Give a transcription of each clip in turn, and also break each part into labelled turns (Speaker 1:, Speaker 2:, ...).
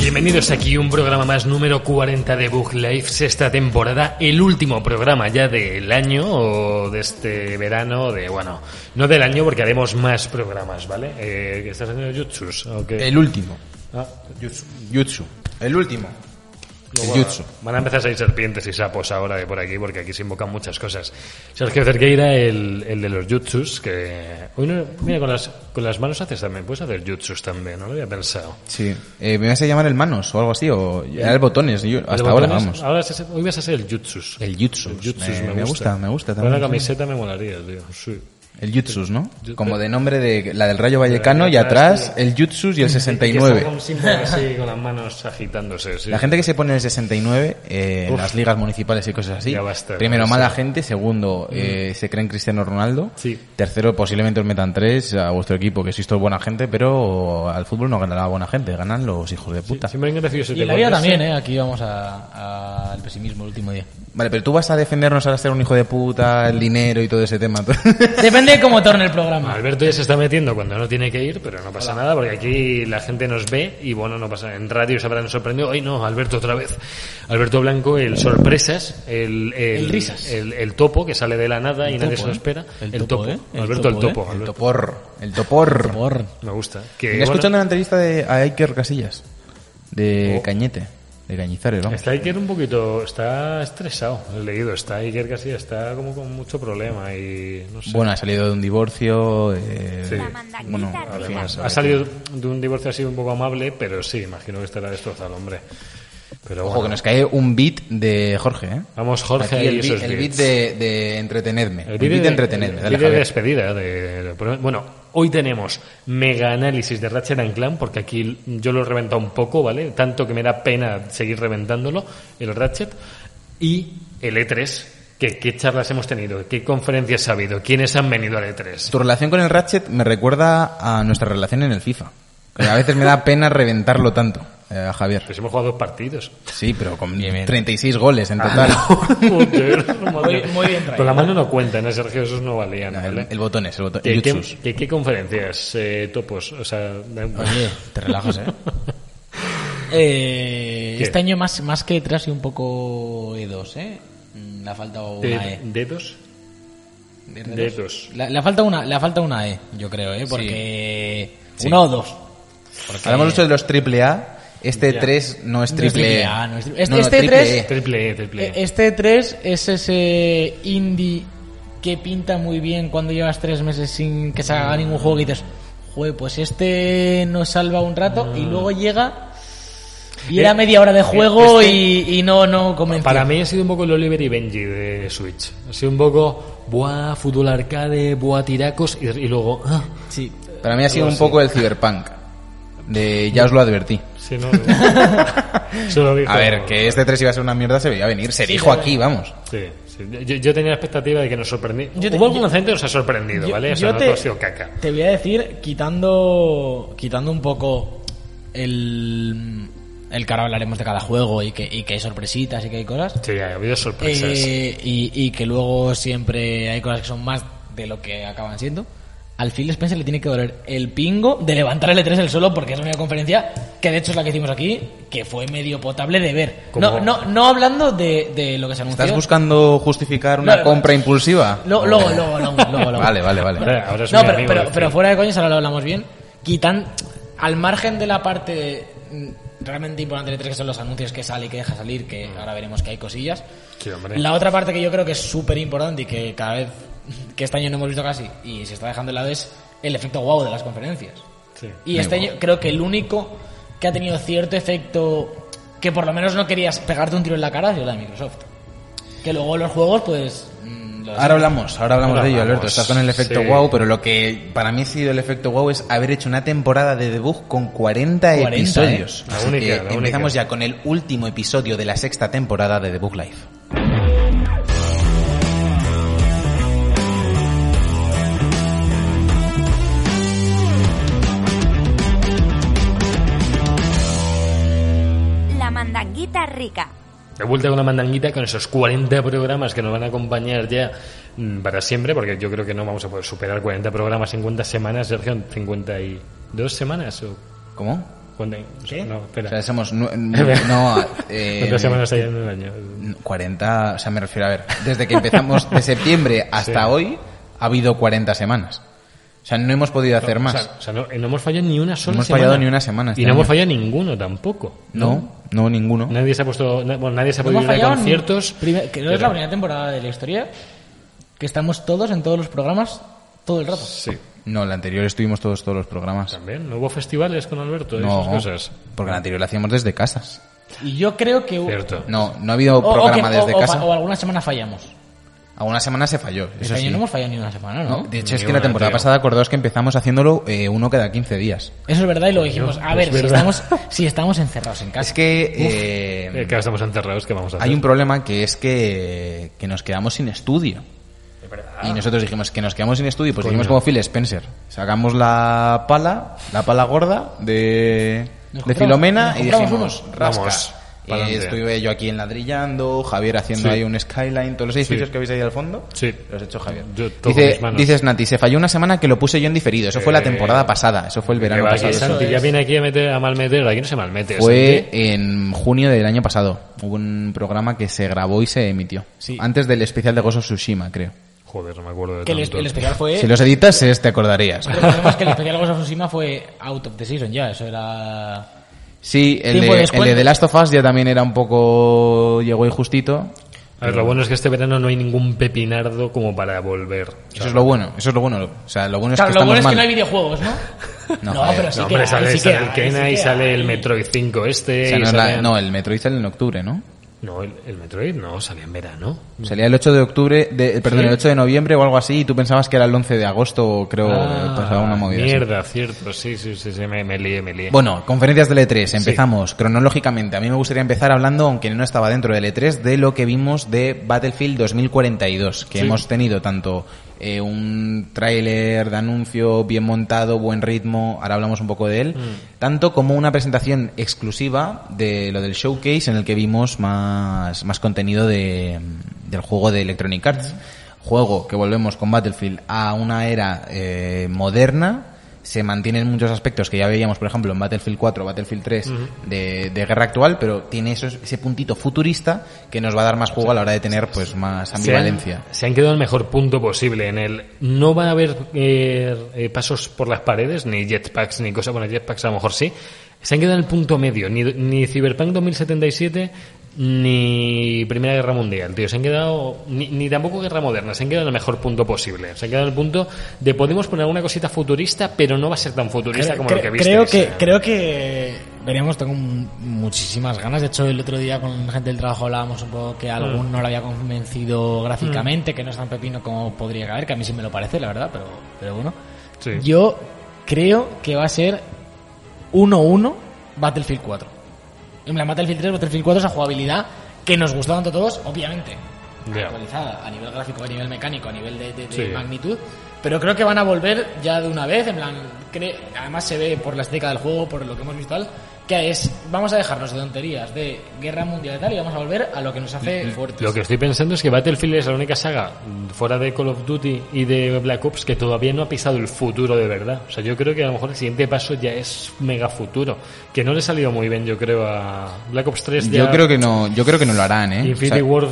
Speaker 1: Bienvenidos aquí, un programa más número 40 de Bug Life, sexta temporada, el último programa ya del año o de este verano, de bueno, no del año porque haremos más programas, ¿vale? Eh, ¿Estás haciendo jutsus? o qué?
Speaker 2: El último.
Speaker 1: Ah,
Speaker 2: Jutsu. El último.
Speaker 1: no,
Speaker 2: el
Speaker 1: bueno,
Speaker 2: jutsu.
Speaker 1: Van a empezar a salir serpientes y sapos ahora de por aquí porque aquí se invocan muchas cosas. Sergio Cerqueira, el, el de los jutsus, que... Uy, no, mira, con las, con las manos haces también, puedes hacer jutsus también, no lo había pensado.
Speaker 2: Sí. Eh, ¿Me vas a llamar el manos o algo así? O era el botones. yo- hasta ahora,
Speaker 1: Botones,
Speaker 2: vamos.
Speaker 1: Ahora es ese- hoy vas a ser el jutsus.
Speaker 2: El jutsus.
Speaker 1: Jutsus,
Speaker 2: me,
Speaker 1: me,
Speaker 2: me gusta. me gusta también.
Speaker 1: Con la
Speaker 2: sí.
Speaker 1: camiseta me molaría, tío. Sí.
Speaker 2: El jutsus, ¿no?
Speaker 1: Ah, Jutsu.
Speaker 2: Como de nombre de la del Rayo Vallecano y
Speaker 1: atrás,
Speaker 2: atrás el jutsus y el
Speaker 1: Y que
Speaker 2: 69.
Speaker 1: salga un símbolo así, con las manos agitándose. sí.
Speaker 2: La gente que se pone el 69 eh, en
Speaker 1: Uf.
Speaker 2: las ligas municipales y cosas así.
Speaker 1: Ya basta,
Speaker 2: Primero,
Speaker 1: basta.
Speaker 2: mala gente. Segundo, eh, se creen Cristiano Ronaldo.
Speaker 1: Mm. Sí.
Speaker 2: Tercero, posiblemente os metan tres a vuestro equipo, que sois todos buena gente, pero al fútbol no gana la buena gente, ganan los hijos de puta.
Speaker 1: Siempre han agradecido ese
Speaker 3: Y la
Speaker 1: deporte,
Speaker 3: vida
Speaker 1: sí.
Speaker 3: también, ¿eh? Aquí vamos a- al pesimismo el último día.
Speaker 2: Vale, pero tú vas a defendernos ahora ser un hijo de puta, el dinero y todo ese tema.
Speaker 3: Depende de cómo torne el programa.
Speaker 1: Alberto ya se está metiendo cuando no tiene que ir, pero no pasa nada, porque aquí la gente nos ve y bueno, no pasa nada. En radio se habrán sorprendido. ¡Ay no! Alberto otra vez. Alberto Blanco, el sorpresas, el,
Speaker 3: El risas.
Speaker 1: el- el topo que sale de la nada y nadie
Speaker 3: topo,
Speaker 1: se lo
Speaker 3: ¿eh?
Speaker 1: espera.
Speaker 3: El
Speaker 1: El,
Speaker 3: topo,
Speaker 1: topo.
Speaker 3: ¿eh? El
Speaker 1: Alberto el
Speaker 3: topo, ¿eh?
Speaker 1: topo.
Speaker 2: el
Speaker 1: Alberto.
Speaker 2: topor, el topor.
Speaker 3: Por-
Speaker 1: Me gusta.
Speaker 2: Venga,
Speaker 1: Que, bueno,
Speaker 2: escuchando la entrevista de a Iker Casillas, de
Speaker 1: Oh.
Speaker 2: Cañete, de Cañizares, vamos.
Speaker 1: Está Iker un poquito, está estresado, he leído, está Iker casi, está como con mucho problema y no sé.
Speaker 2: Bueno, ha salido de un divorcio. eh,
Speaker 1: Sí. La
Speaker 4: mandanguita
Speaker 2: bueno,
Speaker 4: arriba.
Speaker 2: al
Speaker 1: Además,
Speaker 2: final,
Speaker 1: ha salido de un divorcio así un poco amable, pero sí, imagino que estará destrozado el hombre. Pero
Speaker 2: Ojo,
Speaker 1: bueno,
Speaker 2: que nos cae un beat de Jorge, ¿eh?
Speaker 1: vamos Jorge
Speaker 2: Aquí
Speaker 1: y
Speaker 2: el,
Speaker 1: esos
Speaker 2: beat, el beat
Speaker 1: beats.
Speaker 2: de, de entretenedme. El
Speaker 1: El
Speaker 2: beat,
Speaker 1: vídeo
Speaker 2: de entretenedme.
Speaker 1: el
Speaker 2: dale,
Speaker 1: vídeo de
Speaker 2: Javier.
Speaker 1: despedida. de- de- pero, bueno, hoy tenemos mega análisis de Ratchet and Clank, porque aquí yo lo he reventado un poco, ¿vale? Tanto que me da pena seguir reventándolo, el Ratchet. Y el E3, que qué charlas hemos tenido, qué conferencias ha habido, quiénes han venido al E E3.
Speaker 2: Tu relación con el Ratchet me recuerda a nuestra relación en el FIFA. Que a veces me da pena reventarlo tanto, eh, a Javier.
Speaker 1: Pues hemos jugado dos partidos.
Speaker 2: Sí, pero con 36 goles en total.
Speaker 1: Joder, madre.
Speaker 3: muy bien traído.
Speaker 1: Con la mano no cuentan, ¿eh, Sergio, esos no valían,
Speaker 2: No, el,
Speaker 1: ¿vale?
Speaker 2: el botón es, el botón.
Speaker 1: ¿Qué, qué-
Speaker 2: Jutsus. Pues
Speaker 1: qué- qué conferencias, eh, topos? O sea, da-
Speaker 3: Oye,
Speaker 2: Te relajas, ¿eh?
Speaker 3: Eh,
Speaker 1: ¿Qué?
Speaker 3: este año más, más que E3 y un poco E2, ¿eh? Mm, Le ha faltado
Speaker 1: de-
Speaker 3: una E.
Speaker 1: ¿Dedos?
Speaker 3: ¿De
Speaker 1: de
Speaker 3: dos?
Speaker 1: dos.
Speaker 3: Le, le ha faltado una, le ha faltado una E, yo creo, ¿eh? Porque...
Speaker 2: Sí.
Speaker 3: Una o dos. Porque-
Speaker 2: Hablamos mucho de los triple A. Este 3 no es
Speaker 3: No es
Speaker 2: triple
Speaker 3: triple
Speaker 2: A.
Speaker 3: A, no es tri- Este- este
Speaker 2: triple
Speaker 3: tres-
Speaker 2: E.
Speaker 1: Triple E, triple
Speaker 3: Eh,
Speaker 1: E.
Speaker 3: Este 3 es ese indie que pinta muy bien cuando llevas tres meses sin que se haga ningún juego y dices, joder, pues este nos salva un rato y luego llega y
Speaker 1: Mm. Eh,
Speaker 3: era media hora de juego
Speaker 1: este-
Speaker 3: y, y no, no convenció.
Speaker 1: Para mí ha sido un poco el Oliver y Benji de Switch. Ha sido un poco, buah, fútbol arcade, buah, tiracos, y, y luego, ah,
Speaker 3: Sí.
Speaker 2: E. Para mí ha sido un poco el cyberpunk. De ya os lo advertí.
Speaker 1: sí, no. Se lo dijo.
Speaker 2: A ver, que este 3 iba a ser una mierda, se veía venir. Se
Speaker 3: Sí,
Speaker 2: dijo
Speaker 3: claro.
Speaker 2: aquí, vamos.
Speaker 1: Sí, sí. Yo, yo tenía la expectativa de que nos sorprendiera.
Speaker 3: Yo te-
Speaker 1: Hubo algún
Speaker 3: yo-
Speaker 1: lanzamiento que nos ha sorprendido,
Speaker 3: Yo-
Speaker 1: ¿vale? O sea,
Speaker 3: yo
Speaker 1: no
Speaker 3: te-
Speaker 1: todo ha sido caca.
Speaker 3: Te voy a decir, quitando, quitando un poco el, el que ahora hablaremos de cada juego y que, y que hay sorpresitas y que hay cosas,
Speaker 1: Sí, ha habido
Speaker 2: Pues
Speaker 1: sorpresas.
Speaker 3: Eh, y, y que luego siempre hay cosas que son más de lo que acaban siendo. Al Phil Spencer le tiene que doler el pingo de levantar el E E3 del solo porque es una conferencia que de hecho es la que hicimos aquí, que fue medio potable de ver.
Speaker 1: Como-
Speaker 3: No, no, no hablando de, de lo que se anunció.
Speaker 2: ¿Estás buscando justificar una
Speaker 3: No, no.
Speaker 2: compra impulsiva?
Speaker 3: Lo- Luego, luego, luego, luego, luego.
Speaker 2: Vale, vale, vale.
Speaker 1: Ahora- ahora es
Speaker 3: No,
Speaker 1: mi
Speaker 3: pero,
Speaker 1: amigo
Speaker 3: pero-
Speaker 1: del
Speaker 3: pero
Speaker 1: Phil.
Speaker 3: fuera de coñas, ahora lo hablamos bien. Quitan, al margen de la parte mm, realmente importante de E3, que son los anuncios que sale y que deja salir, que ahora veremos que hay cosillas.
Speaker 1: Mm. Sí, hombre.
Speaker 3: La otra parte que yo creo que es súper importante y que cada vez que este año no hemos visto casi y se está dejando de lado es el efecto wow de las conferencias.
Speaker 1: Sí.
Speaker 3: Y este año creo que el único que ha tenido cierto efecto que por lo menos no querías pegarte un tiro en la cara ha sido la de Microsoft. Que luego los juegos, pues... mm, lo de
Speaker 2: Ahora hablamos, ahora hablamos
Speaker 1: Ahora
Speaker 2: de ello, Alberto.
Speaker 1: hablamos,
Speaker 2: Estás con el efecto
Speaker 1: sí.
Speaker 2: wow, pero lo que para mí ha sido el efecto wow es haber hecho una temporada de debug con 40,
Speaker 3: 40,
Speaker 2: episodios.
Speaker 1: ¿eh? La
Speaker 2: Así
Speaker 1: única,
Speaker 2: que
Speaker 1: la única.
Speaker 2: empezamos ya con el último episodio de la sexta temporada de Debug Life.
Speaker 4: mandanguita rica.
Speaker 1: De vuelta con la mandanguita, con esos 40 programas que nos van a acompañar ya mm, para siempre, porque yo creo que no vamos a poder superar 40 programas, 50 semanas, Sergio, 52 semanas o...
Speaker 2: ¿Cómo?
Speaker 1: cuánta- No,
Speaker 2: O
Speaker 1: espera.
Speaker 2: sea, somos... nue- nue- No, eh,
Speaker 1: ¿Cuántas semanas hay en el año?
Speaker 2: 40, o sea, me refiero a ver, desde que empezamos de septiembre hasta
Speaker 1: Sí.
Speaker 2: hoy ha habido 40 semanas. O sea, no hemos podido hacer más.
Speaker 1: O sea, o sea, no, no hemos fallado ni una sola
Speaker 2: hemos
Speaker 1: semana.
Speaker 2: fallado ni una semana este
Speaker 1: Y no hemos
Speaker 2: año.
Speaker 1: fallado ninguno tampoco.
Speaker 2: no, no, ninguno.
Speaker 1: Nadie se ha puesto... na- bueno, nadie se ha
Speaker 3: No
Speaker 1: podido
Speaker 3: hemos
Speaker 1: ir a
Speaker 3: fallado en-
Speaker 1: conciertos.
Speaker 3: primer- que no es
Speaker 1: pero-
Speaker 3: la primera temporada de la historia que estamos todos en todos los programas todo el rato.
Speaker 1: Sí.
Speaker 2: No, la anterior estuvimos todos todos los programas.
Speaker 1: También, ¿no hubo festivales con Alberto y
Speaker 2: No,
Speaker 1: esas cosas?
Speaker 2: porque la anterior la hacíamos desde casas.
Speaker 3: Y yo creo que
Speaker 1: Cierto.
Speaker 2: No, no ha habido
Speaker 3: o, o
Speaker 2: programa
Speaker 3: que-
Speaker 2: desde
Speaker 3: o- o
Speaker 2: casa.
Speaker 3: fa- o alguna semana fallamos.
Speaker 2: Alguna semana se falló, eso
Speaker 3: Este año
Speaker 2: sí.
Speaker 3: no hemos fallado ni una semana, ¿no?
Speaker 2: No, de hecho,
Speaker 1: Ni
Speaker 2: es que la
Speaker 1: una,
Speaker 2: temporada
Speaker 1: creo.
Speaker 2: pasada acordaos que empezamos haciéndolo eh, uno cada 15 días.
Speaker 3: Eso es verdad y lo dijimos.
Speaker 1: Dios,
Speaker 3: A ver,
Speaker 1: es
Speaker 3: si
Speaker 1: verdad.
Speaker 3: estamos, si estamos encerrados en
Speaker 2: Es
Speaker 3: casa.
Speaker 2: que eh,
Speaker 1: Eh, claro, estamos encerrados, ¿qué vamos a hacer?
Speaker 2: hay un problema que es que, que nos quedamos sin estudio. Y nosotros dijimos que nos quedamos sin estudio, pues
Speaker 1: Coño.
Speaker 2: dijimos como Phil Spencer. Sacamos la pala, la pala gorda de,
Speaker 3: Nos
Speaker 2: de
Speaker 3: compramos-
Speaker 2: Filomena
Speaker 3: nos
Speaker 2: y
Speaker 3: compramos
Speaker 2: dijimos,
Speaker 1: unos.
Speaker 2: rasca.
Speaker 1: Vamos,
Speaker 2: Y
Speaker 1: pa'lante.
Speaker 2: estuve yo aquí enladrillando, Javier haciendo
Speaker 1: Sí.
Speaker 2: ahí un skyline, todos los edificios que veis ahí al fondo.
Speaker 1: Sí.
Speaker 2: Los he hecho Javier.
Speaker 1: Yo toco
Speaker 2: Dice,
Speaker 1: mis manos.
Speaker 2: dices, Nati, se falló una semana que lo puse yo en diferido. Eso fue la
Speaker 1: Eh,
Speaker 2: temporada pasada, eso fue el
Speaker 1: Que
Speaker 2: verano
Speaker 1: va aquí,
Speaker 2: pasado.
Speaker 1: Santi, ya viene aquí a, meter, a malmeter, aquí no se malmete.
Speaker 2: Fue
Speaker 1: Santi.
Speaker 2: en junio del año pasado. Hubo un programa que se grabó y se emitió.
Speaker 3: Sí.
Speaker 2: Antes del especial de Ghost of Tsushima, creo.
Speaker 1: Joder, no me acuerdo de
Speaker 3: Que el, es-
Speaker 1: tanto.
Speaker 3: el especial fue...
Speaker 2: Si los editas, es- te acordarías.
Speaker 3: El problema es que el especial Ghost of Tsushima fue out of the season ya. Eso era...
Speaker 2: Sí, el
Speaker 3: Tiempo de
Speaker 2: de, el
Speaker 3: descuento.
Speaker 2: de The Last of Us ya también era un poco... Llegó y justito.
Speaker 1: A ver, lo bueno es que este verano no hay ningún pepinardo como para volver. O sea,
Speaker 2: Eso es lo bueno, eso es lo bueno. O sea, lo bueno es
Speaker 3: Claro,
Speaker 2: que
Speaker 3: lo
Speaker 2: estamos
Speaker 3: bueno es que
Speaker 2: mal.
Speaker 3: no hay videojuegos, ¿no?
Speaker 2: No,
Speaker 3: No,
Speaker 2: joder.
Speaker 3: pero sí
Speaker 1: no,
Speaker 3: que
Speaker 1: hombre,
Speaker 3: hay,
Speaker 1: sale,
Speaker 3: sí que
Speaker 1: sale
Speaker 3: hay,
Speaker 1: el
Speaker 3: sí
Speaker 1: Kena
Speaker 3: que
Speaker 1: y sale
Speaker 3: hay.
Speaker 1: el Metroid 5 este.
Speaker 2: O sea,
Speaker 1: y
Speaker 2: no, es la-
Speaker 1: salen-
Speaker 2: no, el Metroid sale en octubre, ¿no?
Speaker 1: No, el, el Metroid no, salía en verano.
Speaker 3: Mm.
Speaker 2: Salía el 8 de octubre, de- eh, perdón, el 8 de noviembre o algo así, y tú pensabas que era el 11 de agosto, creo,
Speaker 1: Ah,
Speaker 2: eh, pasaba una movida. así.
Speaker 1: mierda, cierto, sí, sí, sí, sí, me, me lié, me lié.
Speaker 2: Bueno, conferencias del E3, empezamos cronológicamente. A mí me gustaría empezar hablando, aunque no estaba dentro del E3, de lo que vimos de Battlefield 2042, que
Speaker 1: Sí.
Speaker 2: hemos tenido tanto eh, un tráiler de anuncio bien montado, buen ritmo, ahora hablamos un poco de él, tanto como una presentación exclusiva de lo del showcase en el que vimos más, más contenido de, del juego de Electronic Arts. Juego que volvemos con Battlefield a una era eh, moderna, se mantienen muchos aspectos que ya veíamos, por ejemplo, en Battlefield 4, Battlefield 3 de, de guerra actual, pero tiene esos- ese puntito futurista que nos va a dar más juego a la hora de tener pues más
Speaker 1: se han,
Speaker 2: ambivalencia.
Speaker 1: se han quedado en el mejor punto posible. En el no va a haber eh, eh, pasos por las paredes, ni jetpacks, ni cosas. Bueno, jetpacks a lo mejor sí. Se han quedado en el punto medio. Ni, ni Cyberpunk 2077, ni Primera Guerra Mundial, tío. Se han quedado. Ni, ni tampoco Guerra Moderna. Se han quedado en el mejor punto posible. Se han quedado en el punto de podemos poner alguna cosita futurista, pero no va a ser tan futurista como lo que viste.
Speaker 3: creo que creo que veremos tengo un- muchísimas ganas de hecho el otro día con gente del trabajo hablábamos un poco
Speaker 1: Mm.
Speaker 3: que algún no lo había convencido gráficamente que no es tan pepino como podría caer que a mí sí me lo parece la verdad pero pero bueno
Speaker 1: Sí.
Speaker 3: yo creo que va a ser 1-1 Battlefield 4 en plan Battlefield 3 Battlefield 4 esa jugabilidad que nos gustó tanto a todos obviamente
Speaker 1: Ya.
Speaker 3: actualizada a nivel gráfico, a nivel mecánico, a nivel de, de- de
Speaker 1: Sí.
Speaker 3: magnitud. Pero creo que van a volver ya de una vez, en plan, cre- además se ve por la estética del juego, por lo que hemos visto, tal, que es, vamos a dejarnos de tonterías, de guerra mundial y tal, y vamos a volver a lo que nos hace fuertes.
Speaker 1: Lo que estoy pensando es que Battlefield es la única saga mm, fuera de Call of Duty y de Black Ops que todavía no ha pisado el futuro de verdad. O sea, yo creo que a lo mejor el siguiente paso ya es mega futuro. Que no le ha salido muy bien, yo creo, a Black Ops 3.
Speaker 2: Yo creo que no, yo creo que no lo harán, ¿eh? O
Speaker 1: Infinity
Speaker 2: sea,
Speaker 1: War.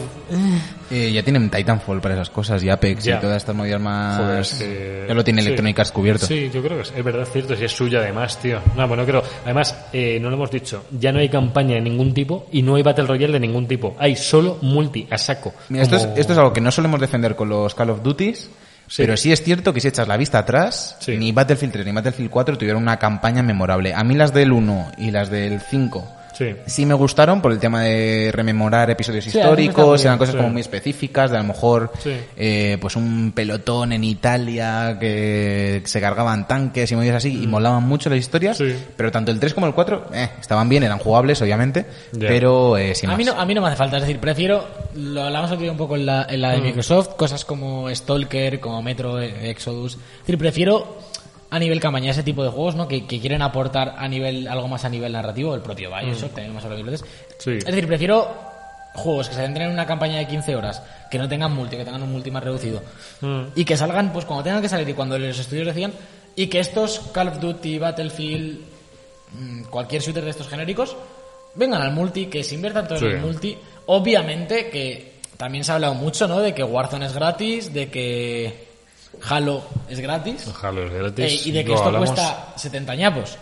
Speaker 2: eh, ya tienen Titanfall para esas cosas, y Apex
Speaker 1: Ya.
Speaker 2: y todas estas movidas más.
Speaker 1: Joder, es pues, que-
Speaker 2: ah, Ya lo tiene
Speaker 1: sí.
Speaker 2: Electronic Arts cubierto.
Speaker 1: Sí, yo creo que es, es verdad, cierto, si es suya además, tío. No, bueno, creo. Además, eh, no lo hemos dicho, ya no hay campaña de ningún tipo y no hay Battle Royale de ningún tipo. Hay solo multi, a saco.
Speaker 2: Mira, esto,
Speaker 1: Como-
Speaker 2: es, esto es algo que no solemos defender con los Call of Duties,
Speaker 1: Sí.
Speaker 2: pero sí es cierto que si echas la vista atrás,
Speaker 1: Sí.
Speaker 2: ni Battlefield 3 ni Battlefield 4 tuvieron una campaña memorable. A mí las del 1 y las del 5
Speaker 1: Sí.
Speaker 2: sí me gustaron por el tema de rememorar episodios
Speaker 3: Sí, a mí me
Speaker 2: históricos,
Speaker 3: está
Speaker 2: eran cosas
Speaker 1: sí.
Speaker 2: como muy específicas, de a lo mejor
Speaker 1: Sí.
Speaker 2: eh, pues un pelotón en Italia que se cargaban tanques y movidas así y molaban mucho las historias,
Speaker 1: Mm. Sí.
Speaker 2: pero tanto el 3 como el 4 eh, estaban bien, eran jugables obviamente,
Speaker 1: Ya.
Speaker 2: pero eh, sin
Speaker 3: a, mí
Speaker 2: más.
Speaker 3: no, a mí no me hace falta, es decir, prefiero, lo hablamos otro día un poco en la, en la de Microsoft, cosas como Stalker, como Metro, eh, Exodus, es decir, prefiero a nivel campaña, ese tipo de juegos, ¿no? Que, que quieren aportar a nivel algo más a nivel narrativo, el propio Bioshock, también hemos hablado mil veces.
Speaker 1: Sí.
Speaker 3: Es decir, prefiero juegos que se centren en una campaña de 15 horas, que no tengan multi, que tengan un multi más reducido,
Speaker 1: Mm.
Speaker 3: y que salgan pues cuando tengan que salir y cuando los estudios decían, y que estos Call of Duty, Battlefield, mm, cualquier shooter de estos genéricos, vengan al multi, que se inviertan todo en
Speaker 1: Sí.
Speaker 3: el multi. Obviamente que también se ha hablado mucho, ¿no? De que Warzone es gratis, de que Halo es gratis.
Speaker 1: Halo es gratis.
Speaker 3: Eh, y de que
Speaker 1: Lo
Speaker 3: esto
Speaker 1: hablamos-
Speaker 3: cuesta 70 ñapos.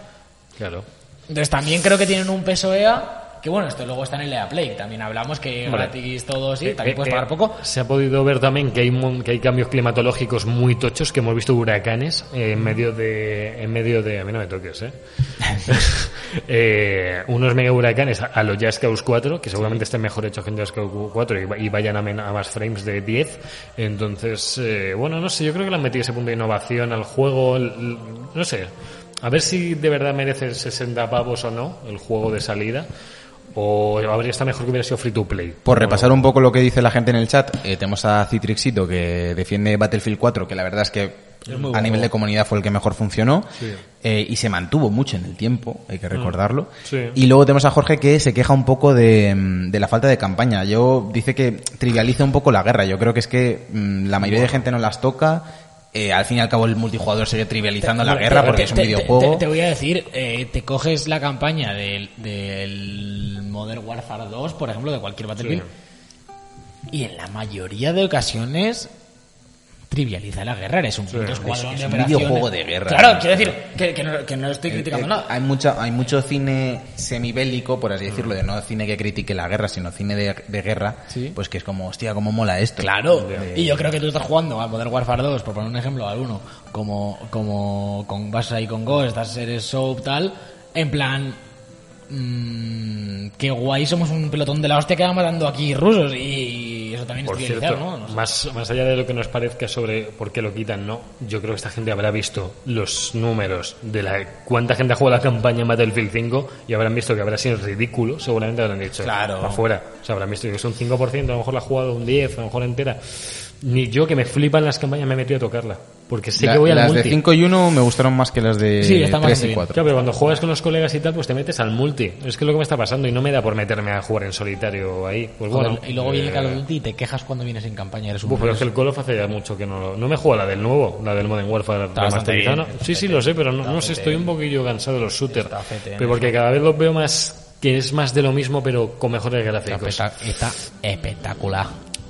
Speaker 1: Claro.
Speaker 3: Entonces también creo que tienen un peso EA, que bueno, esto luego está en el EA Play, también hablamos que
Speaker 1: Hombre.
Speaker 3: gratis todos y
Speaker 1: Eh,
Speaker 3: también
Speaker 1: eh,
Speaker 3: puedes
Speaker 1: eh,
Speaker 3: pagar poco.
Speaker 1: Se ha podido ver también que hay, mon- que hay cambios climatológicos muy tochos, que hemos visto huracanes eh, en medio de... En medio de a mí no me toques, ¿eh? Eh, unos mega huracanes a, a los Just Cause 4, que seguramente estén mejor hechos que en Just Cause 4 y, va- y vayan a, men- a más frames de 10. Entonces, eh, bueno, no sé, yo creo que le han metido ese punto de innovación al juego, l- l- no sé. A ver si de verdad merece 60 pavos o no el juego de salida. O habría está mejor que hubiera sido free to play.
Speaker 2: Por repasar un poco lo que dice la gente en el chat, eh, tenemos a Citrixito que defiende Battlefield 4, que la verdad es que a nivel de comunidad fue el que mejor funcionó
Speaker 1: Sí. Mm.
Speaker 2: eh, y se mantuvo mucho en el tiempo, hay que recordarlo.
Speaker 1: Sí.
Speaker 2: Y luego tenemos a Jorge que se queja un poco de, mm, de la falta de campaña. Yo dice que trivializa un poco la guerra. Yo creo que es que mm, la mayoría de gente no las toca. Eh, al fin y al cabo el multijugador sigue trivializando la
Speaker 3: Hombre,
Speaker 2: guerra
Speaker 3: te-
Speaker 2: porque
Speaker 3: te-
Speaker 2: es un
Speaker 3: te-
Speaker 2: videojuego.
Speaker 3: Te, te voy a decir, eh, te coges la campaña del, del Modern Warfare 2, por ejemplo, de cualquier Battlefield, y en la mayoría de ocasiones trivializa la guerra. Eres un puto escuadrón
Speaker 2: es
Speaker 3: de
Speaker 2: un
Speaker 3: operaciones.
Speaker 2: videojuego de guerra.
Speaker 3: Claro, quiero decir que, que no, que no estoy criticando
Speaker 2: Eh,
Speaker 3: nada.
Speaker 2: Hay mucha, hay mucho cine semibélico, por así decirlo, de no cine que critique la guerra, sino cine de, de guerra,
Speaker 3: Sí.
Speaker 2: pues que es como, hostia, cómo mola esto.
Speaker 3: Claro,
Speaker 2: Eh,
Speaker 3: y yo creo que tú estás jugando al Modern Warfare 2, por poner un ejemplo, al 1, como, como con, vas ahí con Go, estás eres Soap, tal, en plan, mm, qué guay, somos un pelotón de la hostia que va matando aquí rusos, y eso también
Speaker 1: Por
Speaker 3: es
Speaker 1: cierto,
Speaker 3: trivializar, ¿no? No sé.
Speaker 1: más, más allá de lo que nos parezca sobre por qué lo quitan, no, yo creo que esta gente habrá visto los números de la cuánta gente ha jugado la campaña en Battlefield 5 y habrán visto que habrá sido ridículo, seguramente habrán dicho,
Speaker 2: Claro.
Speaker 1: "Pa' fuera, o sea, habrán visto que es un 5%, a lo mejor la ha jugado un 10, a lo mejor entera. Ni yo que me flipan las campañas me he metido a tocarla, porque sé
Speaker 2: la-
Speaker 1: que voy al
Speaker 2: las de
Speaker 1: multi.
Speaker 2: 5 y 1 me gustaron más que las de
Speaker 3: Sí, está más
Speaker 2: 3 y
Speaker 3: bien.
Speaker 2: 4.
Speaker 1: Claro, pero cuando juegas con los colegas y tal, pues te metes al multi. Es que es lo que me está pasando y no me da por meterme a jugar en solitario ahí. Pues
Speaker 3: Joder,
Speaker 1: bueno,
Speaker 3: y luego viene
Speaker 1: eh,
Speaker 3: Call of Duty y te quejas cuando vienes en campaña, eres un
Speaker 1: Buf, pero es
Speaker 3: ruso.
Speaker 1: que el Call of hace ya mucho que no lo- No me juega la del nuevo, la del Modern Warfare
Speaker 3: Está bastante
Speaker 1: remasterizada.
Speaker 3: bien,
Speaker 1: ¿no?
Speaker 3: está
Speaker 1: Sí, sí,
Speaker 3: fetén,
Speaker 1: lo sé, pero no,
Speaker 3: está
Speaker 1: no sé,
Speaker 3: fetén.
Speaker 1: estoy un poquillo cansado de los shooters.
Speaker 3: Está fetén,
Speaker 1: Pero porque cada vez los veo más que es más de lo mismo, pero con mejores gráficos.
Speaker 3: está, está espectacular.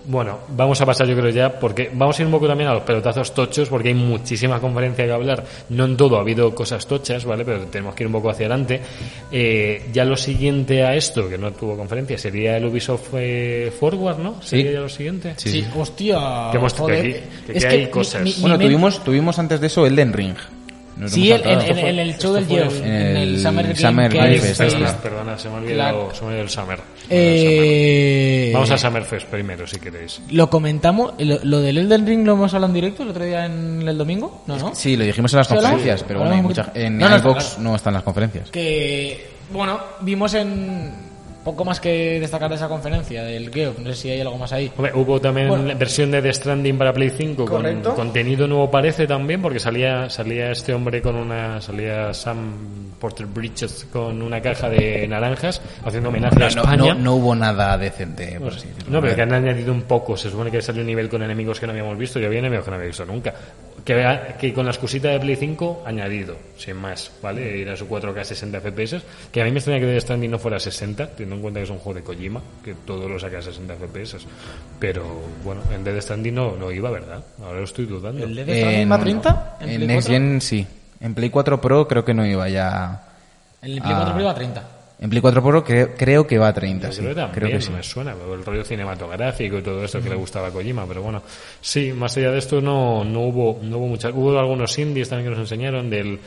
Speaker 1: Bueno, vamos a pasar yo creo ya, porque vamos a ir un poco también a los pelotazos tochos, porque hay muchísima conferencia que hablar. No en todo ha habido cosas tochas, ¿vale? Pero tenemos que ir un poco hacia adelante. Eh, ya lo siguiente a esto, que no tuvo conferencia, sería el Ubisoft eh, Forward, ¿no? Sería ya lo siguiente.
Speaker 2: Sí, sí.
Speaker 3: hostia,
Speaker 1: Que hemos- que
Speaker 3: joder,
Speaker 1: aquí- que aquí
Speaker 3: es
Speaker 1: hay
Speaker 3: mi-
Speaker 1: cosas.
Speaker 3: mi- mi
Speaker 2: Bueno,
Speaker 3: mente-
Speaker 2: tuvimos, tuvimos antes de eso Elden Ring. Nos
Speaker 3: Sí,
Speaker 2: hemos
Speaker 3: en, en-
Speaker 2: saltado.
Speaker 3: en- en el show del
Speaker 1: fue
Speaker 3: Jeff,
Speaker 1: el-
Speaker 3: en el Summer Game
Speaker 2: Summer
Speaker 3: que eh,
Speaker 2: Game
Speaker 3: hay-
Speaker 2: Fest,
Speaker 1: perdona,
Speaker 2: este.
Speaker 1: perdona, se me ha olvidado,
Speaker 3: La-
Speaker 1: se me ha olvidado el Summer.
Speaker 3: Eh,
Speaker 1: Vamos a Summerfest primero, si queréis.
Speaker 3: Lo comentamos, lo, lo del Elden Ring lo hemos hablado en directo el otro día en el domingo, ¿no? no?
Speaker 2: Sí, lo dijimos en las
Speaker 3: ¿Sí, hola?
Speaker 2: conferencias, pero bueno, hay
Speaker 3: Hablamos un
Speaker 2: mucha-
Speaker 3: poquito.
Speaker 2: en
Speaker 3: No, no,
Speaker 2: Xbox
Speaker 3: claro.
Speaker 2: no están las conferencias.
Speaker 3: Que, bueno, vimos en poco más que destacar de esa conferencia del Geoff, no sé si hay algo más
Speaker 2: Pues,
Speaker 3: ahí.
Speaker 1: Hombre, hubo también
Speaker 3: Bueno.
Speaker 1: la versión de The Stranding para Play 5 con
Speaker 3: Correcto.
Speaker 1: contenido nuevo parece también porque salía salía este hombre con una salía Sam Porter Bridges con una caja de naranjas haciendo homenaje a
Speaker 2: No, no,
Speaker 1: España.
Speaker 2: no- no hubo nada decente, por
Speaker 1: Pues,
Speaker 2: así decirlo.
Speaker 1: no, pero que han añadido un poco. Se supone que salió un nivel con enemigos que no habíamos visto. Yo había enemigos que no había visto nunca. Que, vea- que con la excusita de Play 5, añadido, sin más, ¿vale? Ir a su 4K 60 FPS. Que a mí me extraña que Death Stranding no fuera 60, teniendo en cuenta que es un juego de Kojima, que todo lo saca a 60 FPS. Pero bueno, en Death Stranding no, no iba, ¿verdad? Ahora lo estoy dudando.
Speaker 3: ¿El Death
Speaker 2: Eh,
Speaker 3: Stranding
Speaker 2: no,
Speaker 3: va a
Speaker 2: no.
Speaker 3: 30?
Speaker 2: En,
Speaker 3: Play
Speaker 2: Next
Speaker 3: 4?
Speaker 2: Gen sí. En Play 4 Pro creo que no iba ya.
Speaker 3: En el Play
Speaker 2: Ah.
Speaker 3: 4 Pro iba a 30.
Speaker 2: En Play 4 Pro creo, creo que va a 30,
Speaker 1: Yo
Speaker 2: sí.
Speaker 1: creo que también,
Speaker 2: Creo que sí.
Speaker 1: me suena, pero el rollo cinematográfico y todo esto que le gustaba a Kojima, pero bueno. Sí, más allá de esto no, no hubo no hubo muchas... Hubo algunos indies también que nos enseñaron del...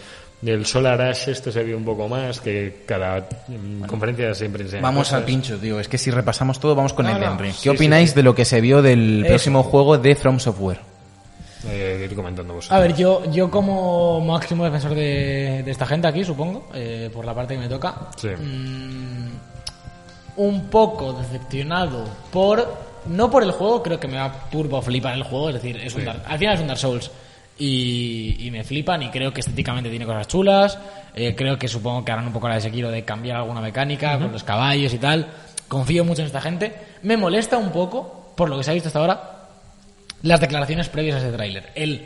Speaker 1: Del Solar Ash esto se vio un poco más, que cada mm, conferencia siempre enseña
Speaker 2: Vamos
Speaker 1: cosas.
Speaker 2: al pincho, tío. Es que si repasamos todo, vamos con
Speaker 1: No,
Speaker 2: el
Speaker 1: no,
Speaker 2: Henry. ¿Qué
Speaker 1: sí,
Speaker 2: opináis
Speaker 1: sí, sí.
Speaker 2: de lo que se vio del
Speaker 3: Eso.
Speaker 2: próximo juego de From Software?
Speaker 1: Eh, ir comentando vosotros.
Speaker 3: A ver, yo, yo como máximo defensor de, de esta gente aquí, supongo, eh, por la parte que me toca,
Speaker 1: Sí.
Speaker 3: mm, un poco decepcionado por... No por el juego, creo que me va turbo flipar el juego, es decir, es un Dark- al final es un Dark Souls. y, y me flipan y creo que estéticamente tiene cosas chulas. Eh, creo que supongo que harán un poco la de Sekiro de cambiar alguna mecánica con los caballos y tal. Confío mucho en esta gente. Me molesta un poco, por lo que se ha visto hasta ahora, las declaraciones previas a ese tráiler. Él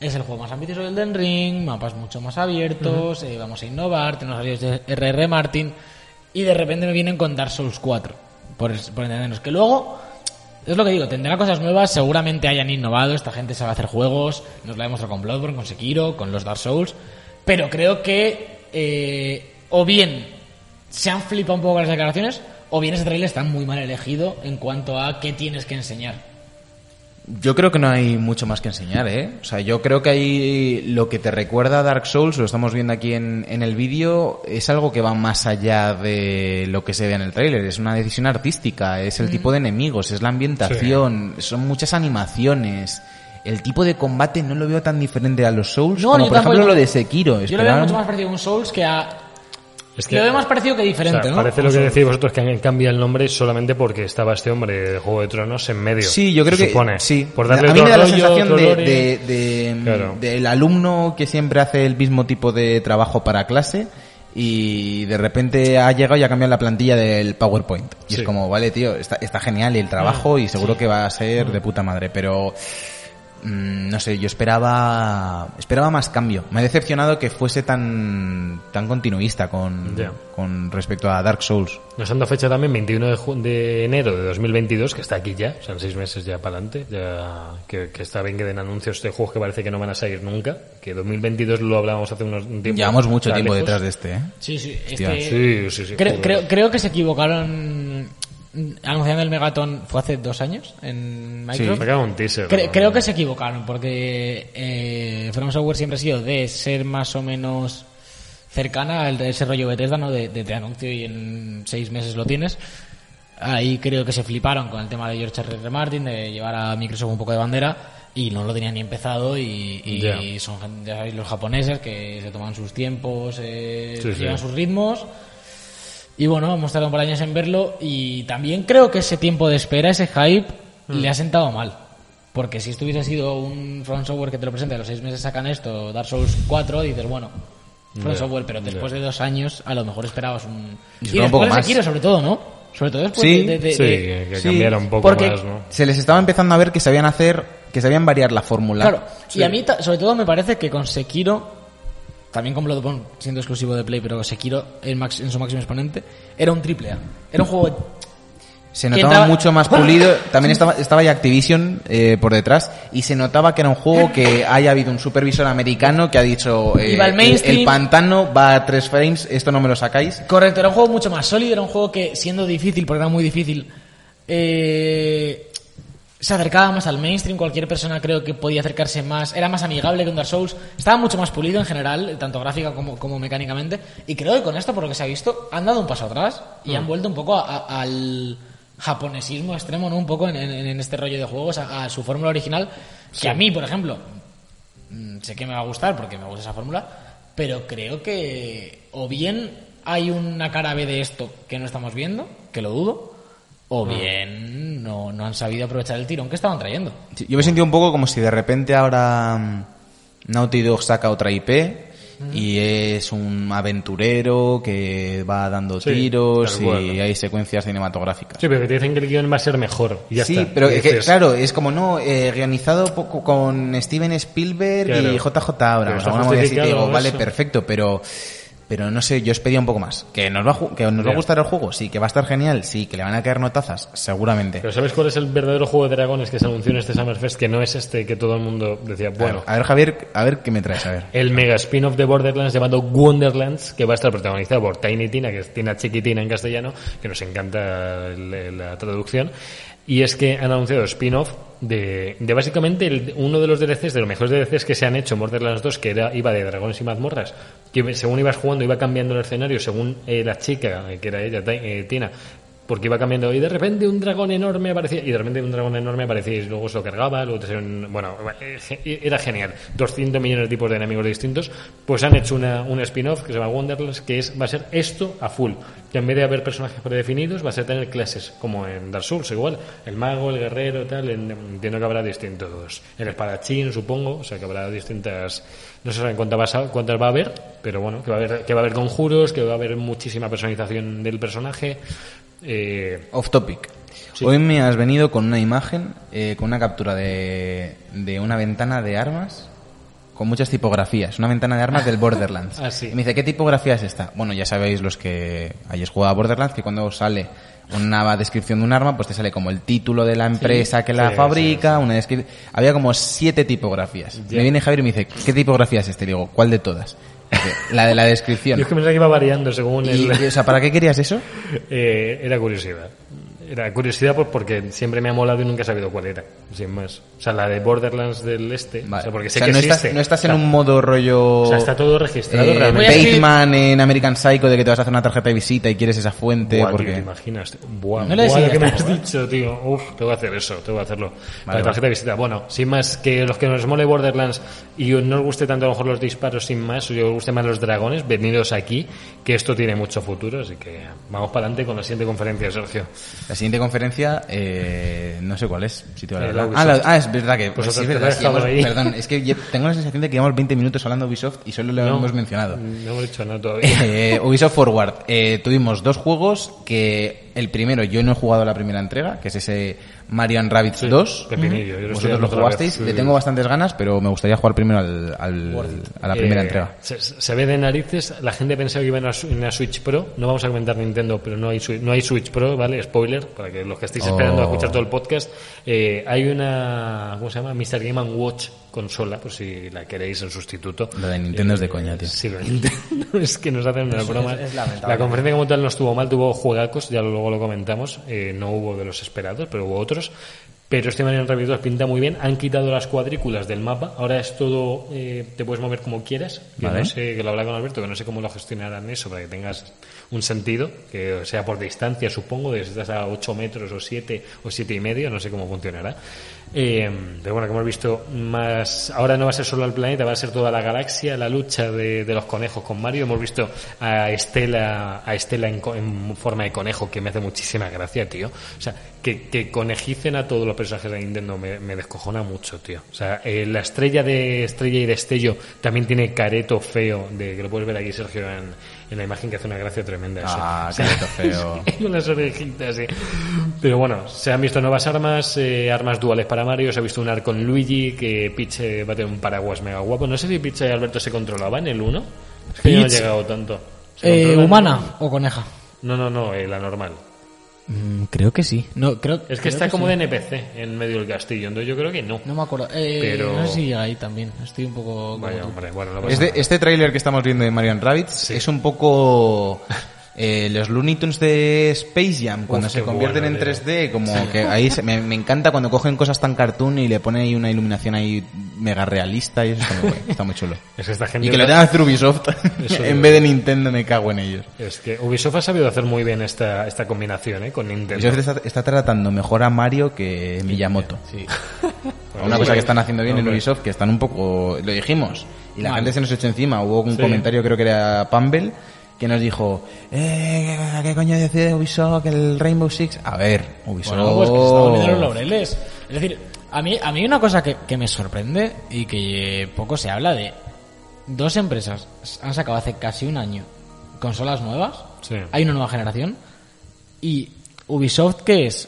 Speaker 3: es el juego más ambicioso del Den Ring, mapas mucho más abiertos, eh, vamos a innovar, tenemos a RR Martin y de repente me vienen con Dark Souls 4, por, es- por entendernos. Que luego, es lo que digo, tendrá cosas nuevas, seguramente hayan innovado, esta gente sabe hacer juegos, nos la hemos con Bloodborne, con Sekiro, con los Dark Souls, pero creo que eh, o bien se han flipado un poco con las declaraciones, o bien ese trailer está muy mal elegido en cuanto a qué tienes que enseñar.
Speaker 2: Yo creo que no hay mucho más que enseñar, ¿eh? O sea, yo creo que ahí lo que te recuerda a Dark Souls, lo estamos viendo aquí en, en el vídeo, es algo que va más allá de lo que se ve en el tráiler. Es una decisión artística, es
Speaker 3: Mm.
Speaker 2: el tipo de enemigos, es la ambientación, son muchas animaciones. El tipo de combate no lo veo tan diferente a los Souls
Speaker 3: No,
Speaker 2: como,
Speaker 3: yo
Speaker 2: por
Speaker 3: tampoco
Speaker 2: ejemplo,
Speaker 3: lo-
Speaker 2: lo de Sekiro.
Speaker 3: Yo lo veo
Speaker 2: Esperaban-
Speaker 3: mucho más parecido a un Souls que a.
Speaker 1: Es
Speaker 3: lo veo más parecido que diferente,
Speaker 1: o sea,
Speaker 3: ¿no?
Speaker 1: Parece lo
Speaker 3: Un
Speaker 1: que
Speaker 3: Souls.
Speaker 1: decís vosotros que han cambiado el nombre solamente porque estaba este hombre de Juego de Tronos en medio.
Speaker 2: Sí, yo creo
Speaker 1: se
Speaker 2: que
Speaker 1: supone.
Speaker 2: sí.
Speaker 1: Por darle
Speaker 2: a mí
Speaker 1: otro
Speaker 2: me da la
Speaker 1: rollo,
Speaker 2: sensación
Speaker 1: otro
Speaker 2: de,
Speaker 1: lore.
Speaker 2: de- de-
Speaker 1: Claro.
Speaker 2: del alumno que siempre hace el mismo tipo de trabajo para clase y de repente ha llegado y ha cambiado la plantilla del PowerPoint. Y
Speaker 1: Sí. Mm.
Speaker 2: es como, vale, tío, está, está genial el trabajo y seguro que va a ser de puta madre, pero mm, no sé, yo esperaba esperaba más cambio. Me ha decepcionado que fuese tan tan continuista con,
Speaker 1: Ya.
Speaker 2: con respecto a Dark Souls.
Speaker 1: Nos han dado fecha también 21 de, ju- de enero de 2022, que está aquí ya, o sea, en seis meses ya para adelante, ya que, que está bien que den anuncios de juegos que parece que no van a salir nunca, que 2022 lo hablábamos hace unos un tiempo.
Speaker 2: Llevamos mucho
Speaker 1: está
Speaker 2: tiempo
Speaker 1: lejos.
Speaker 2: detrás de este, ¿eh?
Speaker 3: Sí, sí. es
Speaker 2: Hostia,
Speaker 3: que-
Speaker 1: Sí, sí, sí.
Speaker 3: Creo,
Speaker 1: joder.
Speaker 3: creo, creo que se equivocaron mm, anunciando el Megaton. ¿Fue hace dos años? En Microsoft.
Speaker 1: Sacaba un teaser.
Speaker 3: Cre-
Speaker 1: ¿no?
Speaker 3: creo que se equivocaron, porque eh, From Software siempre ha sido de ser más o menos cercana al ese rollo Bethesda, ¿no? De, de te anuncio y en seis meses lo tienes. Ahí creo que se fliparon con el tema de George R. Martin, de llevar a Microsoft un poco de bandera, y no lo tenían ni empezado, y, y
Speaker 1: Ya.
Speaker 3: son, gen- ya sabéis, los japoneses que se toman sus tiempos, eh,
Speaker 1: Sí, sí.
Speaker 3: llevan sus ritmos, y bueno, hemos tardado un par de años en verlo y también creo que ese tiempo de espera, ese hype,
Speaker 2: Mm.
Speaker 3: le ha sentado mal. Porque si estuviese sido un Front Software que te lo presenta, a los seis meses sacan esto, Dark Souls 4, dices, bueno, Front
Speaker 1: Ya,
Speaker 3: Software, pero después de dos años a lo mejor esperabas un...
Speaker 2: Y espera
Speaker 3: Y,
Speaker 2: un
Speaker 3: después
Speaker 2: poco
Speaker 3: de
Speaker 2: más.
Speaker 3: Sekiro, sobre todo, ¿no? Sobre todo después
Speaker 2: Sí,
Speaker 3: de... de- de-
Speaker 1: Sí,
Speaker 3: de-
Speaker 1: que
Speaker 2: sí,
Speaker 1: cambiara un poco
Speaker 3: porque-
Speaker 1: más, ¿no?
Speaker 2: se les estaba empezando a ver que sabían hacer, que sabían variar la fórmula.
Speaker 3: Claro, y a mí ta- sobre todo me parece que con Sekiro, también con Bloodborne siendo exclusivo de Play, pero Sekiro en, max- en su máximo exponente, era un triple A. Era un juego
Speaker 2: Se
Speaker 3: que
Speaker 2: notaba
Speaker 3: daba-
Speaker 2: mucho más pulido. También estaba, estaba ya Activision eh, por detrás y se notaba que era un juego que haya habido un supervisor americano que ha dicho eh,
Speaker 3: Iba al
Speaker 2: el-
Speaker 3: mainstream.
Speaker 2: el pantano va a tres frames, esto no me lo sacáis.
Speaker 3: Correcto, era un juego mucho más sólido, era un juego que, siendo difícil, porque era muy difícil, eh, se acercaba más al mainstream, cualquier persona creo que podía acercarse más, era más amigable que un Dark Souls, estaba mucho más pulido en general, tanto gráfica como, como mecánicamente, y creo que con esto, por lo que se ha visto, han dado un paso atrás y han vuelto un poco a- a- al japonesismo extremo, ¿no? Un poco en, en- en este rollo de juegos, a, a su fórmula original, que a mí, por ejemplo, mm, sé que me va a gustar porque me gusta esa fórmula, pero creo que o bien hay una cara B de esto que no estamos viendo, que lo dudo, o bien no, no han sabido aprovechar el tirón que estaban trayendo.
Speaker 2: Sí, Yo me sentí un poco como si de repente ahora mm, Naughty Dog saca otra IP y
Speaker 3: Mm.
Speaker 2: es un aventurero que va dando
Speaker 1: Sí,
Speaker 2: tiros
Speaker 1: tal
Speaker 2: y
Speaker 1: cual.
Speaker 2: hay secuencias cinematográficas.
Speaker 1: Sí, pero que te dicen que el guión va a ser mejor. y ya
Speaker 2: sí,
Speaker 1: está.
Speaker 2: pero
Speaker 1: Y
Speaker 2: es que,
Speaker 1: dices,
Speaker 2: claro, es como no, eh, guionizado poco con Steven Spielberg
Speaker 1: Claro.
Speaker 2: y JJ Abrams.
Speaker 1: Pero está
Speaker 2: alguna movida así,
Speaker 1: justificado
Speaker 2: digo, vale,
Speaker 1: eso.
Speaker 2: perfecto, pero pero no sé, yo os pedía un poco más. Que nos va a, ju- que nos va a
Speaker 1: Bien.
Speaker 2: gustar el juego, sí, que va a estar genial, sí, que le van a caer notazas, seguramente.
Speaker 1: Pero ¿sabes cuál es el verdadero juego de dragones que se anunció en este Summerfest? Que no es este que todo el mundo decía, bueno,
Speaker 2: a ver, Javier, a ver qué me traes, a ver.
Speaker 1: el mega spin-off de Borderlands llamado Wonderlands, que va a estar protagonizado por Tiny Tina, que es Tina Chiquitina en castellano, que nos encanta el- la traducción. Y es que han anunciado spin-off de, de básicamente el- uno de los DLCs, de los mejores DLCs que se han hecho en Borderlands 2, que era, iba de dragones y mazmorras, que según ibas jugando iba cambiando el escenario, según eh, la chica, eh, que era ella, Ti- eh, Tina, porque iba cambiando y de repente un dragón enorme aparecía y de repente un dragón enorme aparecía y luego se lo cargaba luego te salía un- bueno eh, ge- era genial 200 millones de tipos de enemigos distintos pues han hecho una, un spin-off que se llama Wonderlands que es va a ser esto a full que en vez de haber personajes predefinidos, vas a tener clases, como en Dark Souls, igual. El mago, el guerrero, tal. en- Entiendo que habrá distintos. El espadachín, supongo. O sea, que habrá distintas. No se saben cuántas, vas a- cuántas va a haber, pero bueno, que va a haber, que va a haber conjuros, que va a haber muchísima personalización del personaje. Eh,
Speaker 2: Off topic.
Speaker 1: Sí.
Speaker 2: Hoy me has venido con una imagen, eh, con una captura de, de una ventana de armas con muchas tipografías. Una ventana de armas del Borderlands.
Speaker 1: Ah, sí.
Speaker 2: Y me dice, ¿qué tipografía es esta? Bueno, ya sabéis los que hayáis jugado a Borderlands que cuando sale una descripción de un arma, pues te sale como el título de la empresa que la
Speaker 1: sí,
Speaker 2: fabrica, una descrip- Había como siete tipografías.
Speaker 1: Ya.
Speaker 2: Me viene Javier y me dice, ¿qué tipografía es este? Y digo, ¿cuál de todas? Dice, La de la
Speaker 1: yo
Speaker 2: descripción.
Speaker 1: es que pensaba que iba variando según el.
Speaker 2: Y- y, o sea, ¿para qué querías eso?
Speaker 1: Eh, era curiosidad. Era curiosidad pues, porque siempre me ha molado y nunca he sabido cuál era, sin más. O sea, la de Borderlands del Este. O
Speaker 2: Vale.
Speaker 1: sea, porque
Speaker 2: O
Speaker 1: sé
Speaker 2: sea,
Speaker 1: que
Speaker 2: no
Speaker 1: existe.
Speaker 2: Estás, no estás en
Speaker 1: O sea,
Speaker 2: un modo rollo.
Speaker 1: O sea, está todo registrado
Speaker 2: eh,
Speaker 1: realmente.
Speaker 3: Voy a escribir-
Speaker 2: Bateman en American Psycho de que te vas a hacer una tarjeta de visita y quieres esa fuente.
Speaker 1: Buah, tío,
Speaker 2: porque...
Speaker 1: ¿Te imaginas? Buah,
Speaker 3: No le
Speaker 1: buah, lo
Speaker 3: decías
Speaker 1: que me has
Speaker 3: tampoco, ¿eh?
Speaker 1: dicho, tío. Uf, tengo que hacer eso, tengo que hacerlo.
Speaker 2: Vale,
Speaker 1: la tarjeta de visita. Bueno, sin más, que los que nos mole Borderlands y no os guste tanto a lo mejor los disparos sin más, o yo os guste más los dragones, venidos aquí, que esto tiene mucho futuro, así que vamos para adelante con la siguiente conferencia, Sergio.
Speaker 2: La siguiente conferencia, eh, no sé cuál es. Si te vale
Speaker 1: Eh,
Speaker 2: la
Speaker 1: la
Speaker 2: verdad. ah,
Speaker 1: Ubisoft.
Speaker 2: la- ah, es verdad que.
Speaker 1: Pues
Speaker 2: sí, es
Speaker 1: otra- te
Speaker 2: verdad,
Speaker 1: la he
Speaker 2: sí, llevamos-
Speaker 1: dejado ahí.
Speaker 2: perdón, es que lle- tengo la sensación de que llevamos 20 minutos hablando de Ubisoft y solo lo
Speaker 1: No.
Speaker 2: hemos mencionado.
Speaker 1: No hemos dicho nada todavía.
Speaker 2: Eh, Ubisoft Forward. Eh, tuvimos dos juegos que el primero, yo no he jugado la primera entrega, que es ese Marian Rabbits
Speaker 1: Sí,
Speaker 2: 2.
Speaker 1: pepinillo, Eh, yo lo estoy
Speaker 2: Vosotros
Speaker 1: dando
Speaker 2: lo
Speaker 1: otra
Speaker 2: jugasteis.
Speaker 1: vez, sí.
Speaker 2: Le tengo bastantes ganas, pero me gustaría jugar primero al, al- a la primera
Speaker 1: Eh,
Speaker 2: entrega.
Speaker 1: Se, se ve de narices, la gente pensaba que iba en una, su- en una Switch Pro, no vamos a comentar Nintendo, pero no hay, Swi- no hay Switch Pro, ¿vale? Spoiler, para que los que estéis esperando a
Speaker 2: Oh.
Speaker 1: escuchar todo el podcast, eh, hay una, ¿cómo se llama? Mr. Game Watch consola, por si la queréis en sustituto.
Speaker 2: Lo de Nintendo es de coña, tío.
Speaker 1: Sí, lo de Nintendo es que nos hacen una broma.
Speaker 3: es lamentable.
Speaker 1: la conferencia como tal no estuvo mal, tuvo juegacos, ya luego lo comentamos, eh, no hubo de los esperados, pero hubo otros. Pero este Mario Rabbit 2 pinta muy bien, han quitado las cuadrículas del mapa, ahora es todo, eh, te puedes mover como quieras, que
Speaker 2: Vale.
Speaker 1: no sé, que lo hablaba con Alberto, que no sé cómo lo gestionarán eso, para que tengas un sentido, que sea por distancia, supongo, desde estás a 8 metros o 7 o siete y medio, no sé cómo funcionará. Eh, pero bueno, que hemos visto más, ahora no va a ser solo el planeta, va a ser toda la galaxia, la lucha de, de los conejos con Mario, hemos visto a Estela, a Estela en, co- en forma de conejo, que me hace muchísima gracia, tío. O sea, que, que conejicen a todos los personajes de Nintendo me, me descojona mucho, tío. O sea, eh, la estrella de Estrella y Destello también tiene careto feo, de que lo puedes ver aquí, Sergio, en, en la imagen que hace una gracia tremenda. eso.
Speaker 2: Ah,
Speaker 1: O sea,
Speaker 2: careto feo.
Speaker 1: con las orejitas, sí. Pero bueno, se han visto nuevas armas, eh, armas duales para Mario, se ha visto un arco con Luigi, que Peach eh, va a tener un paraguas mega guapo. No sé si Peach y Alberto se controlaban el 1. Es que yo no he
Speaker 3: Peach.
Speaker 1: llegado tanto. ¿Se
Speaker 3: Eh,
Speaker 1: controlan?
Speaker 3: ¿Humana o coneja?
Speaker 1: No, no, no, eh, la normal.
Speaker 3: Mm, creo que sí. No, creo,
Speaker 1: Es que está como de NPC en medio del castillo, entonces yo creo que no.
Speaker 3: No me acuerdo. Eh,
Speaker 1: Pero-
Speaker 3: No sé si llega ahí también. Estoy un poco... como
Speaker 1: Vaya,
Speaker 3: tú.
Speaker 1: hombre, bueno, no pasa
Speaker 2: Este,
Speaker 1: Pues nada.
Speaker 2: este tráiler que estamos viendo de Marian Rabbits es un poco eh, los Looney Tunes de Space Jam, cuando
Speaker 1: Uf,
Speaker 2: se
Speaker 1: qué
Speaker 2: convierten
Speaker 1: bueno,
Speaker 2: en
Speaker 1: tío.
Speaker 2: 3D, como que ahí se- me, me encanta cuando cogen cosas tan cartoon y le ponen ahí una iluminación ahí mega realista y eso está muy, guay, está muy chulo.
Speaker 1: Es que esta gente...
Speaker 2: Y que lo tenga que hacer Ubisoft
Speaker 1: Eso
Speaker 2: en
Speaker 1: es.
Speaker 2: vez de Nintendo, me cago en ellos.
Speaker 1: Es que Ubisoft ha sabido hacer muy bien esta, esta combinación, ¿eh? Con Nintendo.
Speaker 2: Ubisoft está, está tratando mejor a Mario que Miyamoto.
Speaker 3: Sí.
Speaker 1: Bueno,
Speaker 2: Una
Speaker 1: hombre,
Speaker 2: cosa que están haciendo bien en
Speaker 1: hombre.
Speaker 2: Ubisoft, que están un poco... Lo dijimos. Y la
Speaker 3: Mal.
Speaker 2: gente se nos echó encima. Hubo un
Speaker 1: Sí.
Speaker 2: comentario, creo que era Pambel, que nos dijo... Eh, ¿qué, qué coño decide Ubisoft el Rainbow Six? A ver, Ubisoft...
Speaker 3: Bueno, pues que se está
Speaker 1: Oh.
Speaker 3: volviendo los laureles. Es decir, a mí, a mí una cosa que, que me sorprende y que poco se habla de dos empresas han sacado hace casi un año consolas nuevas.
Speaker 1: Sí.
Speaker 3: Hay una nueva generación. Y Ubisoft, que es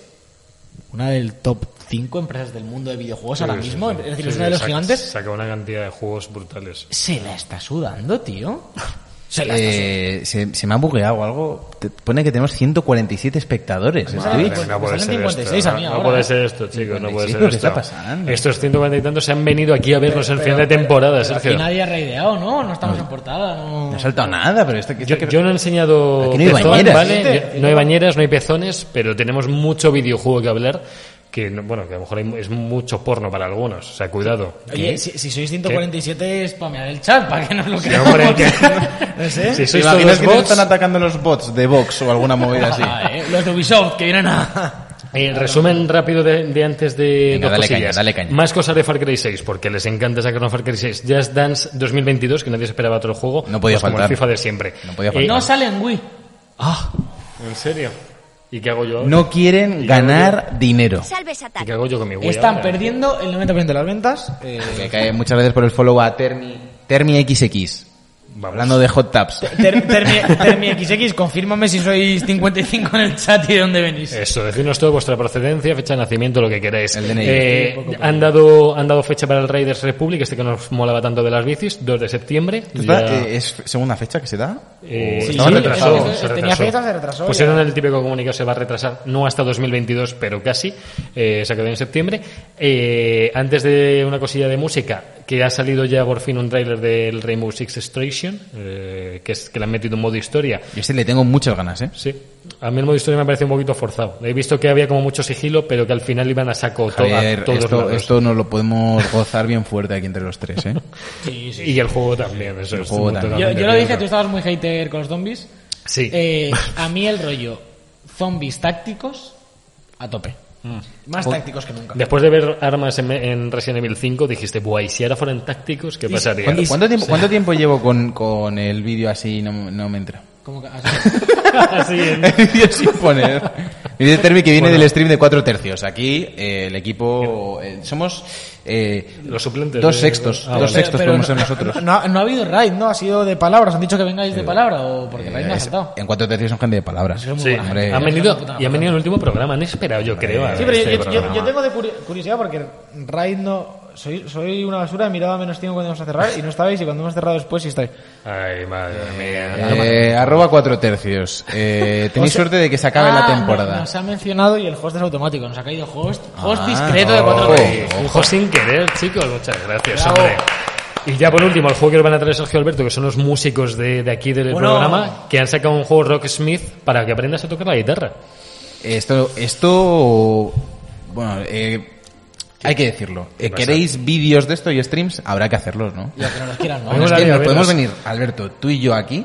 Speaker 3: una del top 5 empresas del mundo de videojuegos
Speaker 1: Sí,
Speaker 3: ahora
Speaker 1: sí,
Speaker 3: mismo,
Speaker 1: sí.
Speaker 3: es decir,
Speaker 1: Sí,
Speaker 3: es una de los
Speaker 1: saca-
Speaker 3: gigantes,
Speaker 1: Saca una cantidad de juegos brutales.
Speaker 3: se la está sudando, tío. Se la está sudando.
Speaker 2: Eh, se, se me ha bugueado algo. Te pone que tenemos 147 espectadores en
Speaker 3: Madre
Speaker 2: Twitch.
Speaker 3: mía.
Speaker 1: no puede
Speaker 3: Pues salen
Speaker 1: ser
Speaker 3: 56
Speaker 1: esto.
Speaker 3: a mí
Speaker 1: no
Speaker 3: ahora,
Speaker 1: puede
Speaker 3: ¿eh?
Speaker 1: ser esto, chicos. No puede
Speaker 2: 56,
Speaker 1: ser
Speaker 2: ¿pero qué
Speaker 1: esto.
Speaker 2: está pasando?
Speaker 1: Estos 140 y tantos se han venido aquí a vernos en final de temporada,
Speaker 3: Pero
Speaker 1: Sergio.
Speaker 3: Aquí nadie ha reideado, ¿no? No estamos en portada. No.
Speaker 2: No ha saltado nada, pero esto...
Speaker 1: Yo, yo no he enseñado
Speaker 2: Aquí no hay
Speaker 1: pezón,
Speaker 2: bañeras,
Speaker 1: ¿vale?
Speaker 2: ¿viste?
Speaker 1: Yo- No hay bañeras, no hay pezones, pero tenemos mucho videojuego que hablar. Que, no- bueno, que a lo mejor hay- es mucho porno para algunos. O sea, cuidado.
Speaker 3: Oye, si, si sois 147, spamear el chat para que no os lo
Speaker 1: Sí,
Speaker 3: creamos.
Speaker 1: hombre, que-
Speaker 3: No sé.
Speaker 1: Si
Speaker 2: ¿Te
Speaker 1: sois
Speaker 2: imaginas
Speaker 1: todos
Speaker 2: que te
Speaker 1: bots,
Speaker 2: están atacando los bots de Vox o alguna movida así?
Speaker 3: Ah, eh, Los de Ubisoft que vienen a.
Speaker 1: Eh, resumen rápido de, de antes de
Speaker 2: Venga,
Speaker 1: dos
Speaker 2: dale
Speaker 1: cosillas.
Speaker 2: caña, dale caña.
Speaker 1: Más cosas de Far Cry 6, porque les encanta sacarnos Far Cry 6. Just Dance 2022, que nadie se esperaba otro juego.
Speaker 2: No podía
Speaker 1: pues como el
Speaker 2: faltar.
Speaker 1: FIFA de siempre.
Speaker 2: No podía faltar.
Speaker 1: Eh,
Speaker 3: No sale en Wii.
Speaker 1: ah, ¿En serio? ¿Y qué hago yo ahora?
Speaker 2: No quieren ganar dinero.
Speaker 4: Salves a
Speaker 1: ¿Y qué
Speaker 4: Tari.
Speaker 1: hago yo con mi Wii
Speaker 3: Están
Speaker 1: ahora?
Speaker 3: perdiendo el 90% de las ventas. eh,
Speaker 2: Que cae muchas veces por el follow a Termi, Termi XX.
Speaker 1: Vamos.
Speaker 2: Hablando de hot taps.
Speaker 3: Ter- Termi Termi XX, confírmame si sois 55 en el chat y de dónde venís.
Speaker 1: Eso, decirnos todo vuestra procedencia, fecha de nacimiento, lo que queráis.
Speaker 2: El DNI.
Speaker 1: Eh, han, dado, han dado fecha para el Raiders Republic, este que nos molaba tanto de las bicis, 2 de septiembre.
Speaker 2: Espera,
Speaker 1: Ya-
Speaker 2: eh, ¿Es segunda fecha que se da?
Speaker 1: Eh,
Speaker 2: ¿O
Speaker 1: sí,
Speaker 2: estaba
Speaker 1: sí,
Speaker 2: retrasado?
Speaker 1: eso- eso
Speaker 3: Tenía
Speaker 1: retrasó.
Speaker 3: fecha, se retrasó,
Speaker 1: Pues
Speaker 3: ya.
Speaker 1: era el típico comunicado, se va a retrasar, no hasta 2022, pero casi, eh, se quedó en septiembre. Eh, antes de una cosilla de música, que ha salido ya por fin un tráiler del Rainbow Six Extraction, eh, que, es, que le han metido un modo historia,
Speaker 2: Yo este le tengo muchas ganas, ¿eh?
Speaker 1: Sí. A mí el modo historia me parece un poquito forzado. He visto que había como mucho sigilo, pero que al final iban a saco to- a
Speaker 2: Javier,
Speaker 1: todos
Speaker 2: esto,
Speaker 1: lados.
Speaker 2: esto nos lo podemos gozar bien fuerte aquí entre los tres, ¿eh?
Speaker 1: Y el juego también. Eso es
Speaker 2: juego
Speaker 1: muy
Speaker 2: también.
Speaker 3: Yo,
Speaker 1: totalmente
Speaker 3: yo lo dije,
Speaker 1: cierto.
Speaker 3: tú estabas muy hater con los zombies.
Speaker 1: Sí.
Speaker 3: Eh, a mí el rollo, zombies tácticos, a tope. Más tácticos que nunca.
Speaker 1: Después de ver armas en, en Resident Evil 5, dijiste, buah, y si ahora fueran tácticos, ¿qué pasaría?
Speaker 2: ¿Cuánto, cuánto tiempo, cuánto tiempo llevo con, con el vídeo así? No, no me entra.
Speaker 3: Como que- así.
Speaker 1: Así en-
Speaker 2: El vídeo sin poner. El vídeo de Terbi que viene del stream de cuatro tercios. Aquí eh, el equipo... eh, somos... eh,
Speaker 1: Los suplentes.
Speaker 2: dos
Speaker 1: de-
Speaker 2: sextos.
Speaker 1: Ah, vale.
Speaker 2: dos sextos podemos
Speaker 3: no,
Speaker 2: ser nosotros.
Speaker 3: No, no ha- no ha habido raid, ¿no? Ha sido de palabras. Han dicho que vengáis de palabra o porque raid
Speaker 2: eh,
Speaker 3: me ha
Speaker 2: es-
Speaker 3: saltado.
Speaker 2: en cuatro tercios son gente de palabras.
Speaker 3: Somos
Speaker 1: Sí,
Speaker 3: buena gente.
Speaker 1: han
Speaker 3: Son
Speaker 1: venido,
Speaker 3: una
Speaker 1: y han
Speaker 3: puta
Speaker 1: venido en el último programa, han esperado, yo creo. a
Speaker 2: Sí,
Speaker 3: Sí,
Speaker 1: este
Speaker 3: pero yo- yo, yo,
Speaker 1: programa.
Speaker 3: tengo de curi- curiosidad porque Raid no. Soy, soy una basura, miraba menos tiempo cuando íbamos a cerrar y no estabais y cuando hemos cerrado después sí estáis.
Speaker 1: Ay, madre mía.
Speaker 2: Eh, arroba cuatro tercios. Eh, tenéis
Speaker 3: O sea-
Speaker 2: suerte de que se acabe la
Speaker 3: Ah,
Speaker 2: temporada.
Speaker 3: no, Nos ha mencionado y el host es automático. Nos ha caído host. Host
Speaker 2: Ah,
Speaker 3: discreto de
Speaker 2: no.
Speaker 3: cuatro
Speaker 2: Ojo.
Speaker 1: Ay,
Speaker 3: veces.
Speaker 1: un juego sin querer, chicos. Muchas gracias,
Speaker 3: Bravo.
Speaker 1: hombre. Y ya por último, el juego que os van a traer Sergio y Alberto, que son los músicos de, de aquí del
Speaker 3: Bueno.
Speaker 1: programa, que han sacado un juego Rocksmith para que aprendas a tocar la guitarra.
Speaker 2: Esto, esto, bueno, eh, hay que decirlo. Eh,
Speaker 1: pasa?
Speaker 2: ¿Queréis vídeos de esto y streams? Habrá que hacerlos, ¿no?
Speaker 3: Lo que no nos quieran,
Speaker 1: Venga,
Speaker 3: ¿no?
Speaker 2: Es que
Speaker 1: molaría
Speaker 2: nos podemos
Speaker 1: verlos.
Speaker 2: venir, Alberto, tú y yo aquí,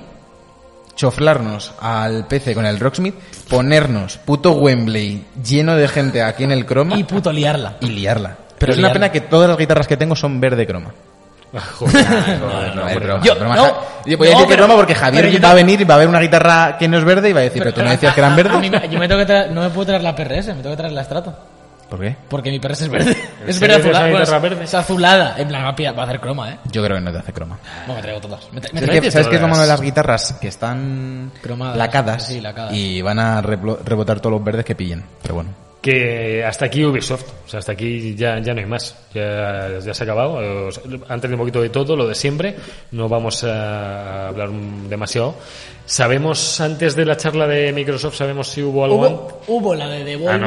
Speaker 2: choflarnos al PC con el Rocksmith, ponernos puto Wembley lleno de gente aquí en el croma
Speaker 3: Y
Speaker 2: y,
Speaker 3: puto liarla.
Speaker 2: liarla. Pero es
Speaker 3: liarla.
Speaker 2: una pena que todas las guitarras que tengo son verde croma.
Speaker 3: Ah,
Speaker 1: Joder, joder,
Speaker 2: A ver,
Speaker 1: hombre.
Speaker 2: broma,
Speaker 3: Yo-
Speaker 2: broma.
Speaker 3: Ah, no,
Speaker 2: Ja- yo voy a
Speaker 3: no,
Speaker 2: decir que
Speaker 3: pero-
Speaker 2: broma porque Javier
Speaker 3: pero yo
Speaker 2: va a
Speaker 3: no-
Speaker 2: venir y va a ver una guitarra que no es verde y va a decir, pero, tú no decías que eran
Speaker 3: A mí
Speaker 2: verdes.
Speaker 3: me- yo me tengo que traer, no me puedo traer la PRS, me tengo que traer la Strato.
Speaker 2: ¿Por qué?
Speaker 3: Porque mi PRS es verde.
Speaker 1: ¿En
Speaker 3: Es
Speaker 1: serio
Speaker 3: verde
Speaker 1: que
Speaker 3: azulada.
Speaker 1: esa
Speaker 3: bueno,
Speaker 1: guitarra
Speaker 3: es-
Speaker 1: verde?
Speaker 3: es azulada. En plan, va a pillar- va a hacer croma, ¿eh?
Speaker 2: Yo creo que no te hace croma.
Speaker 3: Bueno, me traigo todas. Me tra- me
Speaker 2: ¿Sabes,
Speaker 1: Trece
Speaker 2: qué- sabes qué es lo
Speaker 1: todas.
Speaker 2: malo de las guitarras? Que están
Speaker 3: Cromadas.
Speaker 2: lacadas,
Speaker 3: Sí, lacadas.
Speaker 2: y van a replo- rebotar todos los verdes que pillen. Pero bueno.
Speaker 1: Que hasta aquí Ubisoft, o sea, hasta aquí ya, ya no hay más, ya, ya se ha acabado. O sea, Han tenido un poquito de todo, lo de siempre, no vamos a hablar mm, demasiado. Sabemos, antes de la charla de Microsoft, sabemos si hubo algo antes.
Speaker 3: Hubo, hubo la de Devolver
Speaker 1: Ah,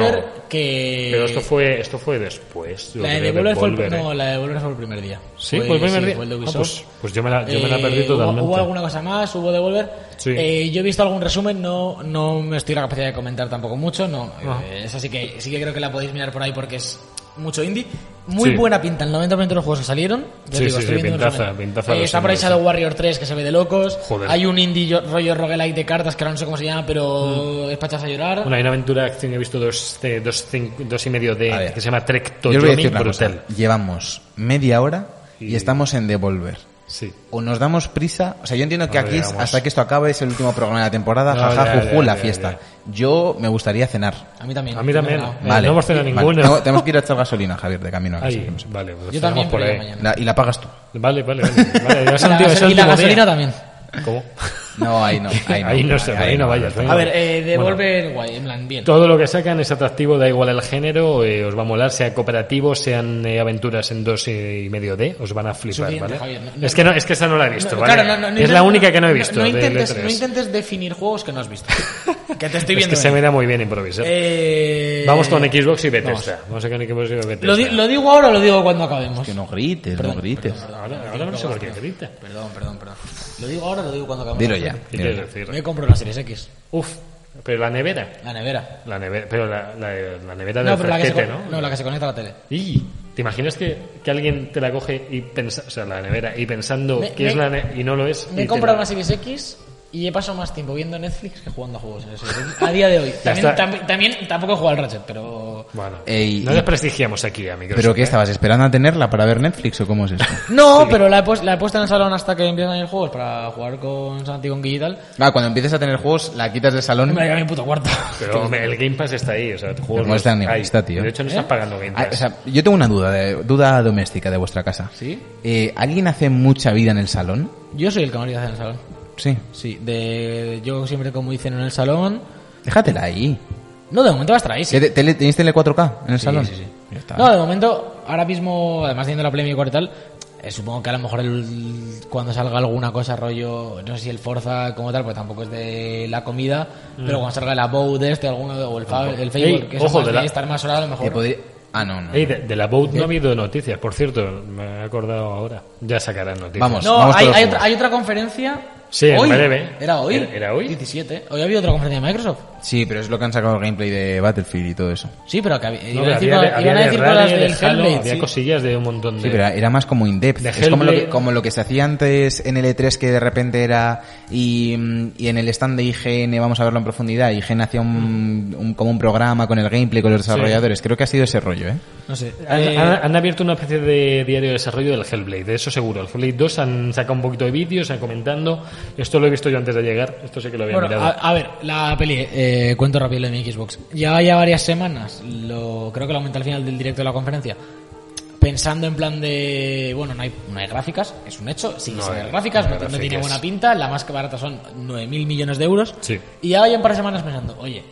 Speaker 1: no.
Speaker 3: que.
Speaker 1: Pero esto fue, esto fue después. yo
Speaker 3: La de
Speaker 1: creo,
Speaker 3: Devolver, fue el-
Speaker 1: Devolver, ¿eh?
Speaker 3: no, la de Devolver fue el primer día.
Speaker 1: Sí, fue el primer día.
Speaker 3: fue el de
Speaker 1: Ah,
Speaker 3: Ubisoft.
Speaker 1: pues, pues yo me la, yo me la
Speaker 3: Eh,
Speaker 1: perdí
Speaker 3: hubo-
Speaker 1: totalmente.
Speaker 3: Hubo, alguna cosa más, hubo Devolver.
Speaker 1: Sí.
Speaker 3: Eh, yo he visto algún resumen, no, no me estoy en la capacidad de comentar tampoco mucho. No,
Speaker 1: No.
Speaker 3: Eh, esa sí que, sí que creo que la podéis mirar por ahí porque es mucho indie. Muy
Speaker 1: Sí.
Speaker 3: buena pinta, el 90% de los juegos que salieron. Yo
Speaker 1: Sí,
Speaker 3: digo,
Speaker 1: sí,
Speaker 3: estoy
Speaker 1: sí,
Speaker 3: viendo un
Speaker 1: pintaza,
Speaker 3: resumen.
Speaker 1: pintaza
Speaker 3: Eh,
Speaker 1: los
Speaker 3: está por ahí
Speaker 1: indies,
Speaker 3: Shadow Warrior 3 que se ve de locos.
Speaker 1: Joder.
Speaker 3: Hay un indie yo- rollo roguelike de cartas que ahora no sé cómo se llama, pero es para echarse a llorar.
Speaker 1: Bueno, hay Mm. una aventura de acción que he visto dos, de- dos, cin- dos y medio
Speaker 2: A
Speaker 1: de
Speaker 2: ver.
Speaker 1: que se llama Trek
Speaker 2: Ah, Yo os voy a
Speaker 1: Toyomi
Speaker 2: decir una cosa.
Speaker 1: brutal.
Speaker 2: Llevamos media hora y
Speaker 1: Y-
Speaker 2: estamos en Devolver.
Speaker 1: Sí.
Speaker 2: O nos damos prisa. O sea, yo entiendo que
Speaker 1: No,
Speaker 2: aquí, es-
Speaker 1: digamos.
Speaker 2: hasta que esto acabe, es el último programa de la temporada.
Speaker 1: No,
Speaker 2: Jaja,
Speaker 1: ya,
Speaker 2: jujú,
Speaker 1: ya,
Speaker 2: la
Speaker 1: ya,
Speaker 2: fiesta. Yo me gustaría cenar.
Speaker 3: A mí también.
Speaker 1: A mí también.
Speaker 3: Me ha molado.
Speaker 1: Eh, no hemos cenado
Speaker 2: Vale.
Speaker 1: ninguno.
Speaker 2: Tengo- tenemos que ir a echar gasolina, Javier, de camino a casa.
Speaker 1: Ahí, vale, pues
Speaker 3: Yo
Speaker 1: cenamos
Speaker 3: también,
Speaker 1: por
Speaker 3: pero
Speaker 1: ahí.
Speaker 3: ya mañana.
Speaker 2: La- y la pagas tú.
Speaker 1: Vale, vale, vale. vale, ya es
Speaker 3: Y
Speaker 1: el
Speaker 3: la
Speaker 1: último- es el
Speaker 3: gaso- y la
Speaker 1: último día.
Speaker 3: gasolina también.
Speaker 1: ¿Cómo?
Speaker 2: No, ahí no. Ahí no,
Speaker 1: Ahí no se- ahí no vayas, venga.
Speaker 3: A ver, eh,
Speaker 1: Bueno.
Speaker 3: devolver guay, en plan, bien.
Speaker 1: Todo lo que sacan es atractivo, da igual el género, eh, os va a molar, sea cooperativo, sean eh, aventuras en dos eh, y medio D, os van a flipar,
Speaker 3: Suficiente,
Speaker 1: ¿vale?
Speaker 3: Javier, no- no-
Speaker 1: es que no, es que esa no la he visto,
Speaker 3: No,
Speaker 1: ¿vale?
Speaker 3: claro, no, no, no
Speaker 1: es la
Speaker 3: intentes-
Speaker 1: única que no he
Speaker 3: no-
Speaker 1: visto.
Speaker 3: No,
Speaker 1: de- de
Speaker 3: intentes,
Speaker 1: E3.
Speaker 3: no intentes definir juegos que no has visto. que te estoy
Speaker 1: es
Speaker 3: viendo.
Speaker 1: que se me
Speaker 3: venir.
Speaker 1: da muy bien improvisar.
Speaker 3: Eh,
Speaker 1: Vamos con Xbox y Bethesda. Vamos, a con Xbox y Bethesda.
Speaker 3: ¿Lo, di- lo digo ahora o lo digo cuando acabemos?
Speaker 2: Que no grites, no grites.
Speaker 1: Ahora, ahora no sé por qué grita.
Speaker 3: Perdón, perdón, perdón. ¿Lo digo ahora o lo digo cuando acabemos?
Speaker 2: Dilo ya.
Speaker 1: ¿Qué
Speaker 2: dilo ya.
Speaker 1: quieres decir?
Speaker 3: Me compro la Series X.
Speaker 1: Uf, pero la nevera.
Speaker 3: La nevera.
Speaker 1: La nevera, pero la, la, la nevera del
Speaker 3: No, pero la que, se,
Speaker 1: fresquete,
Speaker 3: con-
Speaker 1: ¿no?
Speaker 3: no, la que se conecta a la tele.
Speaker 1: Y, ¿te imaginas que, que alguien te la coge y pensa, o sea, la nevera, y pensando
Speaker 3: Me-
Speaker 1: que es
Speaker 3: me-
Speaker 1: la ne- y no lo es?
Speaker 3: Me
Speaker 1: y
Speaker 3: he
Speaker 1: te
Speaker 3: comprado
Speaker 1: la-
Speaker 3: una Series X Y he pasado más tiempo viendo Netflix que jugando a juegos en el Series X. A día de hoy.
Speaker 1: Ya
Speaker 3: También,
Speaker 1: está.
Speaker 3: tam- también tampoco he jugado al Ratchet, pero.
Speaker 1: Bueno,
Speaker 2: Ey,
Speaker 1: no
Speaker 2: y-
Speaker 1: desprestigiamos aquí a Microsoft.
Speaker 2: ¿Pero qué
Speaker 1: ¿eh?
Speaker 2: estabas esperando a tenerla para ver Netflix o cómo es esto?
Speaker 3: No, pero la he, puesto, la he puesto en el salón hasta que empiezan los juegos para jugar con Santi, con Guille y tal.
Speaker 2: Ah, cuando empieces a tener juegos, la quitas del
Speaker 3: Me
Speaker 2: salón.
Speaker 3: la llevo a mi puto cuarto.
Speaker 1: Pero hombre, el Game Pass está ahí, o sea, juegos
Speaker 2: no está
Speaker 1: los-
Speaker 2: ni
Speaker 1: hay.
Speaker 2: está, tío.
Speaker 1: De hecho, no estás
Speaker 3: ¿Eh?
Speaker 1: pagando Game
Speaker 2: Ah,
Speaker 1: Pass.
Speaker 2: o sea, yo tengo una duda, de- duda doméstica de vuestra casa.
Speaker 3: ¿Sí?
Speaker 2: Eh, ¿Alguien hace mucha vida en el salón?
Speaker 3: Yo soy el que más vida hace en el salón.
Speaker 2: Sí.
Speaker 3: Sí, de, yo siempre como dicen en el salón.
Speaker 2: Déjatela ahí.
Speaker 3: No, de momento vas a sí.
Speaker 2: ¿Qué te- tele- ¿Tenéis tele 4K en el salón?
Speaker 3: sí, sí.
Speaker 2: Ya está.
Speaker 3: No, de momento, ahora mismo, además teniendo la Play 4 y tal, eh, supongo que a lo mejor el- cuando salga alguna cosa rollo, no sé si el Forza como tal, pues tampoco es de la comida, pero cuando salga el Abode de este alguno, de- o el, fa- el Facebook,
Speaker 1: Ey,
Speaker 3: que son
Speaker 1: Mm. ojo,
Speaker 3: más
Speaker 1: de
Speaker 3: de
Speaker 1: la-
Speaker 3: estar más horas a lo
Speaker 2: Que
Speaker 3: mejor.
Speaker 2: podría- Ah, no, no.
Speaker 1: Ey, de, de la Boat no ha habido noticias, por cierto, me he acordado ahora. Ya sacarán noticias.
Speaker 2: Vamos.
Speaker 3: No,
Speaker 2: todos
Speaker 3: hay, hay
Speaker 2: juntos.
Speaker 3: otra, hay otra conferencia.
Speaker 1: Sí, en
Speaker 3: hoy.
Speaker 1: breve.
Speaker 3: Era hoy.
Speaker 1: Era- era hoy.
Speaker 3: 17. Hoy ha habido otra conferencia de Microsoft.
Speaker 2: Sí, pero es lo que han sacado el gameplay de Battlefield y todo eso.
Speaker 3: Sí, pero que había,
Speaker 1: No,
Speaker 3: iban a
Speaker 1: pero
Speaker 3: decir,
Speaker 1: había,
Speaker 3: cosas-
Speaker 1: había
Speaker 3: iban a
Speaker 1: de
Speaker 3: decir
Speaker 1: Rally,
Speaker 3: cosas del
Speaker 1: de Halo,
Speaker 3: Hellblade.
Speaker 1: había
Speaker 3: sí.
Speaker 1: cosillas de un montón de...
Speaker 2: Sí, pero era más como in-depth.
Speaker 1: De
Speaker 2: Es como lo, que,
Speaker 1: Hellblade.
Speaker 2: como lo que se hacía antes en el E3, que de repente era. Y, mm, y en el stand de IGN, vamos a verlo en profundidad. IGN hacía un, un- como un programa con el gameplay, con los desarrolladores. Creo que ha sido ese rollo, ¿eh?
Speaker 3: No sé.
Speaker 1: Han,
Speaker 3: Eh,
Speaker 1: han- han abierto una especie de diario de desarrollo del Hellblade, de eso seguro. El Hellblade 2 han sacado un poquito de vídeos, han comentando. Esto lo he visto yo antes de llegar, esto sí que lo había
Speaker 3: Bueno, ah, a,
Speaker 1: mirado.
Speaker 3: a ver, la peli, eh, cuento rápido lo de mi Xbox. Llevaba ya varias semanas, lo, creo que lo aumenté al final del directo de la conferencia, pensando en plan de, bueno, no hay, no hay gráficas, es un hecho, sí,
Speaker 1: No
Speaker 3: sí
Speaker 1: hay-
Speaker 3: hay gráficas,
Speaker 1: no
Speaker 3: no,
Speaker 1: hay
Speaker 3: no tiene
Speaker 1: gráficas.
Speaker 3: buena pinta, la más barata son 9.000 millones de euros.
Speaker 1: Sí.
Speaker 3: Y ya en un par de semanas pensando, oye,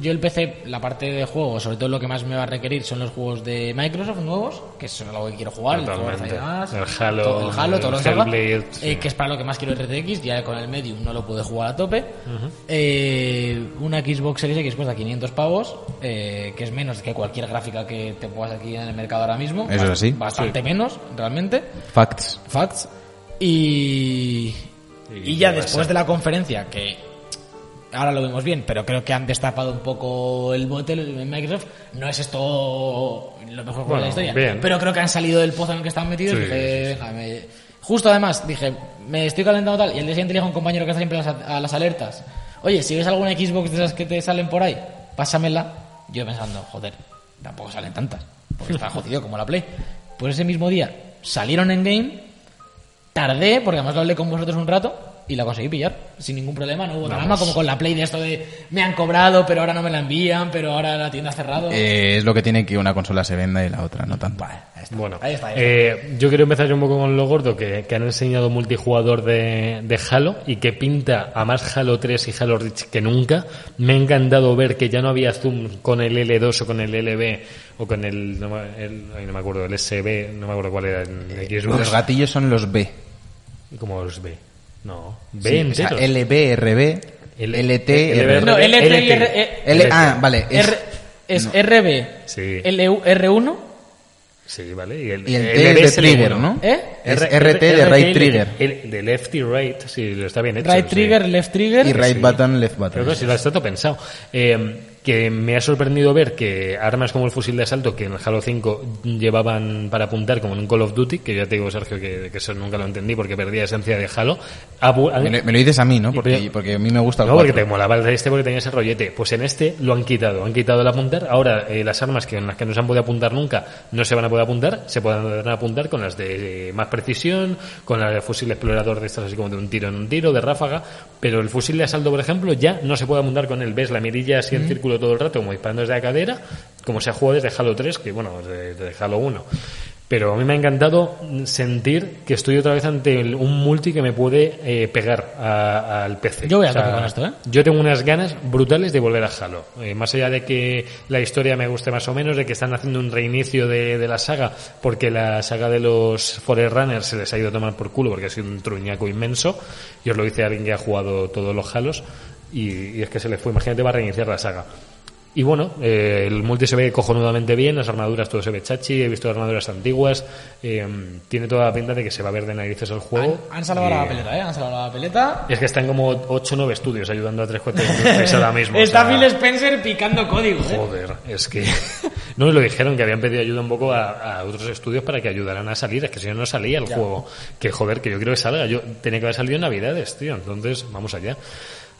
Speaker 3: yo el PC, la parte de juegos, sobre todo lo que más me va a requerir son los juegos de Microsoft nuevos, que es algo que quiero jugar, el
Speaker 1: Totalmente.
Speaker 3: Forza y demás,
Speaker 1: El Halo,
Speaker 3: todo, el Halo, todo lo
Speaker 1: el
Speaker 3: que salga,
Speaker 1: Hellblade,
Speaker 3: eh,
Speaker 1: sí.
Speaker 3: que es para lo que más quiero el RTX, ya con el Medium no lo pude jugar a tope. Eh, una Xbox Series X cuesta 500 pavos, eh, que es menos que cualquier gráfica que te puedas aquí en el mercado ahora mismo.
Speaker 2: Eso es
Speaker 3: Bast-
Speaker 2: así.
Speaker 3: Bastante menos, realmente.
Speaker 2: Facts.
Speaker 3: Facts. Y,
Speaker 1: Y
Speaker 3: y ya
Speaker 1: va a
Speaker 3: después
Speaker 1: ser.
Speaker 3: de la conferencia, que ahora lo vemos bien, pero creo que han destapado un poco el bote en Microsoft, no es esto lo mejor juego de
Speaker 1: Bueno,
Speaker 3: la historia.
Speaker 1: bien.
Speaker 3: Pero creo que han salido del pozo en el que están metidos.
Speaker 1: Sí,
Speaker 3: y dije,
Speaker 1: sí, sí.
Speaker 3: "Venga, me-". Justo además, dije, me estoy calentando tal, y el día siguiente le dije a un compañero que está siempre a las, a las alertas, oye, si ves alguna Xbox de esas que te salen por ahí, pásamela. Yo pensando, joder, tampoco salen tantas, porque está jodido como la Play. Pues ese mismo día salieron en game Tardé, porque además lo hablé con vosotros un rato y la conseguí pillar sin ningún problema. No hubo drama,
Speaker 1: Vamos.
Speaker 3: como con la Play de esto de me han cobrado, pero ahora no me la envían, pero ahora la tienda ha cerrado.
Speaker 2: Eh, es lo que tiene que una consola se venda y la otra no tanto.
Speaker 1: Bueno,
Speaker 3: Ahí está, ahí
Speaker 1: eh, yo quiero empezar yo un poco con lo gordo, que, que han enseñado multijugador de, de Halo y que pinta a más Halo 3 y Halo Reach que nunca. Me ha encantado ver que ya no había zoom con el L2 o con el LB o con el... No, me- el- ay, no me acuerdo, el SB, no me acuerdo cuál era en
Speaker 3: Eh,
Speaker 1: Xbox.
Speaker 2: Los gatillos son los B.
Speaker 1: ¿Cómo los B? No, B
Speaker 2: Sí, o sea,
Speaker 1: enteros.
Speaker 2: LB, RB,
Speaker 1: L- E
Speaker 2: LT,
Speaker 1: LB,
Speaker 2: RB.
Speaker 3: No, LT E y R-
Speaker 2: E
Speaker 1: E,
Speaker 2: L- ah, vale. es-
Speaker 3: R- es RB,
Speaker 1: Sí.
Speaker 3: LU R1,
Speaker 1: Sí, vale. Y el, E
Speaker 2: Y el
Speaker 1: el
Speaker 2: T es de
Speaker 1: LBS
Speaker 2: trigger,
Speaker 1: uno.
Speaker 2: ¿no?
Speaker 3: ¿eh?
Speaker 2: Es
Speaker 1: R-
Speaker 2: RT de
Speaker 1: R-
Speaker 2: right
Speaker 1: L- E
Speaker 2: trigger.
Speaker 1: el- de left y right, sí, lo está bien hecho.
Speaker 3: Right
Speaker 1: sí.
Speaker 3: trigger, left
Speaker 2: Y
Speaker 3: trigger.
Speaker 2: right
Speaker 1: Sí.
Speaker 2: button, left button.
Speaker 1: Pero no, si lo has tanto pensado. Eh, que me ha sorprendido ver que armas como el fusil de asalto que en el Halo 5 llevaban para apuntar como en un Call of Duty, que ya te digo, Sergio, que, que eso nunca lo entendí porque perdía esencia de Halo. ha vu- han-
Speaker 2: Me lo, me lo dices a mí, ¿no?
Speaker 1: Y
Speaker 2: Porque,
Speaker 1: pero-
Speaker 2: porque a mí me gusta el
Speaker 1: no, porque
Speaker 2: cuatro.
Speaker 1: te molaba el de este porque tenía ese rollete. Pues en este lo han quitado. Han quitado el apuntar. Ahora eh, las armas que en las que no se han podido apuntar nunca no se van a poder apuntar. Se podrán apuntar con las de eh, más precisión, con la de fusil explorador de estas así como de un tiro en un tiro, de ráfaga. Pero el fusil de asalto, por ejemplo, ya no se puede apuntar con él. Ves la mirilla así en círculo todo el rato, como disparando desde la cadera, como se ha jugado desde Halo 3, que bueno, desde desde Halo 1. Pero a mí me ha encantado sentir que estoy otra vez ante el- un multi que me puede eh, pegar a- al PC.
Speaker 3: Yo voy a tope con esto, ¿eh?
Speaker 1: Yo tengo unas ganas brutales de volver a Halo. Eh, más allá de que la historia me guste más o menos, de que están haciendo un reinicio de, de la saga, porque la saga de los Forerunners se les ha ido a tomar por culo, porque ha sido un truñaco inmenso. Y os lo dice alguien que ha jugado todos los Halos, y, y es que se les fue. Imagínate, va a reiniciar la saga. Y bueno, eh, el multi se ve cojonudamente bien, las armaduras todo se ve chachi, he visto armaduras antiguas, eh, tiene toda la pinta de que se va a ver de narices el
Speaker 3: Han,
Speaker 1: juego.
Speaker 3: Oh, han salvado
Speaker 1: Y-
Speaker 3: la peleta, ¿eh? Han salvado la peleta.
Speaker 1: es que están como 8 o 9 estudios ayudando a 3, 4 ahora mismo. o
Speaker 3: Está
Speaker 1: sea,
Speaker 3: Phil Spencer picando código, ¿eh?
Speaker 1: Joder, es que No, y lo dijeron que habían pedido ayuda un poco a, a otros estudios para que ayudaran a salir. Es que si no, no salía el juego. Que joder, que yo creo que salga. Yo tenía que haber salido en Navidades, tío. Entonces, vamos allá.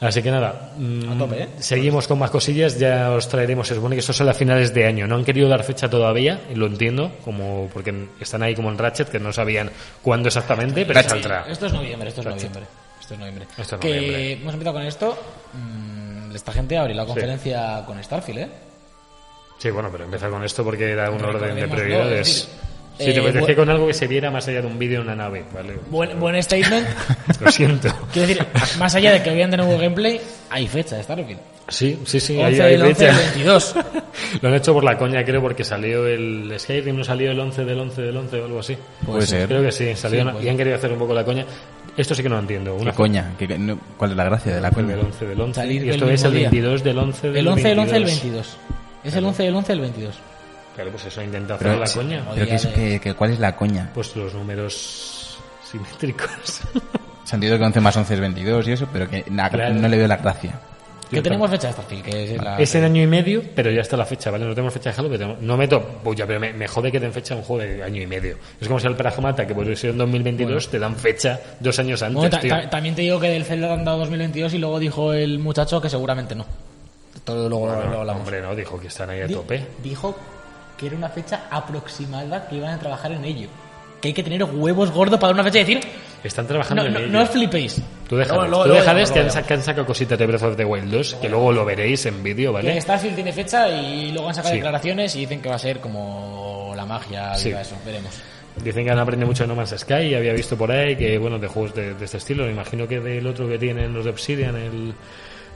Speaker 1: Así que nada, mm,
Speaker 3: A tope, ¿eh?
Speaker 1: seguimos con más cosillas, ya os traeremos, se supone que estos son las finales de año, no han querido dar fecha todavía, lo entiendo, como porque están ahí como en Ratchet, que no sabían cuándo exactamente, pero
Speaker 2: Ratchet.
Speaker 1: saldrá.
Speaker 3: Esto es noviembre, esto es noviembre. Esto es noviembre.
Speaker 1: Esto es
Speaker 3: que
Speaker 1: noviembre.
Speaker 3: hemos empezado con esto. mm, esta gente abrir la conferencia con Starfield, ¿eh?
Speaker 1: Sí, bueno, pero empezar con esto porque era un
Speaker 3: Pero
Speaker 1: orden de
Speaker 3: recordemos, ¿no?
Speaker 1: prioridades.
Speaker 3: Es
Speaker 1: Sí,
Speaker 3: decir,
Speaker 1: te
Speaker 3: eh,
Speaker 1: apetecía
Speaker 3: buen-
Speaker 1: con algo que se viera más allá de un vídeo en una nave, ¿vale?
Speaker 3: Buen, buen statement.
Speaker 1: Lo siento.
Speaker 3: Quiero decir, más allá de que vean de nuevo gameplay, hay fecha de Starfield.
Speaker 1: Sí, sí, sí,
Speaker 3: 11
Speaker 1: ahí hay
Speaker 3: del 11
Speaker 1: fecha.
Speaker 3: del 22.
Speaker 1: Lo han hecho por la coña, creo, porque salió el Skyrim, no salió el 11 del 11 del 11 o algo así.
Speaker 2: Puede ser.
Speaker 1: Creo que sí, salió
Speaker 3: Sí,
Speaker 1: una-
Speaker 3: pues.
Speaker 1: y han querido hacer un poco la coña. Esto sí que no lo entiendo. Una
Speaker 2: La coña. que- que no- ¿Cuál es la gracia de la
Speaker 1: el
Speaker 2: coña?
Speaker 1: del 11 del 11.
Speaker 3: Salir
Speaker 1: Y esto
Speaker 3: del
Speaker 1: es el
Speaker 3: mismo día.
Speaker 1: 22 del 11 del
Speaker 3: El 11 del 11 del
Speaker 1: 22.
Speaker 3: 22. Es el 11 del 11 del 22.
Speaker 1: Claro, pues eso, intenta hacer
Speaker 2: Pero,
Speaker 1: la
Speaker 2: sí,
Speaker 1: coña.
Speaker 2: pero que es- que- que ¿cuál es la coña?
Speaker 1: Pues los números simétricos.
Speaker 2: Se han dicho que 11 más 11 es 22 y eso, pero que na-
Speaker 1: Claro. Ah,
Speaker 2: no le veo la gracia.
Speaker 3: Que tenemos fecha de Starfield, que es la...
Speaker 1: es en año y medio, pero ya está la fecha, ¿vale? No tenemos fecha de Halo, pero tenemos- no meto bulla, pero me, me jode que den fecha a un juego de año y medio. Es como si el Parajomata, que volvió a ser en 2022, te dan fecha dos años antes,
Speaker 3: Bueno, ta-
Speaker 1: tío.
Speaker 3: ta- también te digo que del Zelda han dado 2022 y luego dijo el muchacho que seguramente no. Todo luego
Speaker 1: Bueno,
Speaker 3: lo hablamos.
Speaker 1: hombre, no, dijo que están ahí a
Speaker 3: Di-
Speaker 1: tope.
Speaker 3: Dijo que era una fecha aproximada que iban a trabajar en ello. Que hay que tener huevos gordos para dar una fecha y decir,
Speaker 1: Están
Speaker 3: no,
Speaker 1: trabajando
Speaker 3: no,
Speaker 1: en ello.
Speaker 3: no os flipéis.
Speaker 1: Tú déjales,
Speaker 3: Luego- luego-
Speaker 1: tú
Speaker 3: luego
Speaker 1: déjales
Speaker 3: hablamos,
Speaker 1: que, han,
Speaker 3: luego
Speaker 1: sa- que han sacado cositas de Breath of the Wild 2, que luego lo veréis en vídeo,
Speaker 3: hablamos.
Speaker 1: ¿vale?
Speaker 3: Que Starfield tiene fecha y luego han sacado
Speaker 1: Sí.
Speaker 3: declaraciones y dicen que va a ser como la magia,
Speaker 1: Sí.
Speaker 3: viva eso, veremos.
Speaker 1: Dicen que han aprendido mucho de No Man's Sky, y había visto por ahí que, bueno, de juegos de, de este estilo, me imagino que del otro que tienen los de Obsidian, el,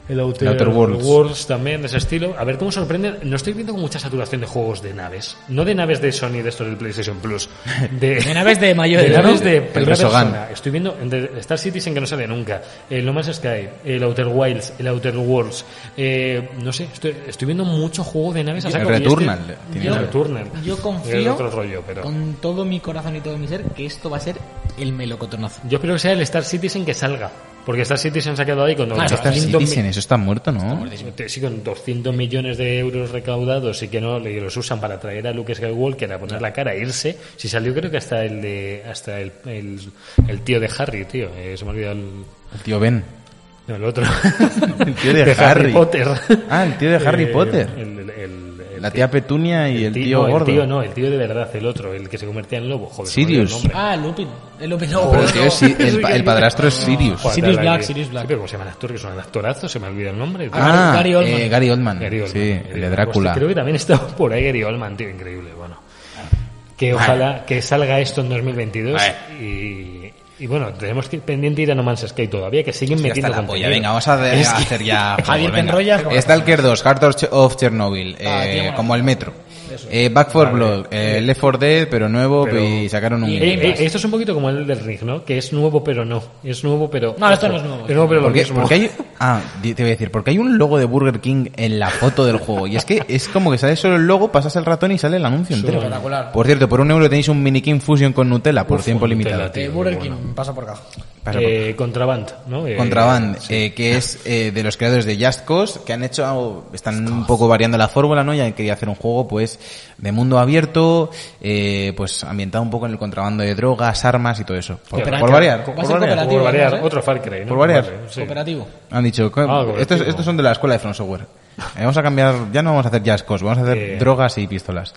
Speaker 1: el Outer,
Speaker 2: El Outer Worlds.
Speaker 1: también de ese estilo. A ver cómo sorprenden, no estoy viendo con mucha saturación de juegos de naves, no de naves de Sony, de estos del PlayStation Plus, de,
Speaker 3: De naves de mayor
Speaker 1: de
Speaker 3: edad,
Speaker 1: naves
Speaker 3: ¿no?
Speaker 1: de
Speaker 2: El
Speaker 1: primera
Speaker 2: Resogan.
Speaker 1: persona. Estoy viendo entre Star Citizen que no sale nunca, el No Man's Sky, el Outer Wilds, el Outer Worlds, eh, no sé, estoy, estoy viendo mucho juego de naves a
Speaker 2: El
Speaker 1: saco, y este-
Speaker 2: Returnal, tiene
Speaker 1: el
Speaker 2: nave.
Speaker 1: Returnal.
Speaker 3: yo
Speaker 1: Es
Speaker 3: confío
Speaker 1: otro rollo, pero...
Speaker 3: con todo mi corazón y todo mi ser que esto va a ser el melocotonazo.
Speaker 1: Yo espero que sea el Star Citizen que salga. Porque Star Citizen se ha quedado ahí con
Speaker 3: Ah,
Speaker 2: Star
Speaker 1: 200 mi-
Speaker 2: Citizen, eso está muerto, ¿no?
Speaker 1: Sí, con 200 millones de euros recaudados y que no y los usan para traer a Luke Skywalker a poner la cara e irse. Si salió, creo que hasta el de hasta el, el, el tío de Harry, tío. Eh, se me ha olvidado el,
Speaker 2: El tío Ben.
Speaker 1: no, el otro.
Speaker 2: El tío de Harry.
Speaker 1: Potter.
Speaker 2: Ah, el tío de Harry
Speaker 1: Eh,
Speaker 2: Potter.
Speaker 1: el- el- el- el
Speaker 2: La tía Petunia y el tío
Speaker 1: no,
Speaker 2: gordo.
Speaker 1: El tío no, el tío de verdad, el otro, el que se convertía en lobo. Joder, se me ha olvidado el
Speaker 2: Sirius.
Speaker 1: nombre.
Speaker 3: Ah, Lupin. El Lupin.
Speaker 1: Oh,
Speaker 3: no,
Speaker 2: Pero el
Speaker 3: pero
Speaker 2: tío es-
Speaker 3: no.
Speaker 2: el, pa- el padrastro es Sirius.
Speaker 1: Joder,
Speaker 3: Sirius
Speaker 1: la
Speaker 3: Black,
Speaker 1: que-
Speaker 3: Sirius Black.
Speaker 1: Sí, pero ¿cómo se llama el actor? Que es un actorazo, se me olvida el nombre. tío.
Speaker 2: Ah,
Speaker 3: Gary Oldman.
Speaker 2: eh, Gary Oldman.
Speaker 1: Gary Oldman.
Speaker 2: Sí, el de
Speaker 1: Gary-
Speaker 2: Drácula.
Speaker 1: Hostia, creo que también estaba por ahí Gary Oldman, tío, increíble, bueno. Que ojalá que salga esto en 2022 y, y bueno, tenemos que ir pendiente ir a No Man's Sky todavía, que siguen
Speaker 2: Ya está
Speaker 1: metiendo
Speaker 2: la polla,
Speaker 1: contenido.
Speaker 2: venga, vamos a de- a hacer ya. favor,
Speaker 3: Javier, te
Speaker 2: venga.
Speaker 3: enrollas como-
Speaker 2: Stalker 2, Heart of Ch- of Chernobyl,
Speaker 3: Ah,
Speaker 2: eh,
Speaker 3: tío, bueno.
Speaker 2: como el metro. Eh, Back 4 Blood, eh, Left 4 Dead, pero nuevo,
Speaker 1: Pero-
Speaker 2: y sacaron un.
Speaker 3: Y-
Speaker 1: Eh,
Speaker 3: Game
Speaker 1: eh,
Speaker 3: Pass.
Speaker 1: esto es un poquito como el del Ring, ¿no? Que es nuevo pero no. Es nuevo pero...
Speaker 3: No, esto no es nuevo.
Speaker 1: Es nuevo pero lo
Speaker 2: Porque,
Speaker 1: mismo.
Speaker 2: porque hay, ah, di- te voy a decir, porque hay un logo de Burger King en la foto del juego. Y es que es como que sale solo el logo, pasas el ratón y sale el anuncio entero.
Speaker 3: Espectacular.
Speaker 2: Por cierto, por un euro tenéis un mini King Fusion con Nutella por
Speaker 1: Uf,
Speaker 2: tiempo
Speaker 1: Nutella,
Speaker 2: limitado.
Speaker 1: tío,
Speaker 3: Eh, Burger
Speaker 1: qué
Speaker 3: King,
Speaker 1: bueno.
Speaker 3: pasa por caja.
Speaker 2: Pasa por-
Speaker 1: Eh, Contraband, ¿no? Eh,
Speaker 2: Contraband,
Speaker 1: sí.
Speaker 2: eh, que es eh, de los creadores de Just Cause, que han hecho, algo- están un poco variando la fórmula, ¿no? Y han querido hacer un juego, pues, de mundo abierto, eh, pues, ambientado un poco en el contrabando de drogas, armas y todo eso.
Speaker 1: Pero
Speaker 2: Por, por
Speaker 3: hay que-
Speaker 2: variar,
Speaker 3: va a
Speaker 2: por
Speaker 3: ser
Speaker 2: variar.
Speaker 1: Por
Speaker 3: cooperativo,
Speaker 1: variar,
Speaker 3: además, ¿eh?
Speaker 1: otro Far Cry, ¿no?
Speaker 2: Por variar.
Speaker 1: Vale, sí.
Speaker 3: Cooperativo.
Speaker 2: Han dicho, co-
Speaker 1: cooperativo.
Speaker 2: estos, estos son de la escuela de From Software. Eh, vamos a cambiar, ya no vamos a hacer Just Cause, vamos a hacer
Speaker 1: Eh.
Speaker 2: drogas y pistolas.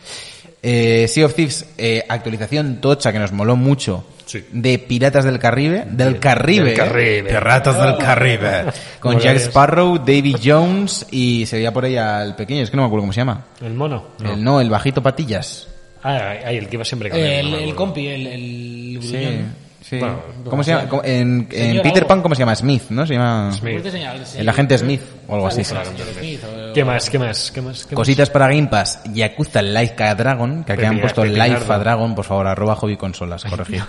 Speaker 2: Eh, sea of Thieves, eh, actualización tocha que nos moló mucho.
Speaker 1: Sí.
Speaker 2: De Piratas del Caribe. Del Caribe.
Speaker 1: Del Caribe.
Speaker 2: Piratas del Caribe. Con
Speaker 1: Como
Speaker 2: Jack
Speaker 1: varias.
Speaker 2: Sparrow, David Jones y se veía por ahí al pequeño, es que no me acuerdo cómo se llama.
Speaker 1: ¿El mono?
Speaker 2: El, no, el bajito patillas.
Speaker 1: Ah, ahí, el que iba siempre con él,
Speaker 3: El,
Speaker 1: no me
Speaker 3: el
Speaker 1: acuerdo.
Speaker 3: compi, el, el gruñón.
Speaker 2: Sí.
Speaker 1: Bueno,
Speaker 2: ¿Cómo se llama? En, en
Speaker 3: Señor
Speaker 2: Peter
Speaker 3: algo.
Speaker 2: Pan, ¿cómo se llama? Smith, ¿no? Se llama...
Speaker 1: Smith.
Speaker 3: Pues te señalo, sí.
Speaker 2: El agente Smith, o algo así.
Speaker 3: Claro, el Smith, o-
Speaker 1: ¿Qué más? ¿Qué más? ¿Qué más? ¿Qué
Speaker 2: Cositas para Game Pass, Yakuza Like a Dragon, que aquí
Speaker 1: Pepina-
Speaker 2: han puesto
Speaker 1: Pepinardo.
Speaker 2: Life a Dragon, por favor, arroba hobby consolas, corregir.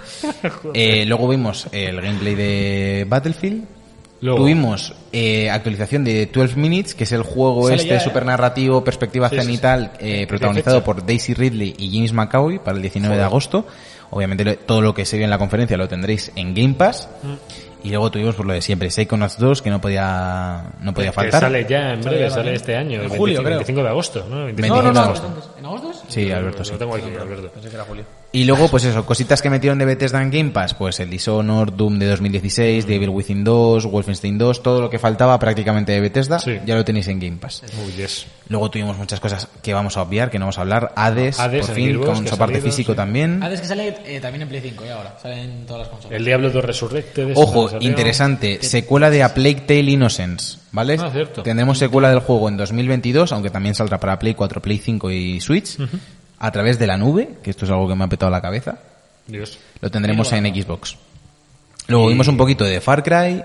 Speaker 2: Eh, luego vimos el gameplay de Battlefield.
Speaker 1: Luego.
Speaker 2: Tuvimos eh, actualización de 12 Minutes, que es el juego
Speaker 3: Sale
Speaker 2: este
Speaker 3: ya, ¿eh?
Speaker 2: super narrativo, perspectiva
Speaker 1: Sí, sí, sí.
Speaker 2: cenital, eh, protagonizado
Speaker 1: fecha.
Speaker 2: por Daisy Ridley y James McAvoy para el 19 de agosto. Obviamente lo- todo lo que se vio en la conferencia lo tendréis en Game Pass.
Speaker 1: Mm.
Speaker 2: y luego tuvimos por lo de siempre Psychonauts 2 que no podía no podía
Speaker 1: Que
Speaker 2: faltar.
Speaker 1: sale ya en breve,
Speaker 3: Sale ya
Speaker 1: sale
Speaker 3: también.
Speaker 1: este año.
Speaker 3: En julio,
Speaker 1: 25,
Speaker 3: creo.
Speaker 1: 25 de agosto, ¿no? 25
Speaker 3: No, no,
Speaker 2: de
Speaker 3: no.
Speaker 2: agosto.
Speaker 3: antes. ¿En agosto es?
Speaker 2: Sí, Alberto, sí.
Speaker 1: Lo tengo aquí, Alberto.
Speaker 3: Pensé que era julio.
Speaker 2: Y luego, pues eso, cositas que metieron de Bethesda en Game Pass, pues el Dishonored, Doom de 2016,
Speaker 1: Mm.
Speaker 2: Devil Within 2, Wolfenstein 2, todo lo que faltaba prácticamente de Bethesda,
Speaker 1: Sí.
Speaker 2: ya lo tenéis en Game Pass.
Speaker 1: Uy, yes.
Speaker 2: Luego tuvimos muchas cosas que vamos a obviar, que no vamos a hablar, Hades,
Speaker 1: Hades
Speaker 2: por
Speaker 1: en
Speaker 2: fin,
Speaker 1: Xbox,
Speaker 2: con
Speaker 1: que ha
Speaker 2: su parte
Speaker 1: salido,
Speaker 2: físico
Speaker 1: sí.
Speaker 2: también.
Speaker 3: Hades que sale eh, también en Play 5 y ahora. Sale en todas las consolas.
Speaker 1: El Diablo 2 Resurrected. este
Speaker 2: Ojo,
Speaker 1: nos salió.
Speaker 2: interesante, secuela de A Plague Tale Innocence, ¿vale?
Speaker 1: Ah, cierto.
Speaker 2: Tendremos secuela del juego en 2022, aunque también saldrá para Play 4, Play 5 y Switch, a través de la nube, que esto es algo que me ha petado la cabeza.
Speaker 1: Dios.
Speaker 2: Lo tendremos en Xbox. Luego vimos un poquito de Far Cry,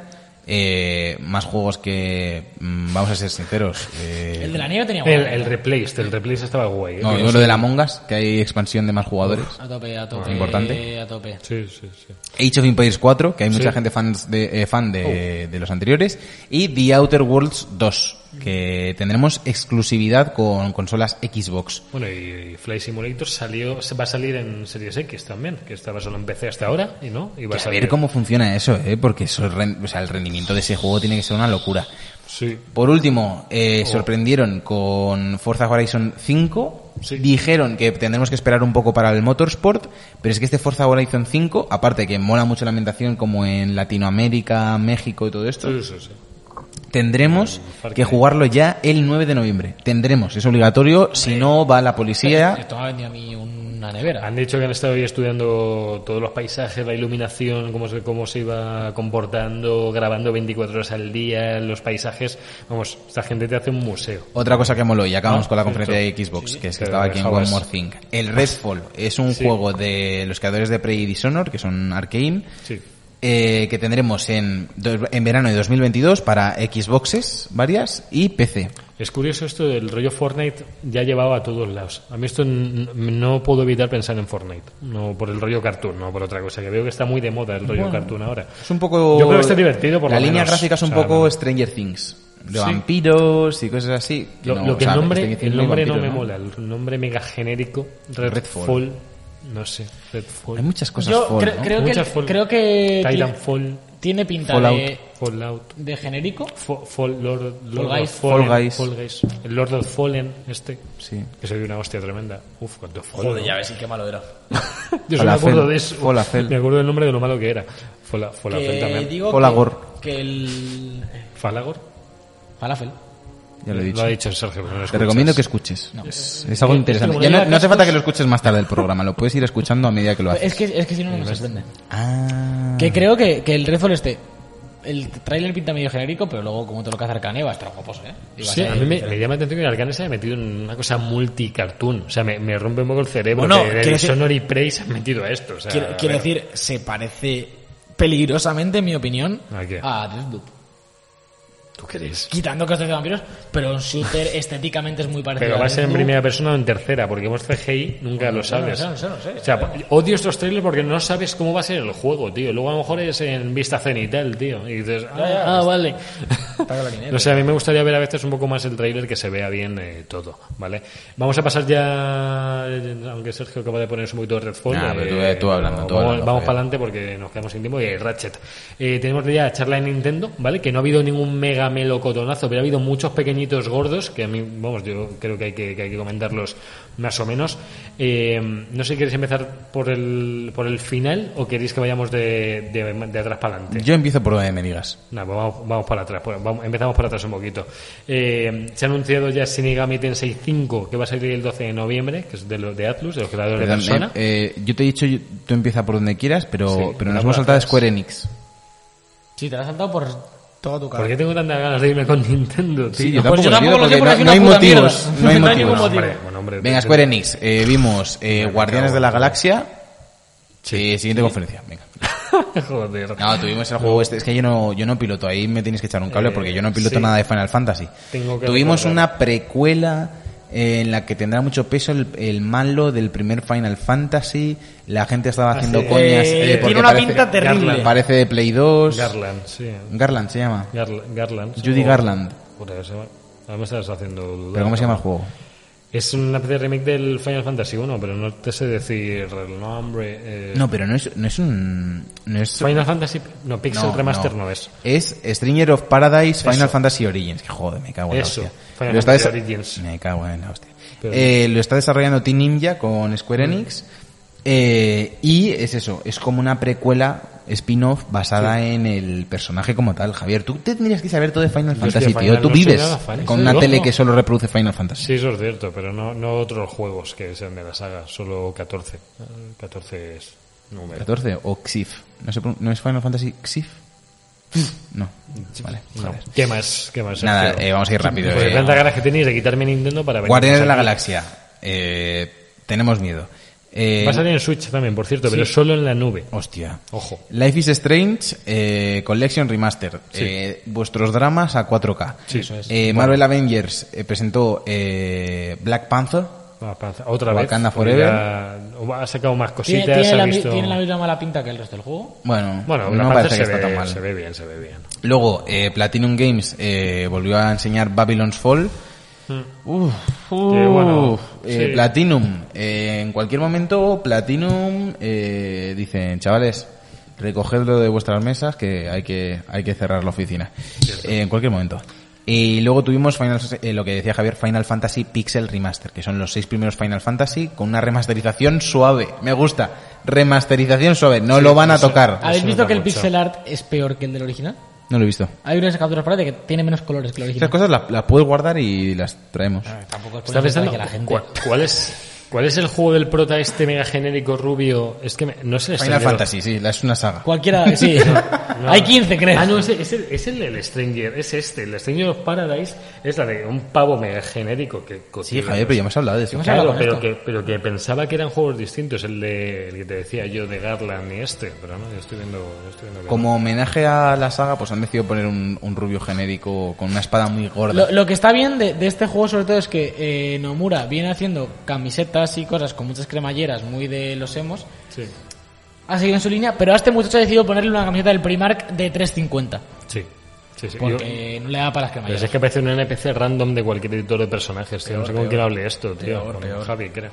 Speaker 2: eh, más juegos que, mm, vamos a ser sinceros, eh,
Speaker 3: El de la nieve tenía
Speaker 1: El,
Speaker 3: guay. eh.
Speaker 1: el Replaced, el Replaced estaba guay. ¿eh?
Speaker 2: no, vimos lo de la Mongas, que hay expansión de más jugadores.
Speaker 3: A tope, a tope.
Speaker 2: Importante.
Speaker 3: A tope.
Speaker 1: Sí, sí, sí.
Speaker 2: Age of Empires 4, que hay mucha
Speaker 1: Sí.
Speaker 2: gente fans de, eh, fan de, de los anteriores. Y The Outer Worlds 2, que tendremos exclusividad con consolas Xbox.
Speaker 1: Bueno, y, y Fly Simulator salió, se va a salir en Series X también, que estaba solo en PC hasta ahora, y no, y va a
Speaker 2: Que a
Speaker 1: salir.
Speaker 2: ver cómo funciona eso, ¿eh? porque eso es ren- o sea, el rendimiento de ese juego tiene que ser una locura.
Speaker 1: Sí.
Speaker 2: Por último,
Speaker 1: Oh.
Speaker 2: eh, sorprendieron con Forza Horizon 5.
Speaker 1: Sí.
Speaker 2: Dijeron que tendremos que esperar un poco para el Motorsport, pero es que este Forza Horizon 5, aparte que mola mucho la ambientación como en Latinoamérica, México y todo esto,
Speaker 1: Sí, sí, sí.
Speaker 2: tendremos
Speaker 1: Far
Speaker 2: que
Speaker 1: Cry.
Speaker 2: jugarlo ya el 9 de noviembre. Tendremos, es obligatorio, si no va la policía.
Speaker 3: Esto me ha vendido a mí una nevera.
Speaker 1: Han dicho que han estado ahí estudiando todos los paisajes, la iluminación, cómo se, cómo se iba comportando, grabando 24 horas al día, los paisajes. Vamos, esta gente te hace un museo.
Speaker 2: Otra cosa que moló, y acabamos
Speaker 1: Ah,
Speaker 2: con la
Speaker 1: cierto.
Speaker 2: conferencia de Xbox, que es que
Speaker 1: Pero
Speaker 2: estaba aquí en One
Speaker 1: dejabas-
Speaker 2: More Thing. El Redfall es un
Speaker 1: Sí.
Speaker 2: juego de los creadores de Prey y Dishonor, que son Arkane,
Speaker 1: Sí.
Speaker 2: eh, que tendremos en, do- en verano de 2022 para Xboxes varias y PC.
Speaker 1: Es curioso esto del rollo Fortnite ya llevado a todos lados. A mí esto n- n- no puedo evitar pensar en Fortnite, no por el rollo cartoon, no por otra cosa, que veo que está muy de moda el rollo cartoon ahora.
Speaker 2: Es un poco...
Speaker 1: Yo creo que está divertido, por
Speaker 2: La
Speaker 1: lo
Speaker 2: línea
Speaker 1: menos.
Speaker 2: gráfica es un
Speaker 1: O sea,
Speaker 2: poco
Speaker 1: no-
Speaker 2: Stranger Things. De
Speaker 1: Sí.
Speaker 2: vampiros y cosas así.
Speaker 1: Lo,
Speaker 2: No,
Speaker 1: lo
Speaker 2: o
Speaker 1: que
Speaker 2: sea,
Speaker 1: el nombre,
Speaker 2: Stranger Things
Speaker 1: el
Speaker 2: no hay
Speaker 1: nombre no me
Speaker 2: vampiros,
Speaker 1: mola, el nombre mega genérico,
Speaker 2: Redfall.
Speaker 1: Redfall, no sé, Redfall,
Speaker 2: Hay muchas cosas
Speaker 3: Yo
Speaker 2: fall,
Speaker 3: cre-
Speaker 2: ¿no?
Speaker 3: creo, que,
Speaker 1: Muchas fall.
Speaker 3: creo que ti-
Speaker 1: Titanfall,
Speaker 3: tiene pinta
Speaker 2: Fallout.
Speaker 3: de,
Speaker 1: Fallout,
Speaker 3: de genérico.
Speaker 1: Fo- Fall, Lord, Lord
Speaker 3: Guys.
Speaker 1: of Fallen,
Speaker 2: Fall Guys.
Speaker 1: Fall Guys. el Lord of Fallen, este,
Speaker 2: Sí.
Speaker 1: que se dio una hostia tremenda. Uf, cuánto fall,
Speaker 3: Joder,
Speaker 1: ¿no?
Speaker 3: ya ves, y qué malo era.
Speaker 1: Yo solo me
Speaker 2: Falafel.
Speaker 1: acuerdo de eso.
Speaker 2: Falafel.
Speaker 1: Me acuerdo del nombre de lo malo que era. Fola, Falafel
Speaker 3: Que
Speaker 1: también.
Speaker 3: digo
Speaker 2: Folagor.
Speaker 3: que, que el...
Speaker 1: ¿Falagor?
Speaker 3: Falafel.
Speaker 2: Ya lo he dicho.
Speaker 1: Lo ha dicho Sergio. pero no lo
Speaker 2: Te
Speaker 1: escuchas.
Speaker 2: recomiendo que escuches. Es, es algo
Speaker 1: Eh,
Speaker 2: interesante.
Speaker 1: esto
Speaker 2: Ya
Speaker 1: como lleva
Speaker 2: no, no hace
Speaker 1: cascos-
Speaker 2: falta que lo escuches más tarde del programa, lo puedes ir escuchando a medida que lo haces.
Speaker 3: Es que, es que si no, no me sorprende.
Speaker 2: Ah.
Speaker 3: Que creo que, que el Redfall este... El tráiler pinta medio genérico, pero luego como te lo que hace Arcane va a estar guaposo, ¿eh? Y va a
Speaker 1: Sí,
Speaker 3: ser-
Speaker 1: a mí me, me llama la atención que Arcane se haya metido en una cosa multicartoon. O sea, me, me rompe un poco el cerebro.
Speaker 3: Bueno,
Speaker 1: que
Speaker 3: quiero
Speaker 1: el
Speaker 3: decir-
Speaker 1: Sonor y Prey se han metido a esto. O sea,
Speaker 3: Quiero,
Speaker 1: a
Speaker 3: quiero
Speaker 1: ver.
Speaker 3: decir, se parece peligrosamente, en mi opinión,
Speaker 1: ¿A qué?
Speaker 3: a Deathloop.
Speaker 1: ¿Tú crees?
Speaker 3: Quitando cosas de vampiros, pero un shooter estéticamente es muy parecido.
Speaker 1: Pero va a ser en
Speaker 3: Deathloop.
Speaker 1: primera persona o en tercera, porque hemos CGI, nunca lo
Speaker 3: no,
Speaker 1: sabes.
Speaker 3: no, no, no, no, no, no.
Speaker 1: o sea, odio estos trailers porque no sabes cómo va a ser el juego, tío. Luego a lo mejor es en vista cenital, tío. Y dices, ah,
Speaker 3: ya.
Speaker 1: ah, vale.
Speaker 3: Está con la línea,
Speaker 1: No sé, a mí me gustaría ver a veces un poco más el trailer que se vea bien eh, todo, ¿vale? Vamos a pasar ya, eh, aunque Sergio acaba de ponerse un poquito de Redfall.
Speaker 2: Nah, pero tú,
Speaker 1: eh,
Speaker 2: eh, tú hablando, tú
Speaker 1: vamos
Speaker 2: hablando,
Speaker 1: vamos
Speaker 2: Javier.
Speaker 1: para adelante porque nos quedamos sin tiempo y Ratchet. Eh, tenemos ya charla en Nintendo, ¿vale? Que no ha habido ningún mega melocotonazo, pero ha habido muchos pequeñitos gordos que a mí, vamos, yo creo que hay que, que hay que comentarlos más o menos. Eh, no sé si queréis empezar por el, por el final o queréis que vayamos de, de, de atrás para adelante.
Speaker 2: Yo empiezo por donde me digas.
Speaker 1: Nah, pues vamos, vamos para atrás, pues vamos- empezamos para atrás un poquito. Eh, se ha anunciado ya Shinigami Tensei 5, que va a salir el 12 de noviembre, que es de, los de Atlus, de los creadores
Speaker 2: Perdón,
Speaker 1: de Persona.
Speaker 2: eh, eh, yo te he dicho, yo- tú empieza por donde quieras, pero,
Speaker 1: Sí,
Speaker 2: pero
Speaker 1: una
Speaker 2: nos hemos
Speaker 1: para
Speaker 2: saltado
Speaker 1: atrás.
Speaker 2: Square Enix.
Speaker 3: Sí, te la has saltado por
Speaker 1: Pues
Speaker 3: toda tu cara.
Speaker 1: ¿Por qué tengo tantas ganas de irme con Nintendo, tío?
Speaker 2: Sí, yo
Speaker 3: Pues
Speaker 2: tampoco
Speaker 3: yo
Speaker 2: lo
Speaker 3: tampoco lo sé
Speaker 2: digo porque
Speaker 3: porque
Speaker 2: no,
Speaker 3: es
Speaker 2: no
Speaker 3: una
Speaker 2: hay
Speaker 3: puta
Speaker 2: motivos.
Speaker 3: mierda.
Speaker 2: No hay
Speaker 3: No hay ningún
Speaker 2: motivos.
Speaker 3: motivo.
Speaker 1: Hombre, bueno, hombre,
Speaker 2: Venga,
Speaker 1: te-
Speaker 2: Square Enix. eh, vimos eh, Guardianes de la Galaxia. Sí, siguiente conferencia. Venga.
Speaker 1: Joder.
Speaker 2: No, tuvimos el juego este. Es que yo no, yo no piloto. Ahí me tienes que echar un cable
Speaker 1: Eh,
Speaker 2: porque yo no piloto
Speaker 1: sí.
Speaker 2: nada de Final Fantasy.
Speaker 1: Tengo que
Speaker 2: Tuvimos
Speaker 1: recordar.
Speaker 2: una precuela eh, en la que tendrá mucho peso el, el malo del primer Final Fantasy. La gente estaba haciendo
Speaker 1: Ah, sí.
Speaker 2: coñas.
Speaker 3: Eh,
Speaker 2: eh,
Speaker 3: tiene
Speaker 2: porque
Speaker 3: una
Speaker 2: parece-
Speaker 3: pinta terrible.
Speaker 1: Garland.
Speaker 2: Parece de Play 2.
Speaker 1: Garland, sí.
Speaker 2: Garland se llama.
Speaker 1: Garla- Garland.
Speaker 2: Judy
Speaker 1: O-
Speaker 2: Garland.
Speaker 1: Joder, se me- ahora me estás haciendo dudar. Eh.
Speaker 2: ¿Pero cómo se llama el juego?
Speaker 1: Es una especie de remake del Final Fantasy 1, pero no te sé decir el nombre. eh,
Speaker 2: No, pero no es, no es un... No es,
Speaker 1: Final Fantasy... No, Pixel
Speaker 2: no,
Speaker 1: Remaster no, es.
Speaker 2: Es Stranger of Paradise Final Fantasy Origins. Que joder, me cago en
Speaker 1: Eso,
Speaker 2: la hostia.
Speaker 1: Final
Speaker 2: Lo está
Speaker 1: Fantasy
Speaker 2: desa-
Speaker 1: Origins.
Speaker 2: Me cago en la hostia.
Speaker 1: Pero-
Speaker 2: Eh, lo está desarrollando Team Ninja con Square Enix. eh, y es eso, es como una precuela spin-off basada en el personaje como tal. Javier, tú tendrías que saber todo de Final
Speaker 1: Yo estoy
Speaker 2: Fantasy,
Speaker 1: de
Speaker 2: tío.
Speaker 1: Final,
Speaker 2: Tú
Speaker 1: no soy
Speaker 2: vives
Speaker 1: nada fan,
Speaker 2: con
Speaker 1: soy
Speaker 2: una
Speaker 1: loco.
Speaker 2: tele que solo reproduce Final Fantasy.
Speaker 1: Sí, eso es cierto, pero no, no otros juegos que sean de la saga, solo 14. Eh, 14 es número.
Speaker 2: 14 o Xif. ¿No, se pronun- ¿No es Final Fantasy Xif? No. Vale.
Speaker 1: No.
Speaker 2: joder.
Speaker 1: ¿Qué más? ¿Qué más?
Speaker 2: Nada,
Speaker 1: Sergio?
Speaker 2: eh, vamos a ir rápido.
Speaker 1: Pues
Speaker 2: eh.
Speaker 1: de tantas ganas que tenéis de quitarme Nintendo para venir.
Speaker 2: Guardianes de la
Speaker 1: aquí.
Speaker 2: Galaxia. Eh, tenemos miedo. Eh,
Speaker 1: Va a salir en Switch también, por cierto, pero solo en la nube.
Speaker 2: Hostia.
Speaker 1: Ojo.
Speaker 2: Life is Strange eh, Collection Remaster.
Speaker 1: Sí.
Speaker 2: Eh, vuestros dramas a 4K.
Speaker 1: Sí, eso es.
Speaker 2: Eh, Marvel Avengers eh, presentó eh, Black Panther.
Speaker 1: Va, pa- Otra vez.
Speaker 2: Wakanda
Speaker 1: porque
Speaker 2: Forever.
Speaker 1: ya Ha sacado más
Speaker 3: ¿Tiene,
Speaker 1: cositas,
Speaker 3: tiene
Speaker 1: ha
Speaker 3: la, mi-
Speaker 1: visto...
Speaker 3: tiene la misma mala pinta que el resto del juego?
Speaker 2: Bueno,
Speaker 1: Bueno,
Speaker 2: no
Speaker 1: Black
Speaker 2: parece
Speaker 1: Panther
Speaker 2: que
Speaker 1: se
Speaker 2: está
Speaker 1: ve-
Speaker 2: tan mal.
Speaker 1: Se ve bien, se ve bien.
Speaker 2: Luego, eh, Platinum Games eh, volvió a enseñar Babylon's Fall. Uf,
Speaker 1: Que Hmm. bueno,
Speaker 2: uf. Eh,
Speaker 1: sí.
Speaker 2: Platinum. eh, en cualquier momento, Platinum eh, dicen, chavales, recogedlo de vuestras mesas que hay que, hay que cerrar la oficina. Eh, en cualquier momento. Y luego tuvimos Final, eh, lo que decía Javier, Final Fantasy Pixel Remaster, que son los seis primeros Final Fantasy con una remasterización suave. Me gusta. Remasterización suave. No lo van a
Speaker 1: eso-
Speaker 2: tocar.
Speaker 1: Ah,
Speaker 3: ¿Habéis
Speaker 1: se
Speaker 3: visto
Speaker 1: nota
Speaker 3: que el
Speaker 1: mucho.
Speaker 3: pixel art es peor que el del original?
Speaker 2: No lo he visto.
Speaker 3: Hay unas capturas para que tiene menos colores que el
Speaker 2: Estas
Speaker 3: original.
Speaker 2: cosas las, las puedes guardar y las traemos.
Speaker 1: Ah,
Speaker 3: Tampoco es
Speaker 1: Está
Speaker 3: por eso
Speaker 1: pensando
Speaker 3: que la gente.
Speaker 1: ¿cuál, cuál es cuál es el juego del prota este mega genérico rubio. Es que me- no sé.
Speaker 2: Final Fantasy, sí, la- es una saga.
Speaker 3: Cualquiera, sí. Hay 15, creo.
Speaker 1: Ah, no, es, es el, es el del Stranger, es este. El Stranger of Paradise es la de un pavo mega genérico que
Speaker 2: Sí,
Speaker 1: cocina.
Speaker 2: Javier, pero ya hemos hablado de eso.
Speaker 3: Hemos
Speaker 1: Claro,
Speaker 3: hablado de
Speaker 1: pero
Speaker 3: esto.
Speaker 1: que, pero que pensaba que eran juegos distintos, el, de, el que te decía yo de Garland y este, pero no, yo estoy viendo... Yo estoy viendo que
Speaker 2: Como homenaje a la saga, pues han decidido poner un, un rubio genérico con una espada muy gorda.
Speaker 3: Lo, lo que está bien de, de este juego, sobre todo, es que eh, Nomura viene haciendo camisetas y cosas con muchas cremalleras, muy de los emos.
Speaker 1: no. Sí,
Speaker 3: Ha seguido en su línea, pero a este muchacho ha decidido ponerle una camiseta del Primark de 3.50.
Speaker 1: sí, sí. sí. Yo-
Speaker 3: Porque no le da para
Speaker 1: pero
Speaker 3: las cremalleras.
Speaker 1: si es que parece un NPC random de cualquier editor de personajes, tío. no sé con quién hable esto, tío.
Speaker 3: Peor,
Speaker 1: con
Speaker 3: peor.
Speaker 1: Javi, creo.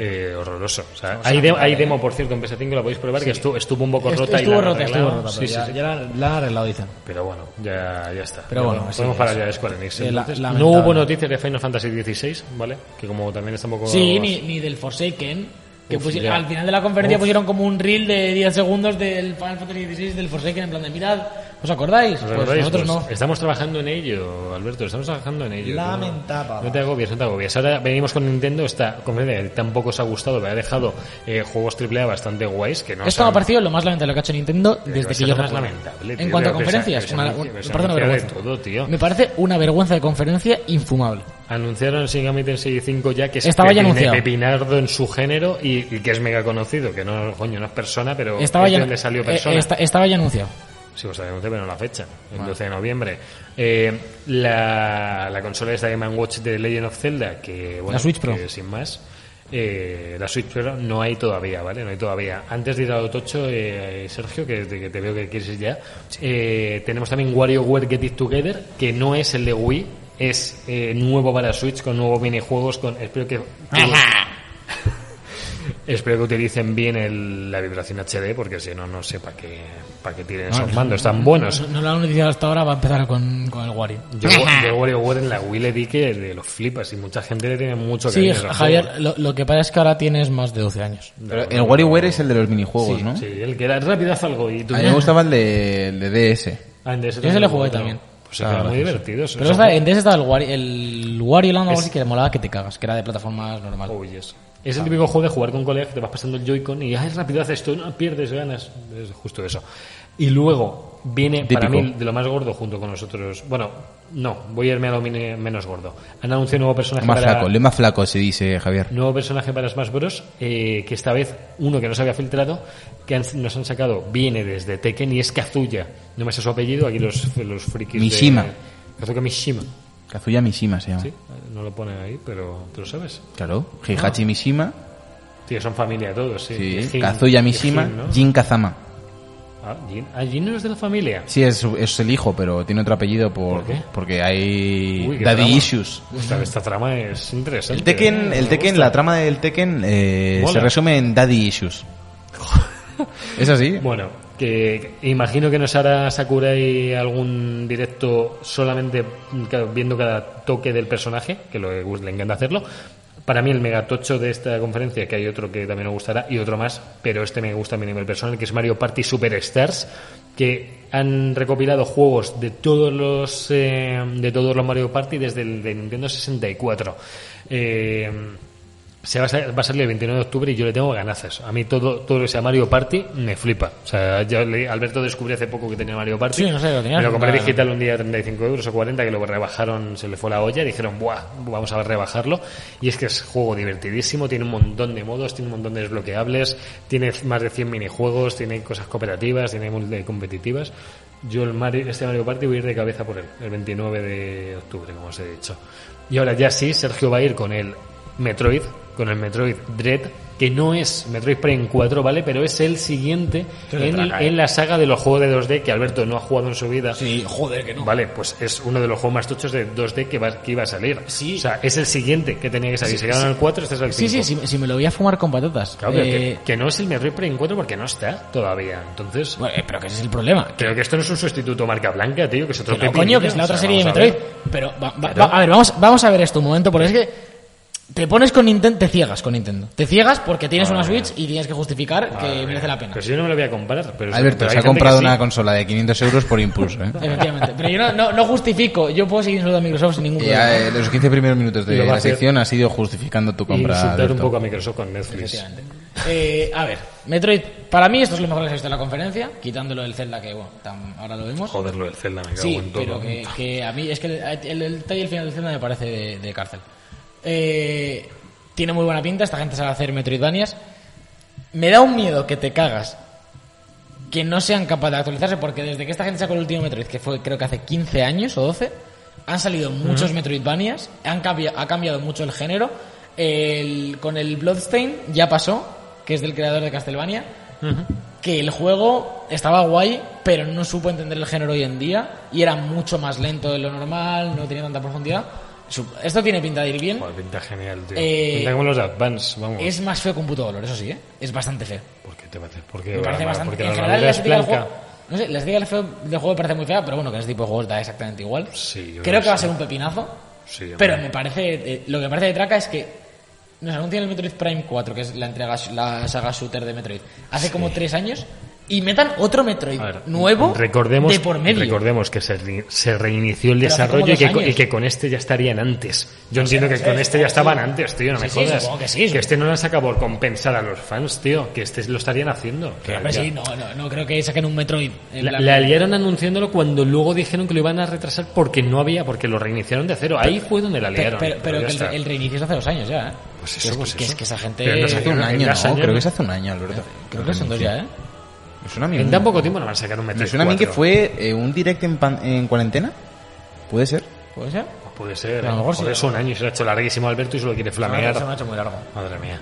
Speaker 1: Eh, horroroso. O sea, hay, de- hay demo, por cierto, en PS5, la podéis probar, que estuvo, estuvo un poco
Speaker 3: Estu-
Speaker 1: rota y
Speaker 3: estuvo
Speaker 1: la han
Speaker 3: rota, estuvo
Speaker 1: arreglado.
Speaker 3: rota.
Speaker 1: Sí,
Speaker 3: pero
Speaker 1: sí,
Speaker 3: ya,
Speaker 1: sí.
Speaker 3: ya la, la han arreglado, dicen.
Speaker 1: Pero bueno, ya, ya está.
Speaker 3: Pero
Speaker 1: Ya
Speaker 3: bueno,
Speaker 1: podemos-
Speaker 3: sí,
Speaker 1: podemos parar
Speaker 3: sí.
Speaker 1: ya de Square Enix.
Speaker 3: Eh, la-
Speaker 1: Entonces, no
Speaker 3: lamentable.
Speaker 1: hubo noticias de Final Fantasy XVI, ¿vale? Que como también está un poco...
Speaker 3: Sí, ni, ni del Forsaken. Que
Speaker 1: Uf,
Speaker 3: pusi-
Speaker 1: ya.
Speaker 3: al final de la conferencia
Speaker 1: Uf.
Speaker 3: pusieron como un reel de 10 segundos del Final Fantasy XVI del Forsaken en plan de mirad. ¿Os acordáis?
Speaker 1: ¿Os
Speaker 3: Pues
Speaker 1: acordáis?
Speaker 3: nosotros
Speaker 1: Pues
Speaker 3: no.
Speaker 1: Estamos trabajando en ello, Alberto, estamos trabajando en ello.
Speaker 3: Lamentable.
Speaker 1: No, no te agobies, no te agobies. Ahora venimos con Nintendo, esta conferencia que tampoco os ha gustado, pero ha dejado eh, juegos AAA bastante guays. Que no
Speaker 3: Esto
Speaker 1: os
Speaker 3: me
Speaker 1: han-
Speaker 3: ha parecido lo más lamentable que ha hecho Nintendo
Speaker 1: que
Speaker 3: desde
Speaker 1: es
Speaker 3: que
Speaker 1: lo
Speaker 3: yo
Speaker 1: más
Speaker 3: recuerdo.
Speaker 1: lamentable, tío,
Speaker 3: En cuanto a
Speaker 1: que se-
Speaker 3: conferencias,
Speaker 1: que se
Speaker 3: una-
Speaker 1: anuncie-
Speaker 3: un-
Speaker 1: que se
Speaker 3: me parece una
Speaker 1: anuncie de
Speaker 3: vergüenza.
Speaker 1: todo, tío.
Speaker 3: Me parece una vergüenza de conferencia infumable.
Speaker 1: Anunciaron Shin Megami Tensei 5 ya que es
Speaker 3: Estaba ya
Speaker 1: pepine-
Speaker 3: anunciado.
Speaker 1: pepinardo en su género y, y que es mega conocido, que no, coño, no es persona, pero
Speaker 3: Estaba
Speaker 1: este
Speaker 3: ya,
Speaker 1: le salió
Speaker 3: eh,
Speaker 1: persona.
Speaker 3: esta- estaba ya anunciado.
Speaker 1: Sí, pues anuncié, pero no la fecha, el 12 de noviembre. Eh, la, la consola esta de Man Watch de Legend of Zelda, que bueno,
Speaker 3: La Switch
Speaker 1: que
Speaker 3: Pro.
Speaker 1: sin más. eh, la Switch Pro no hay todavía, ¿vale? No hay todavía. Antes de ir a Otocho, eh, Sergio, que te, que te veo que quieres ir ya, eh, tenemos también WarioWare Get It Together, que no es el de Wii, es eh, nuevo para Switch, con nuevos minijuegos, con... Espero que... Espero que utilicen bien el- la vibración HD, porque si no, no sé para qué, para qué tienen esos mandos tan buenos.
Speaker 3: No, no lo han anunciado hasta ahora, va a empezar con, con el Wario.
Speaker 1: Yo, yo WarioWare en la Wii le di que de los flipas y mucha gente le tiene mucho
Speaker 3: Sí,
Speaker 1: cariño. a ese juego.
Speaker 3: Javier, lo, lo que pasa es que ahora tienes más de 12 años.
Speaker 2: Pero el WarioWare es el de los minijuegos, ¿no?
Speaker 1: Sí, el que era rápido haz algo y tú...
Speaker 2: A mí me gustaba el de, el de DS.
Speaker 1: Ah, en DS
Speaker 3: Yo se le jugué también.
Speaker 1: Pues era muy divertido. eso.
Speaker 3: Pero
Speaker 1: Son
Speaker 3: esta- en DS estaba el Wario, el Wario Land o algo
Speaker 1: Es-
Speaker 3: así que molaba que te cagas, que era de plataformas normal.
Speaker 1: juegos- Oh, yes. Es el típico juego de jugar con colegas que te vas pasando el Joy-Con y ay, rápido haces esto, no pierdes ganas. Es justo eso. Y luego viene para
Speaker 2: Típico.
Speaker 1: mí de lo más gordo junto con nosotros. Bueno, no, voy a irme a lo mini- menos gordo. Han anunciado un nuevo personaje
Speaker 2: Más
Speaker 1: para-
Speaker 2: flaco, el más flaco se dice, Javier.
Speaker 1: Nuevo personaje para Smash Bros. eh, que esta vez uno que no se había filtrado, que han- nos han sacado, viene desde Tekken y es Kazuya. No me sé su apellido, aquí los, los frikis. de-
Speaker 2: Mishima.
Speaker 1: Kazuya Mishima.
Speaker 2: Kazuya Mishima se llama.
Speaker 1: Sí, no lo pone ahí, pero tú lo sabes.
Speaker 2: Claro. Heihachi Mishima,
Speaker 1: Tío, son familia todos, sí.
Speaker 2: sí.
Speaker 1: Y Jin-
Speaker 2: Kazuya
Speaker 1: y
Speaker 2: Mishima,
Speaker 1: Jin, ¿no?
Speaker 2: Jin Kazama.
Speaker 1: Ah, Jin, ah, Jin no es de la familia.
Speaker 2: Sí, es, es el hijo, pero tiene otro apellido
Speaker 1: ¿Por
Speaker 2: por,
Speaker 1: qué?
Speaker 2: porque hay
Speaker 1: Uy, qué
Speaker 2: daddy
Speaker 1: trama.
Speaker 2: issues.
Speaker 1: Esta, esta trama es interesante.
Speaker 2: El Tekken,
Speaker 1: ¿eh?
Speaker 2: el
Speaker 1: Me
Speaker 2: Tekken,
Speaker 1: gusta.
Speaker 2: la trama del Tekken eh,
Speaker 1: Mola.
Speaker 2: se resume en daddy issues. ¿Es así?
Speaker 1: Bueno, que que imagino que nos hará Sakurai algún directo solamente mm, claro, viendo cada toque del personaje, que lo, le encanta hacerlo. Para mí el megatocho de esta conferencia, que hay otro que también me gustará y otro más, pero este me gusta a mí a nivel personal, que es Mario Party Superstars, que han recopilado juegos de todos los eh, de todos los Mario Party desde el de Nintendo 64. Eh, se va a, sa- va a salir el 29 de octubre y yo le tengo ganazas. A mí todo, todo lo que sea Mario Party me flipa. O sea, yo le- Alberto descubrí hace poco que tenía Mario Party.
Speaker 3: Sí, no sé, lo tenía
Speaker 1: Me lo compré
Speaker 3: comprado.
Speaker 1: digital un día a 35 euros o 40, que lo rebajaron, se le fue la olla. Dijeron, ¡buah! Vamos a rebajarlo. Y es que es juego divertidísimo, tiene un montón de modos, tiene un montón de desbloqueables, tiene más de 100 minijuegos, tiene cosas cooperativas, tiene multi- eh, competitivas. Yo el Mario, este Mario Party voy a ir de cabeza por él, el 29 de octubre, como os he dicho. Y ahora ya sí, Sergio va a ir con el Metroid, con el Metroid Dread, que no es Metroid Prime 4, ¿vale? Pero es el siguiente
Speaker 3: Te lo
Speaker 1: en,
Speaker 3: traga, eh.
Speaker 1: en la saga de los juegos de 2D que Alberto no ha jugado en su vida.
Speaker 3: Sí, joder, que no.
Speaker 1: Vale, pues es uno de los juegos más tochos de 2D que, va- que iba a salir.
Speaker 3: Sí.
Speaker 1: O sea, es el siguiente que tenía que salir.
Speaker 3: Sí,
Speaker 1: Se quedaron
Speaker 3: sí.
Speaker 1: al 4, este es el 5.
Speaker 3: Sí, sí, sí, sí, me lo voy a fumar con patatas.
Speaker 1: Claro, pero
Speaker 3: Eh,
Speaker 1: que, que no es el Metroid Prime 4 porque no está todavía. Entonces,
Speaker 3: bueno, eh, pero que ese es el problema. Que
Speaker 1: creo que esto no es un sustituto marca blanca, tío, que es otro
Speaker 3: no,
Speaker 1: pepinillo,
Speaker 3: coño, que es
Speaker 1: o
Speaker 3: la otra
Speaker 1: sea,
Speaker 3: serie de
Speaker 1: vamos a ver.
Speaker 3: Metroid. Pero, va- va-
Speaker 1: Claro.
Speaker 3: va- a ver, vamos, vamos a ver esto un momento, porque es que te pones con Nintendo, te ciegas con Nintendo. Te ciegas porque tienes una Switch y tienes que justificar que Eh, merece la pena.
Speaker 1: Pues yo no me lo voy a comprar. Pero
Speaker 2: Alberto,
Speaker 1: pero hay
Speaker 2: se ha
Speaker 1: gente
Speaker 2: comprado
Speaker 1: que sí.
Speaker 2: una consola de 500 euros por impulso. ¿eh?
Speaker 3: Efectivamente. Pero yo no, no, no justifico. Yo puedo seguir insultando a Microsoft sin ningún
Speaker 2: Y,
Speaker 3: problema.
Speaker 2: eh, los 15 primeros minutos
Speaker 1: Y lo
Speaker 2: de
Speaker 1: va a
Speaker 2: la
Speaker 1: hacer.
Speaker 2: sección ha sido justificando tu
Speaker 1: Y
Speaker 2: compra.
Speaker 1: insultar un
Speaker 2: Alberto.
Speaker 1: poco a Microsoft con Netflix.
Speaker 3: Efectivamente. Eh, a ver, Metroid, para mí esto es lo mejor que se ha visto en la conferencia, quitándolo del Zelda que, bueno, tam- ahora lo vemos.
Speaker 1: Joderlo el Zelda, me cago
Speaker 3: Sí,
Speaker 1: en todo.
Speaker 3: pero que, que a mí es que el, el, el detalle al final del Zelda me parece de, de cárcel. Eh, tiene muy buena pinta, esta gente sabe hacer Metroidvanias. Me da un miedo que te cagas que no sean capaces de actualizarse porque desde que esta gente sacó el último Metroid, que fue creo que hace 15 años o 12, han salido muchos Metroidvanias, han cambi- ha cambiado mucho el género. El- con el Bloodstain ya pasó, que es del creador de Castlevania, que el juego estaba guay, pero no supo entender el género hoy en día y era mucho más lento de lo normal, no tenía tanta profundidad. Su- Esto tiene pinta de ir bien.
Speaker 1: Joder, pinta genial, tío.
Speaker 3: Eh,
Speaker 1: pinta como los Advance, vamos.
Speaker 3: Es más feo con puto dolor, eso sí, ¿eh? es bastante feo.
Speaker 1: ¿Por qué te parece? Porque,
Speaker 3: Me parece bastante.
Speaker 1: porque
Speaker 3: en
Speaker 1: la
Speaker 3: general,
Speaker 1: armadura
Speaker 3: la
Speaker 1: es
Speaker 3: estética del
Speaker 1: blanca.
Speaker 3: juego. No sé, la estética del feo- del juego me parece muy fea, pero bueno, que en este tipo de juegos da exactamente igual.
Speaker 1: Sí, yo
Speaker 3: Creo
Speaker 1: creo
Speaker 3: que va a
Speaker 1: que
Speaker 3: ser
Speaker 1: sí.
Speaker 3: un pepinazo.
Speaker 1: Sí, hombre.
Speaker 3: pero me parece. eh, lo que me parece de traca es que nos anuncian el Metroid Prime 4, que es la entrega la saga shooter de Metroid, hace como tres años, y metan otro Metroid
Speaker 1: A ver,
Speaker 3: nuevo
Speaker 1: recordemos,
Speaker 3: de por medio.
Speaker 1: Recordemos que se, re- se reinició el
Speaker 3: Pero hace
Speaker 1: desarrollo
Speaker 3: como
Speaker 1: y que,
Speaker 3: dos
Speaker 1: co- y
Speaker 3: años.
Speaker 1: que con este ya estarían antes. Yo entiendo que
Speaker 3: sí,
Speaker 1: con
Speaker 3: sí,
Speaker 1: este ya
Speaker 3: sí.
Speaker 1: estaban antes, tío, no me
Speaker 3: Sí, sí,
Speaker 1: jodas.
Speaker 3: supongo que sí.
Speaker 1: este no lo han sacado por compensar a los fans, tío, que este lo estarían haciendo. O sea,
Speaker 3: Hombre,
Speaker 1: ya-
Speaker 3: sí, no, no, no creo que saquen un Metroid. en
Speaker 1: La,
Speaker 3: plan-
Speaker 1: la liaron anunciándolo cuando luego dijeron que lo iban a retrasar porque no había, porque lo reiniciaron de cero. Ahí fue donde la
Speaker 3: Pe-
Speaker 1: liaron.
Speaker 3: pero, pero
Speaker 1: ya
Speaker 3: que el,
Speaker 1: está.
Speaker 3: el reinicio es hace dos años ya, ¿eh?
Speaker 1: Pues
Speaker 3: Que
Speaker 1: eso,
Speaker 3: es-
Speaker 1: pues
Speaker 3: que,
Speaker 1: eso.
Speaker 3: es que esa gente.
Speaker 1: Pero no Eh, se
Speaker 2: Hace un
Speaker 1: En
Speaker 2: año,
Speaker 1: las
Speaker 2: ¿no?
Speaker 1: años.
Speaker 2: Creo que es hace un año, Alberto.
Speaker 3: Creo que son dos ya, ¿eh?
Speaker 2: Me suena a mí
Speaker 1: En
Speaker 2: un-
Speaker 1: tan poco tiempo no van a sacar un
Speaker 2: Me
Speaker 1: Metroid
Speaker 2: suena a mí que
Speaker 1: 4.
Speaker 2: fue eh, un direct en, pan- en cuarentena. ¿Puede ser?
Speaker 3: ¿Puede ser?
Speaker 1: Pues Puede ser.
Speaker 3: A lo mejor sí,
Speaker 1: Joder,
Speaker 3: ¿no?
Speaker 1: es un año y se lo ha hecho larguísimo Alberto y solo quiere flamear.
Speaker 3: Se me ha hecho muy largo.
Speaker 1: Madre mía.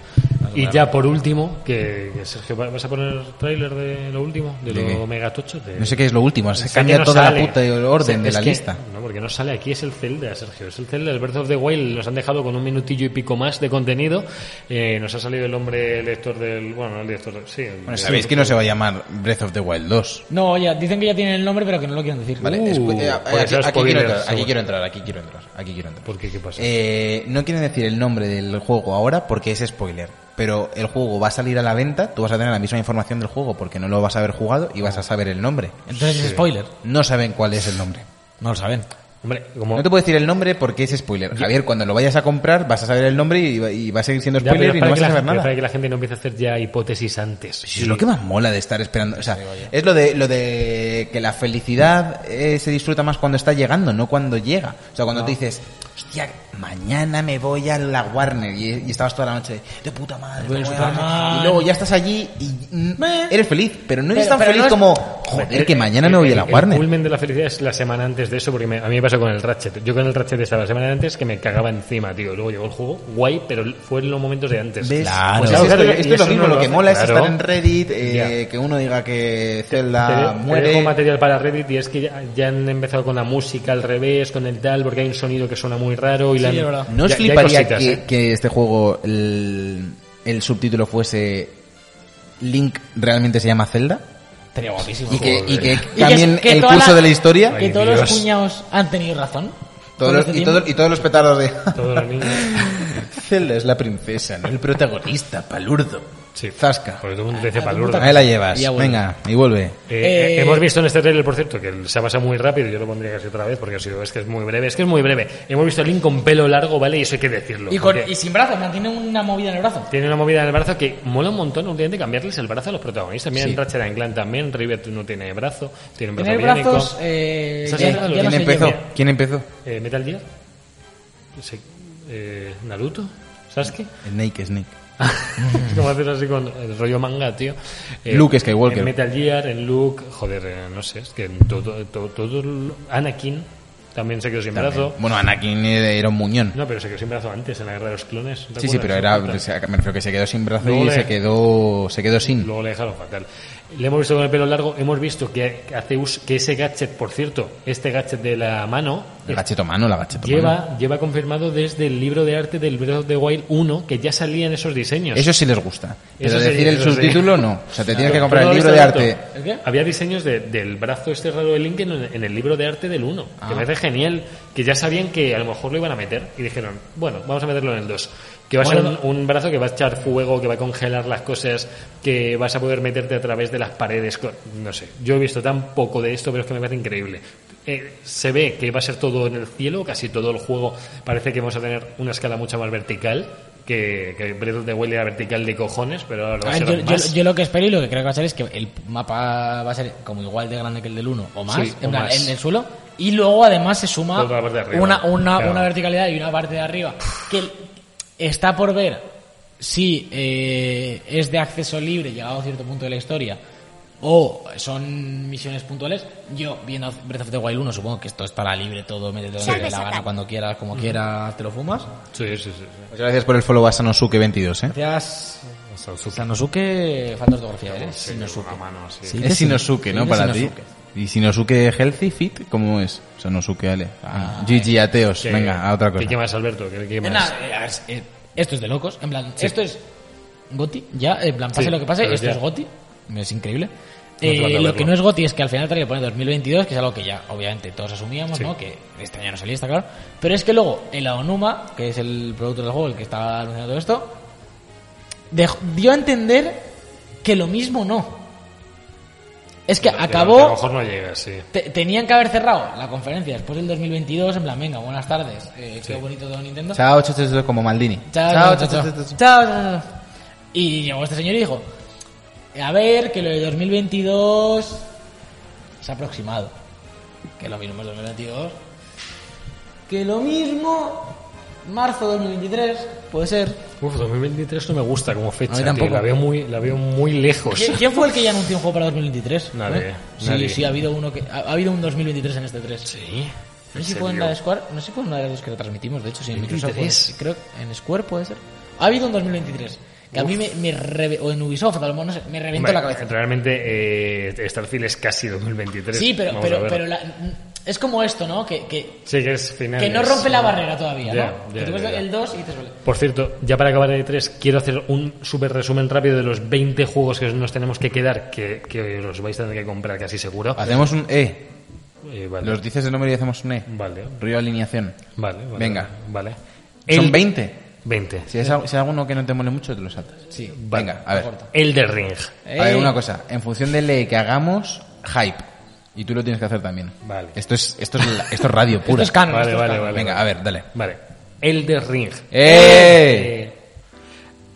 Speaker 1: Y ya por último, que, que Sergio, ¿vas a poner tráiler de lo último? ¿De,
Speaker 2: ¿De
Speaker 1: lo
Speaker 2: qué?
Speaker 1: mega tocho? De-
Speaker 2: No sé qué es lo último. Se
Speaker 1: Es Eh, que
Speaker 2: cambia
Speaker 1: no
Speaker 2: toda
Speaker 1: sale.
Speaker 2: la puta orden
Speaker 1: Sí,
Speaker 2: de
Speaker 1: es
Speaker 2: la
Speaker 1: que-
Speaker 2: lista.
Speaker 1: No, porque no sale. Aquí es el Zelda, Sergio. Es el Zelda. El Breath of the Wild nos han dejado con un minutillo y pico más de contenido. Eh, nos ha salido el hombre, el director del... Bueno, no el director... Sí. el-
Speaker 2: Bueno, sabéis que no se va a llamar Breath of the Wild 2.
Speaker 3: No, ya, dicen que ya tienen el nombre, pero que no lo quieren decir.
Speaker 2: Vale,
Speaker 1: Uh,
Speaker 2: escu- eh,
Speaker 1: puede
Speaker 2: aquí,
Speaker 1: ser spoiler,
Speaker 2: aquí
Speaker 1: Pues,
Speaker 2: quiero entrar, aquí
Speaker 1: seguro.
Speaker 2: quiero entrar, aquí quiero entrar, aquí quiero entrar.
Speaker 1: ¿Por qué? ¿Qué pasa?
Speaker 2: Eh, no quieren decir el nombre del juego ahora porque es spoiler. Pero el juego va a salir a la venta, tú vas a tener la misma información del juego porque no lo vas a haber jugado y vas a saber el nombre.
Speaker 3: Entonces es spoiler.
Speaker 2: No saben cuál es el nombre.
Speaker 3: No lo saben.
Speaker 1: Hombre, como...
Speaker 2: No te puedo decir el nombre porque es spoiler. Javier, cuando lo vayas a comprar vas a saber el nombre y va, y va a seguir siendo
Speaker 1: Ya, pero
Speaker 2: spoiler
Speaker 1: es
Speaker 2: y
Speaker 1: para
Speaker 2: no vas
Speaker 1: que la
Speaker 2: a saber
Speaker 1: gente- es
Speaker 2: nada.
Speaker 1: para que la gente no empiece a hacer ya hipótesis antes.
Speaker 2: Sí, Pues es lo que más mola de estar esperando. O sea, es lo de, lo de que la felicidad eh, se disfruta más cuando está llegando, no cuando llega. O sea, cuando te dices, hostia, mañana me voy a la Warner y, y estabas toda la noche de puta madre.
Speaker 3: Voy al
Speaker 2: me voy a la-
Speaker 3: Superman.
Speaker 2: Y luego ya estás allí y mm,
Speaker 3: Meh.
Speaker 2: eres feliz, pero no eres
Speaker 3: Pero-
Speaker 2: tan
Speaker 3: pero
Speaker 2: feliz
Speaker 3: no es-
Speaker 2: como, Joder, que mañana me voy a la
Speaker 1: El-
Speaker 2: Warner.
Speaker 1: El culmen de la felicidad es la semana antes de eso, porque me- a mí me pasó con el Ratchet. Yo con el Ratchet estaba la semana antes que me cagaba encima, tío. Luego llegó el juego, guay, pero fue en los momentos de antes.
Speaker 2: ¿Ves?
Speaker 3: Claro.
Speaker 2: Pues
Speaker 1: Claro,
Speaker 2: esto-
Speaker 1: claro,
Speaker 2: esto,
Speaker 1: y
Speaker 2: es lo
Speaker 1: eso
Speaker 2: mismo,
Speaker 1: no
Speaker 2: lo
Speaker 1: lo
Speaker 2: que
Speaker 1: hace,
Speaker 2: mola es
Speaker 1: claro.
Speaker 2: estar en Reddit, eh, que uno diga que Zelda
Speaker 1: Te- te dejo
Speaker 2: muere.
Speaker 1: material para Reddit y es que ya, ya han empezado con la música al revés, con el tal, porque hay un sonido que suena muy raro y la...
Speaker 3: Sí, es verdad.
Speaker 2: ¿No os
Speaker 1: Ya- ya hay
Speaker 2: fliparía
Speaker 1: cositas,
Speaker 2: que,
Speaker 1: ¿eh?
Speaker 2: que este juego el, el subtítulo fuese Link realmente se llama Zelda?
Speaker 3: Estaría guapísimo.
Speaker 2: Y que, y que
Speaker 3: Y
Speaker 2: también
Speaker 3: es- que
Speaker 2: el
Speaker 3: toda
Speaker 2: curso
Speaker 3: la-
Speaker 2: de la historia
Speaker 3: Que
Speaker 1: Ay,
Speaker 3: todos los
Speaker 1: Dios.
Speaker 3: cuñados han tenido razón.
Speaker 2: todos
Speaker 3: Con
Speaker 2: los-
Speaker 3: este
Speaker 2: y,
Speaker 3: tiempo.
Speaker 2: todo- y todos los petardos de
Speaker 1: Todos los niños.
Speaker 2: Zelda es la princesa, no el protagonista, palurdo.
Speaker 1: Sí. Pues,
Speaker 2: Zasca.
Speaker 1: Porque todo el mundo te dice
Speaker 3: Ah,
Speaker 1: palurdo.
Speaker 3: puta-
Speaker 2: Ahí la llevas.
Speaker 3: Y ya vuelve.
Speaker 2: Venga, y vuelve.
Speaker 1: Eh,
Speaker 3: Eh,
Speaker 1: hemos visto en este trailer, por cierto, que el- se ha pasado muy rápido. Yo lo pondría casi otra vez porque ha sido, es que es muy breve. Es que es muy breve. Hemos visto a Link con pelo largo, ¿vale? Y eso hay que decirlo.
Speaker 3: Y, con-
Speaker 1: porque
Speaker 3: y sin brazos, mantiene una movida en el brazo.
Speaker 1: Tiene una movida en el brazo que mola un montón últimamente cambiarles el brazo a los protagonistas. Mira,
Speaker 2: Sí.
Speaker 1: en Ratchet and Clank también, River no tiene brazo, tiene un brazo
Speaker 3: Tener
Speaker 1: biónico.
Speaker 3: brazos. Eh,
Speaker 1: Eso
Speaker 3: ya-
Speaker 1: sí,
Speaker 3: ya no
Speaker 1: ¿quién
Speaker 3: se
Speaker 2: ¿Quién empezó?
Speaker 3: lleva.
Speaker 2: ¿Quién empezó?
Speaker 1: Eh, ¿Metal Gear? Sí. Eh, ¿Naruto? ¿Sasuke?
Speaker 2: Snake, Snake.
Speaker 1: Es como haces así con el rollo manga, tío. Eh,
Speaker 2: Luke Skywalker.
Speaker 1: En Metal Gear, en Luke, joder, eh, no sé, es que en todo, todo, todo el- Anakin también se quedó sin brazo.
Speaker 2: Bueno, Anakin era un muñón.
Speaker 1: No, pero se quedó sin brazo antes, en la guerra de los clones. ¿no te
Speaker 2: Sí, sí, pero
Speaker 1: acuerdas?
Speaker 2: era, o sea, me refiero que se quedó sin brazo
Speaker 1: Luego
Speaker 2: y
Speaker 1: le-
Speaker 2: se quedó, se quedó sin.
Speaker 1: Luego le dejaron fatal. Le hemos visto con el pelo largo, hemos visto que hace us- que ese gadget, por cierto, este gadget de la mano, eh,
Speaker 2: El gacheto mano, la gacheto mano.
Speaker 1: lleva, lleva confirmado desde el libro de arte del Breath of the Wild 1 que ya salían esos diseños.
Speaker 2: Eso sí les gusta. Pero
Speaker 1: Eso sí,
Speaker 2: decir el
Speaker 1: eso sí.
Speaker 2: subtítulo no. O sea, te tienes que
Speaker 1: ¿Tú
Speaker 2: comprar
Speaker 1: no
Speaker 2: el
Speaker 1: lo
Speaker 2: libro de
Speaker 1: viste,
Speaker 2: arte.
Speaker 1: Alberto?
Speaker 3: ¿El qué?
Speaker 1: Había diseños de- del brazo este raro de Link en, en el libro de arte del 1.
Speaker 2: Ah.
Speaker 1: Que me parece genial. Que ya sabían que a lo mejor lo iban a meter. Y dijeron, bueno, vamos a meterlo en el 2. Que va a ser
Speaker 3: Bueno.
Speaker 1: un, un brazo que va a echar fuego, que va a congelar las cosas, que vas a poder meterte a través de las paredes. con- No sé. Yo he visto tan poco de esto, pero es que me parece increíble. Eh, se ve que va a ser todo en el cielo, casi todo el juego parece que vamos a tener una escala mucho más vertical. Que, que Breath of the Wild era vertical de cojones, pero ahora lo va a
Speaker 3: Ah,
Speaker 1: ser
Speaker 3: yo, yo-
Speaker 1: más.
Speaker 3: yo lo que espero y lo que creo que va a ser es que el mapa va a ser como igual de grande que el del 1 o más,
Speaker 1: Sí,
Speaker 3: en,
Speaker 1: o
Speaker 3: plan,
Speaker 1: más.
Speaker 3: en el suelo. Y luego además se suma
Speaker 1: Otra parte de arriba,
Speaker 3: una, una,
Speaker 1: claro.
Speaker 3: una verticalidad y una parte de arriba. Que el- está por ver si eh, es de acceso libre llegado a cierto punto de la historia o son misiones puntuales. Yo, viendo Breath of the Wild 1, supongo que esto estará libre todo, métete donde
Speaker 5: Sí.
Speaker 3: te la gana, cuando quieras, como quieras, te lo fumas.
Speaker 1: Sí, sí, sí. sí.
Speaker 2: Muchas gracias por el follow a Sanosuke22, ¿eh?
Speaker 3: Gracias.
Speaker 1: Sansuke.
Speaker 3: Sanosuke, falta de ortografía, ¿eh?
Speaker 1: Sí,
Speaker 3: Shinosuke.
Speaker 1: una mano así.
Speaker 3: Sí.
Speaker 2: Es Shinosuke, ¿no?
Speaker 3: Sí,
Speaker 2: Para ti.
Speaker 3: Shinosuke.
Speaker 2: ¿Y Shinosuke healthy, fit? ¿Cómo es? Sanosuke, Ale.
Speaker 1: Ah,
Speaker 2: GG ateos.
Speaker 1: Que-
Speaker 2: Venga, a otra cosa.
Speaker 1: ¿Qué, qué más, Alberto? ¿Qué, qué
Speaker 3: Eh,
Speaker 1: más?
Speaker 3: nada, eh, a ver, eh, esto es de locos. En plan, esto es Goti, ya, en plan, pase
Speaker 1: Sí,
Speaker 3: lo que pase,
Speaker 1: pero
Speaker 3: esto
Speaker 1: ya.
Speaker 3: es Goti, es increíble.
Speaker 1: No hace
Speaker 3: Eh,
Speaker 1: falta
Speaker 3: lo
Speaker 1: verlo.
Speaker 3: que no es Goti es que al final trae le pone 2022, que es algo que ya obviamente todos asumíamos,
Speaker 1: Sí.
Speaker 3: ¿no? Que este año no salía, está claro. Pero es que luego el Aonuma, que es el productor del juego, el que está anunciando todo esto, dej- dio a entender que lo mismo no. Es que
Speaker 1: Que
Speaker 3: acabó
Speaker 1: A lo mejor no llega, sí.
Speaker 3: te- tenían que haber cerrado la conferencia después del 2022, en plan, venga, buenas tardes, eh, qué
Speaker 1: Sí.
Speaker 3: bonito todo Nintendo.
Speaker 2: Chao, chao, chao, chao, como Maldini.
Speaker 3: Chao, chao, chao, chao. Chao, chao, chao. Y llegó este señor y dijo, a ver, que lo de 2022 se ha aproximado. Que lo mismo es 2022. Que lo mismo, marzo de 2023, puede ser.
Speaker 1: Uf, 2023 no me gusta como fecha.
Speaker 3: A mí
Speaker 1: tío.
Speaker 3: tampoco.
Speaker 1: La veo muy, la veo muy lejos.
Speaker 3: ¿Qui- ¿Quién fue el que ya anunció un juego para 2023?
Speaker 1: Pues Nadie,
Speaker 3: Sí,
Speaker 1: nadie.
Speaker 3: sí, ha habido uno que ha, ha habido un 2023 en este 3.
Speaker 1: Sí.
Speaker 3: No sé si
Speaker 1: ¿En
Speaker 3: fue en
Speaker 1: serio?
Speaker 3: la de Square, no sé si fue en una de las que lo transmitimos, de hecho, sí, en Microsoft.
Speaker 1: 23.
Speaker 3: puede- creo que en Square puede ser. Ha habido un 2023 que a mí me, me reve- o en Ubisoft, a lo mejor, no sé, me reventó
Speaker 1: Hombre,
Speaker 3: la cabeza.
Speaker 1: Realmente, eh, Starfield es casi 2023.
Speaker 3: Sí, pero,
Speaker 1: Vamos a
Speaker 3: pero,
Speaker 1: ver.
Speaker 3: pero la- es como esto, ¿no? Que, que,
Speaker 1: Sí, que es final.
Speaker 3: que no rompe la barrera todavía,
Speaker 1: Ya,
Speaker 3: ¿no?
Speaker 1: ya,
Speaker 3: Que tú ves
Speaker 1: ya, ya.
Speaker 3: el 2 y dices, vale.
Speaker 1: Por cierto, ya para acabar el E3, quiero hacer un súper resumen rápido de los 20 juegos que nos tenemos que quedar, que, que los vais a tener que comprar casi seguro.
Speaker 2: Hacemos un E.
Speaker 1: Eh, vale.
Speaker 2: Los dices el nombre y hacemos un E.
Speaker 1: Vale,
Speaker 2: Río alineación.
Speaker 1: vale, vale.
Speaker 2: Venga.
Speaker 1: Vale.
Speaker 2: Son
Speaker 1: El-
Speaker 2: 20.
Speaker 1: 20.
Speaker 2: Si es, al- si hay alguno que no te mole mucho, te lo saltas.
Speaker 3: Sí.
Speaker 2: Venga, a ver.
Speaker 1: Elder Ring.
Speaker 2: A ver,
Speaker 3: Ey.
Speaker 2: una cosa. En función del E que hagamos, hype. Y tú lo tienes que hacer también.
Speaker 1: Vale.
Speaker 2: Esto es, esto es, la- esto es radio pura.
Speaker 3: Esto es canon.
Speaker 1: Vale,
Speaker 3: esto es
Speaker 1: vale,
Speaker 3: canon.
Speaker 1: vale.
Speaker 2: Venga, a ver, dale.
Speaker 1: Vale. Elder Ring.
Speaker 2: ¡Eh!
Speaker 1: Eh,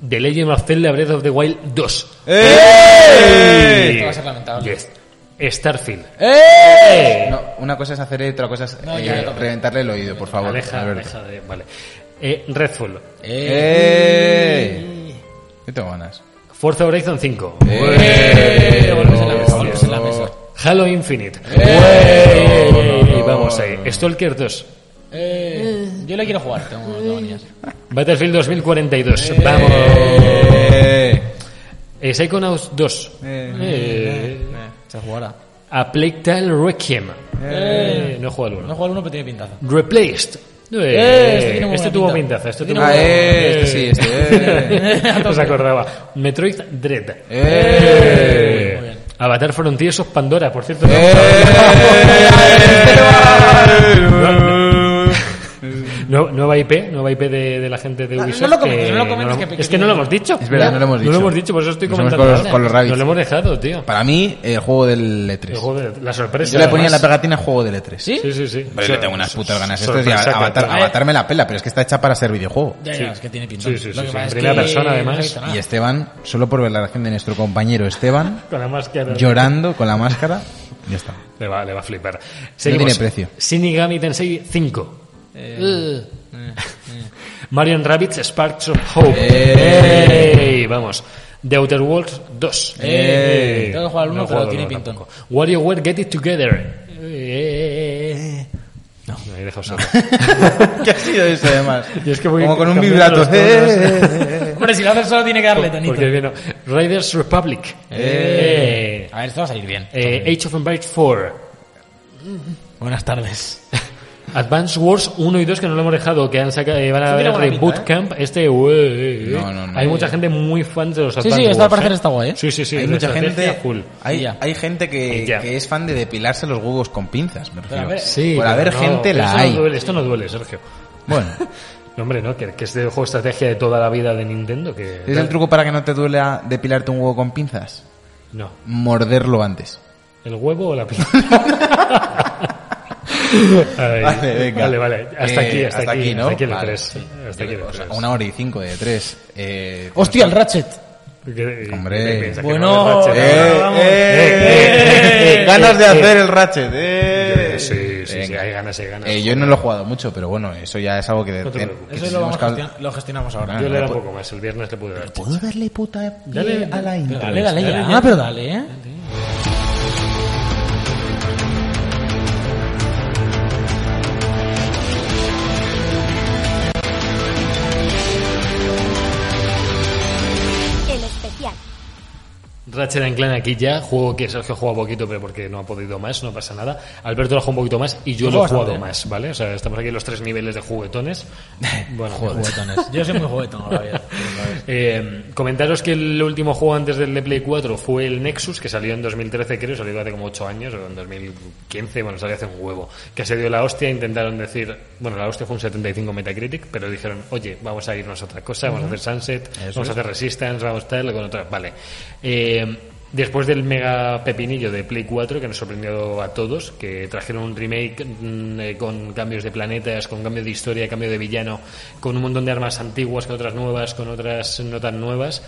Speaker 1: The Legend of Zelda Breath of the Wild 2.
Speaker 2: ¡Eh!
Speaker 3: Esto va a ser lamentable.
Speaker 1: Yes. Starfield.
Speaker 2: ¡Eh! No, una cosa es hacer E, otra cosa es
Speaker 3: No,
Speaker 2: eh,
Speaker 3: ya, ya.
Speaker 2: reventarle el oído, por favor.
Speaker 1: Aleja,
Speaker 2: Alberto.
Speaker 1: aleja de- Vale. Eh, Redfall.
Speaker 3: Eh.
Speaker 2: ¡Eh! Yo tengo ganas.
Speaker 1: Forza Horizon 5.
Speaker 2: ¡Eh!
Speaker 1: ¡Eh!
Speaker 3: Volvemos en la mesa, volvemos en la mesa.
Speaker 1: Halo Infinite. Y vamos ahí. Stalker 2.
Speaker 3: Eh, yo le quiero jugar, tengo, tengo ganas.
Speaker 1: Battlefield 2042. Vamos.
Speaker 2: Eh,
Speaker 1: Eh, Psychonauts 2.
Speaker 2: Eh.
Speaker 1: Eh.
Speaker 3: Se jugará.
Speaker 1: A Plague Tale Requiem. Eh, No he jugado al
Speaker 3: No he
Speaker 1: uno.
Speaker 3: jugado al uno, pero tiene pintaza.
Speaker 1: Replaced. Eh,
Speaker 3: Eh, este tiene muy
Speaker 1: este
Speaker 3: buena
Speaker 1: tuvo
Speaker 3: pinta.
Speaker 1: pintaza. Este
Speaker 3: Tiene
Speaker 1: tuvo
Speaker 2: muy buena
Speaker 1: pintaza.
Speaker 2: pinta. Ah, este sí, este,
Speaker 1: No se acordaba. Metroid Dread.
Speaker 2: eh.
Speaker 1: Eh, Avatar Frontiers of Pandora, por cierto. No, nueva IP, nueva IP de, de la gente de
Speaker 3: No, no
Speaker 1: Ubisoft.
Speaker 3: lo comentes, no lo comentes,
Speaker 1: hemos-
Speaker 3: que- que-
Speaker 1: es que no lo hemos dicho.
Speaker 2: Es verdad, no lo hemos
Speaker 1: No
Speaker 2: dicho.
Speaker 1: lo hemos dicho, por eso estoy
Speaker 2: Nos hemos
Speaker 1: comentando.
Speaker 2: con los-
Speaker 1: ahora.
Speaker 2: con los rabbits.
Speaker 1: No lo hemos dejado, tío.
Speaker 2: Para mí, el juego del E
Speaker 1: El
Speaker 2: E3.
Speaker 1: juego de- la sorpresa.
Speaker 2: Yo le ponía la
Speaker 1: además.
Speaker 2: pegatina juego del E3.
Speaker 3: ¿Sí?
Speaker 1: Sí, sí, sí.
Speaker 2: Pero yo le tengo unas putas ganas. Esto es
Speaker 1: Sorpresa,
Speaker 2: ya avatar,
Speaker 1: claro.
Speaker 2: avatar me la pela, pero es que está hecha para ser videojuego.
Speaker 3: Ya,
Speaker 1: Sí.
Speaker 3: ya, es que tiene pintaza.
Speaker 1: Sí, sí, sí,
Speaker 3: Lo que
Speaker 1: sí.
Speaker 3: pasa
Speaker 1: En
Speaker 3: es
Speaker 1: primera
Speaker 3: que
Speaker 1: persona,
Speaker 3: no se ha
Speaker 1: además.
Speaker 3: visto nada.
Speaker 2: Y Esteban, solo por ver la reacción de nuestro compañero Esteban,
Speaker 1: Con la máscara.
Speaker 2: llorando con la máscara, ya está.
Speaker 1: Le va, le va a flipar.
Speaker 2: tiene precio.
Speaker 1: Shinigami Tensei 5.
Speaker 3: Eh,
Speaker 1: Marion Rabbits Sparks of Hope.
Speaker 3: Eh.
Speaker 1: Ey, vamos. The Outer Worlds 2.
Speaker 3: Ey. Eh, Tengo que jugar al uno,
Speaker 1: he
Speaker 3: pero
Speaker 1: jugado
Speaker 3: tiene
Speaker 1: al uno
Speaker 3: pintón.
Speaker 1: tampoco. WarioWare Get It Together.
Speaker 3: Eh.
Speaker 1: Ey. No, me he dejado solo.
Speaker 2: ¿Qué ha sido eso, además?
Speaker 1: Y es que voy
Speaker 2: Como con un
Speaker 1: cambiando
Speaker 2: vibrato.
Speaker 1: los tonos.
Speaker 2: Eh, eh, eh.
Speaker 3: Hombre, si lo haces solo tiene que darle tonito.
Speaker 1: Porque viene- Riders Republic.
Speaker 3: Eh.
Speaker 1: Ey.
Speaker 3: A ver, esto va a salir bien.
Speaker 1: Eh, Age of Empires 4.
Speaker 3: Buenas tardes.
Speaker 1: Advance Wars 1 y 2 que no lo hemos dejado, que han sacado, eh, van a
Speaker 3: Esto
Speaker 1: ver
Speaker 3: tiene buena pinta,
Speaker 1: Reboot
Speaker 3: ¿eh?
Speaker 1: Camp. Este, ué, eh,
Speaker 2: No, no, no.
Speaker 1: hay mucha gente muy fan de los
Speaker 3: sí,
Speaker 1: Advance Wars.
Speaker 3: esto al parecer
Speaker 1: ¿eh?
Speaker 3: está guay, ¿eh?
Speaker 1: Sí, sí, sí.
Speaker 2: hay
Speaker 1: la
Speaker 2: mucha
Speaker 1: estrategia
Speaker 2: gente,
Speaker 1: Full.
Speaker 2: hay,
Speaker 3: Ya.
Speaker 2: hay gente que,
Speaker 1: Y ya.
Speaker 2: que es fan de depilarse los huevos con pinzas, me refiero.
Speaker 3: a ver,
Speaker 1: Sí,
Speaker 2: Por
Speaker 1: pero
Speaker 2: haber
Speaker 1: no,
Speaker 2: gente
Speaker 1: pero
Speaker 2: la
Speaker 1: esto
Speaker 2: hay.
Speaker 1: No duele, esto no duele, Sergio.
Speaker 2: Bueno,
Speaker 1: No, hombre, no, que, que es el juego de estrategia de toda la vida de Nintendo. Que,
Speaker 2: ¿es el truco para que no te duela depilarte un huevo con pinzas?
Speaker 1: No.
Speaker 2: Morderlo antes.
Speaker 1: ¿El huevo o la pinza? Ay,
Speaker 2: Vale, venga.
Speaker 1: vale, vale. Hasta
Speaker 2: Eh,
Speaker 1: aquí, hasta,
Speaker 2: hasta
Speaker 1: aquí,
Speaker 2: aquí, ¿no?
Speaker 1: Hasta aquí el
Speaker 2: Vale,
Speaker 1: 3.
Speaker 2: sí.
Speaker 1: Hasta aquí el
Speaker 2: O sea,
Speaker 1: 3.
Speaker 2: una hora y cinco de tres. Eh,
Speaker 3: ¡Hostia, el Ratchet!
Speaker 1: Que-
Speaker 2: Hombre.
Speaker 1: que piensa que
Speaker 3: Bueno,
Speaker 1: no es Ratchet,
Speaker 3: eh,
Speaker 1: ahora.
Speaker 3: vamos.
Speaker 1: eh, eh,
Speaker 2: ganas de
Speaker 1: eh,
Speaker 2: hacer el Ratchet. eh.
Speaker 1: Sí, sí, sí,
Speaker 2: Venga.
Speaker 1: hay ganas, hay ganas.
Speaker 2: Eh, yo no lo he jugado mucho, pero bueno, eso ya es algo que...
Speaker 1: No te
Speaker 2: ten-
Speaker 1: preocupes.
Speaker 2: que
Speaker 3: Eso lo,
Speaker 2: tenemos
Speaker 3: vamos
Speaker 2: que
Speaker 3: a
Speaker 2: habl-
Speaker 3: gestionar- lo gestionamos ahora.
Speaker 1: Yo le
Speaker 2: no
Speaker 1: da
Speaker 2: le
Speaker 1: un poco más, el viernes le pude dar.
Speaker 2: ¿Puedo darle puta pie
Speaker 1: Dale,
Speaker 2: a la intro?
Speaker 3: Dale, dale,
Speaker 2: esta?
Speaker 3: ya. Ah, pero dale, ¿eh?
Speaker 4: El especial.
Speaker 1: Ratchet and Clank aquí ya, juego que Sergio juega poquito, pero porque no ha podido más, no pasa nada. Alberto lo ha jugado un poquito más y yo lo
Speaker 3: Yo
Speaker 1: he
Speaker 3: juego
Speaker 1: jugado
Speaker 3: bastante,
Speaker 1: más, ¿vale? O sea, estamos aquí en los tres niveles de juguetones. Bueno,
Speaker 3: Juguetones. Yo soy muy juguetón, Javier.
Speaker 1: Eh, comentaros que el último juego antes del de Play 4 fue el Nexus, que salió en 2013, creo, salió hace como 8 años, o en 2015, bueno, salió hace un huevo. Que se dio la hostia, intentaron decir, bueno, la hostia fue un 75 Metacritic, pero dijeron, oye, vamos a irnos a otra cosa, vamos a hacer Sunset, vamos a hacer Resistance, vamos tal, con otras, vale. Eh, Después del mega pepinillo de Play 4 que nos sorprendió a todos, que trajeron un remake mm, eh, con cambios de planetas, con cambio de historia, cambio de villano, con un montón de armas antiguas, con otras nuevas, con otras no tan nuevas.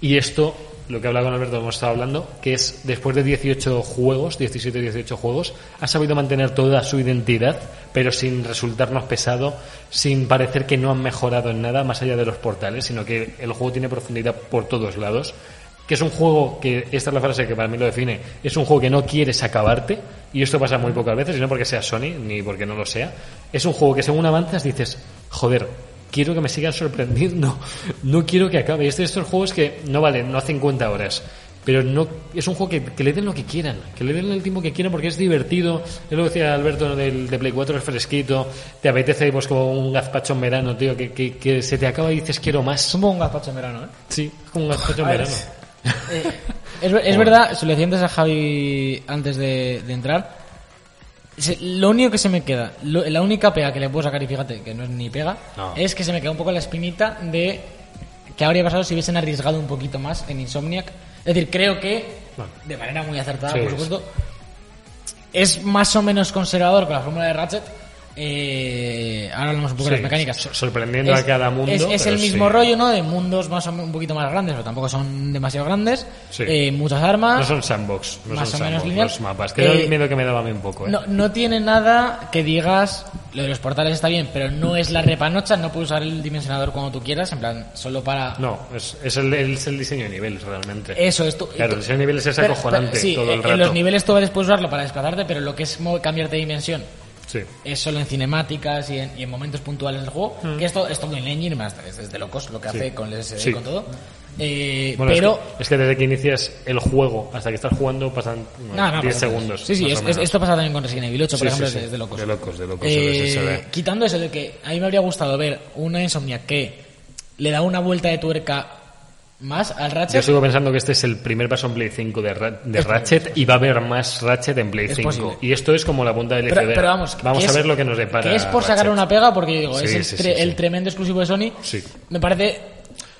Speaker 1: Y esto, lo que hablaba con Alberto, hemos estado hablando, que es después de 18 juegos, 17, 18 juegos, ha sabido mantener toda su identidad, pero sin resultarnos pesado, sin parecer que no han mejorado en nada más allá de los portales, sino que el juego tiene profundidad por todos lados que es un juego que, esta es la frase que para mí lo define, es un juego que no quieres acabarte, y esto pasa muy pocas veces, y no porque sea Sony, ni porque no lo sea, es un juego que según avanzas dices, joder, quiero que me sigan sorprendiendo, no quiero que acabe. Este de estos juegos que no valen, no a 50 horas, pero no es un juego que, que le den lo que quieran, que le den el tiempo que quieran porque es divertido. Es lo que decía Alberto del de Play 4, es fresquito, te apetece pues, como un gazpacho en verano, tío, que, que, que se te acaba y dices quiero más.
Speaker 3: Somos un gazpacho en verano, ¿eh?
Speaker 1: Sí, es como un gazpacho en
Speaker 3: A ver,
Speaker 1: verano.
Speaker 3: Es, ver- es verdad, se lo decía antes a Javi antes de, de entrar. se- lo único que se me queda, lo- la única pega que le puedo sacar, y fíjate que no es ni pega,
Speaker 1: No.
Speaker 3: es que se me queda un poco la espinita de que habría pasado si hubiesen arriesgado un poquito más en Insomniac. Es decir, creo que,
Speaker 1: Bueno.
Speaker 3: de manera muy acertada,
Speaker 1: Sí,
Speaker 3: por
Speaker 1: sí.
Speaker 3: supuesto, es más o menos conservador con la fórmula de Ratchet, Eh, ahora hablamos un poco de
Speaker 1: Sí,
Speaker 3: las mecánicas.
Speaker 1: so- sorprendiendo a cada mundo,
Speaker 3: Es, es el
Speaker 1: pero
Speaker 3: mismo
Speaker 1: sí.
Speaker 3: rollo, ¿no? De mundos más o menos un poquito más grandes, pero tampoco son demasiado grandes.
Speaker 1: Sí.
Speaker 3: Eh, muchas armas.
Speaker 1: No son sandbox, no
Speaker 3: Más
Speaker 1: son
Speaker 3: o menos
Speaker 1: sandbox,
Speaker 3: lineal.
Speaker 1: los mapas. Que era el
Speaker 3: Eh,
Speaker 1: miedo que me daba a mí un poco. ¿eh?
Speaker 3: No, no tiene nada que digas, lo de los portales está bien, pero no es la repanocha, no puedes usar el dimensionador cuando tú quieras, en plan, solo para...
Speaker 1: No, es, es el, es el diseño de niveles realmente.
Speaker 3: Eso, esto...
Speaker 1: Claro, el diseño de niveles es
Speaker 3: Pero-
Speaker 1: acojonante
Speaker 3: pero- sí,
Speaker 1: todo el
Speaker 3: en
Speaker 1: rato.
Speaker 3: los niveles tú puedes usarlo para desplazarte, pero lo que es mo- cambiarte de dimensión
Speaker 1: Sí.
Speaker 3: es solo en cinemáticas y en, y en momentos puntuales del juego, que esto es todo en engine, más es, es de locos lo que
Speaker 1: Mm. Sí.
Speaker 3: hace con el SSD
Speaker 1: Sí.
Speaker 3: y con todo. Eh,
Speaker 1: Bueno, es
Speaker 3: pero...
Speaker 1: que- es que, desde que inicias el juego hasta que estás jugando pasan bueno,
Speaker 3: No, no,
Speaker 1: 10
Speaker 3: pasa nada.
Speaker 1: segundos.
Speaker 3: Sí, sí,
Speaker 1: más
Speaker 3: es-
Speaker 1: o
Speaker 3: es-
Speaker 1: menos.
Speaker 3: esto pasa también con Resident Evil 8, por
Speaker 1: Sí,
Speaker 3: ejemplo,
Speaker 1: sí, sí.
Speaker 3: es de locos.
Speaker 1: De locos, de locos,
Speaker 3: Eh,
Speaker 1: eso se ve.
Speaker 3: Quitando eso de que a mí me habría gustado ver una Insomnia que le da una vuelta de tuerca más al
Speaker 1: Yo
Speaker 3: Ratchet.
Speaker 1: sigo pensando que este es el primer paso en Play 5 de, Ra- de
Speaker 3: Es
Speaker 1: Ratchet y va a haber más Ratchet en Play
Speaker 3: Es
Speaker 1: 5.
Speaker 3: posible.
Speaker 1: Y esto es como la punta del
Speaker 3: pero,
Speaker 1: iceberg.
Speaker 3: pero vamos, que
Speaker 1: a
Speaker 3: es-
Speaker 1: ver lo que nos depara.
Speaker 3: que es por sacar
Speaker 1: Ratchet.
Speaker 3: una pega, porque yo digo,
Speaker 1: Sí,
Speaker 3: es el,
Speaker 1: sí,
Speaker 3: tre-
Speaker 1: sí, sí.
Speaker 3: el tremendo exclusivo de Sony.
Speaker 1: Sí.
Speaker 3: Me parece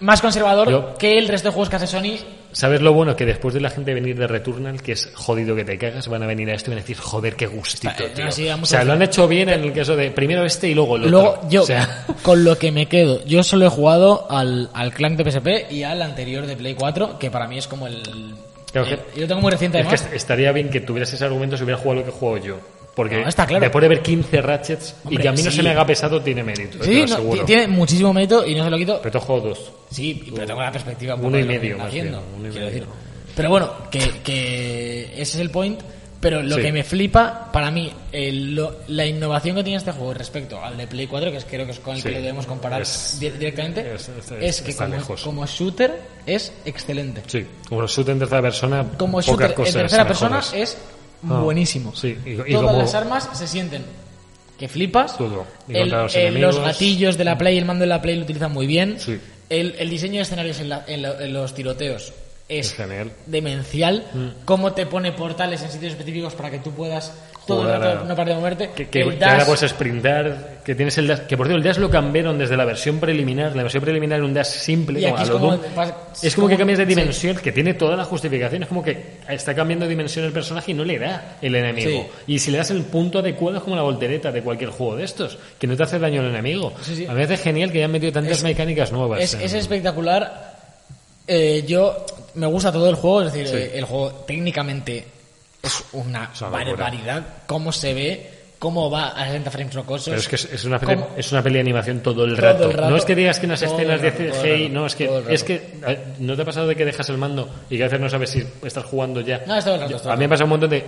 Speaker 3: más conservador
Speaker 1: Yo-
Speaker 3: que el resto de juegos que hace Sony.
Speaker 1: ¿Sabes lo bueno? Que después de la gente venir de Returnal, que es jodido que te cagas, van a venir a esto y van a decir, joder, qué gustito,
Speaker 3: Está- eh,
Speaker 1: tío.
Speaker 3: no, sí, da
Speaker 1: o
Speaker 3: mucho
Speaker 1: sea, lo
Speaker 3: gusto.
Speaker 1: han hecho bien en el caso de primero este y luego el otro.
Speaker 3: Luego, yo,
Speaker 1: O sea,
Speaker 3: con lo que me quedo, yo solo he jugado al, al Clank de PSP y al anterior de Play 4, que para mí es como el.
Speaker 1: Claro que-
Speaker 3: el- yo lo tengo muy reciente,
Speaker 1: es que este
Speaker 3: además.
Speaker 1: est- estaría bien que tuvieras ese argumento si hubiera jugado lo que he jugado yo. Porque
Speaker 3: No, está claro.
Speaker 1: después de ver 15 Ratchets y
Speaker 3: Hombre,
Speaker 1: que a mí no
Speaker 3: sí.
Speaker 1: se me haga pesado, tiene mérito. te
Speaker 3: Sí,
Speaker 1: lo
Speaker 3: no,
Speaker 1: aseguro.
Speaker 3: ti- tiene muchísimo mérito y no se lo quito.
Speaker 1: Pero te he jugado dos.
Speaker 3: sí, y- pero tengo la perspectiva un
Speaker 1: uno
Speaker 3: poco
Speaker 1: y
Speaker 3: de lo que
Speaker 1: medio,
Speaker 3: está
Speaker 1: más bien,
Speaker 3: haciendo,
Speaker 1: uno y
Speaker 3: quiero
Speaker 1: medio.
Speaker 3: decir. Pero bueno, que, que ese es el point. Pero lo
Speaker 1: Sí.
Speaker 3: que me flipa, para mí, el- lo- la innovación que tiene este juego respecto al de Play 4, que es, creo que es con el
Speaker 1: Sí,
Speaker 3: que lo debemos comparar
Speaker 1: es-
Speaker 3: di- directamente,
Speaker 1: es-
Speaker 3: es,
Speaker 1: es-
Speaker 3: que
Speaker 1: está
Speaker 3: como,
Speaker 1: lejos.
Speaker 3: como shooter es excelente.
Speaker 1: Sí. Como los shoot en tercera persona,
Speaker 3: Como
Speaker 1: pocas
Speaker 3: shooter
Speaker 1: cosas
Speaker 3: en tercera persona
Speaker 1: mejores.
Speaker 3: es
Speaker 1: Ah,
Speaker 3: buenísimo.
Speaker 1: sí, y- y
Speaker 3: Todas
Speaker 1: como-
Speaker 3: las armas se sienten que flipas.
Speaker 1: Todo. Y
Speaker 3: El-
Speaker 1: contra los
Speaker 3: el-
Speaker 1: enemigos.
Speaker 3: gatillos de la Play, el mando de la Play lo utilizan muy bien.
Speaker 1: Sí.
Speaker 3: El, el diseño de escenarios en, la- en lo- en los tiroteos es,
Speaker 1: Es genial. Mm.
Speaker 3: demencial. Cómo te pone portales en sitios específicos para que tú puedas todo el
Speaker 1: Jugar
Speaker 3: rato
Speaker 1: a-
Speaker 3: no parar de moverte.
Speaker 1: Que, que te
Speaker 3: El
Speaker 1: pues
Speaker 3: dash-
Speaker 1: ahora puedes sprintar, que tienes el dash, que por cierto el dash lo cambiaron desde la versión preliminar, la versión preliminar era un dash simple,
Speaker 3: Y aquí
Speaker 1: a
Speaker 3: es
Speaker 1: lo
Speaker 3: como-
Speaker 1: Doom.
Speaker 3: va-
Speaker 1: es como que
Speaker 3: como-
Speaker 1: cambias de
Speaker 3: sí.
Speaker 1: dimensión, que tiene toda la justificación, es como que está cambiando de dimensión el personaje y no le da el enemigo. Y si le das el punto adecuado es como la voltereta de cualquier juego de estos, que no te hace daño al enemigo.
Speaker 3: Sí, sí.
Speaker 1: A mí me parece genial que hayan metido tantas
Speaker 3: Es-
Speaker 1: mecánicas nuevas.
Speaker 3: Es,
Speaker 1: en-
Speaker 3: es espectacular. Eh, yo me gusta todo el juego, es decir,
Speaker 1: Sí.
Speaker 3: eh, el juego técnicamente es una
Speaker 1: Es una locura.
Speaker 3: barbaridad. Cómo se ve, cómo va a 60 frames rocosos.
Speaker 1: Pero es que es, es una, peli,
Speaker 3: cómo-
Speaker 1: es una peli de animación todo el,
Speaker 3: Todo
Speaker 1: rato.
Speaker 3: el rato.
Speaker 1: No es que digas que unas
Speaker 3: Todo el
Speaker 1: escenas de
Speaker 3: rato, todo el
Speaker 1: CGI,
Speaker 3: rato,
Speaker 1: no, es que,
Speaker 3: todo el rato.
Speaker 1: es que eh, ¿no te ha pasado de que dejas el mando y que a veces no sabes si estás jugando ya?
Speaker 3: No, es todo el rato, es todo
Speaker 1: a
Speaker 3: el
Speaker 1: mí me pasa un montón de... "Eh",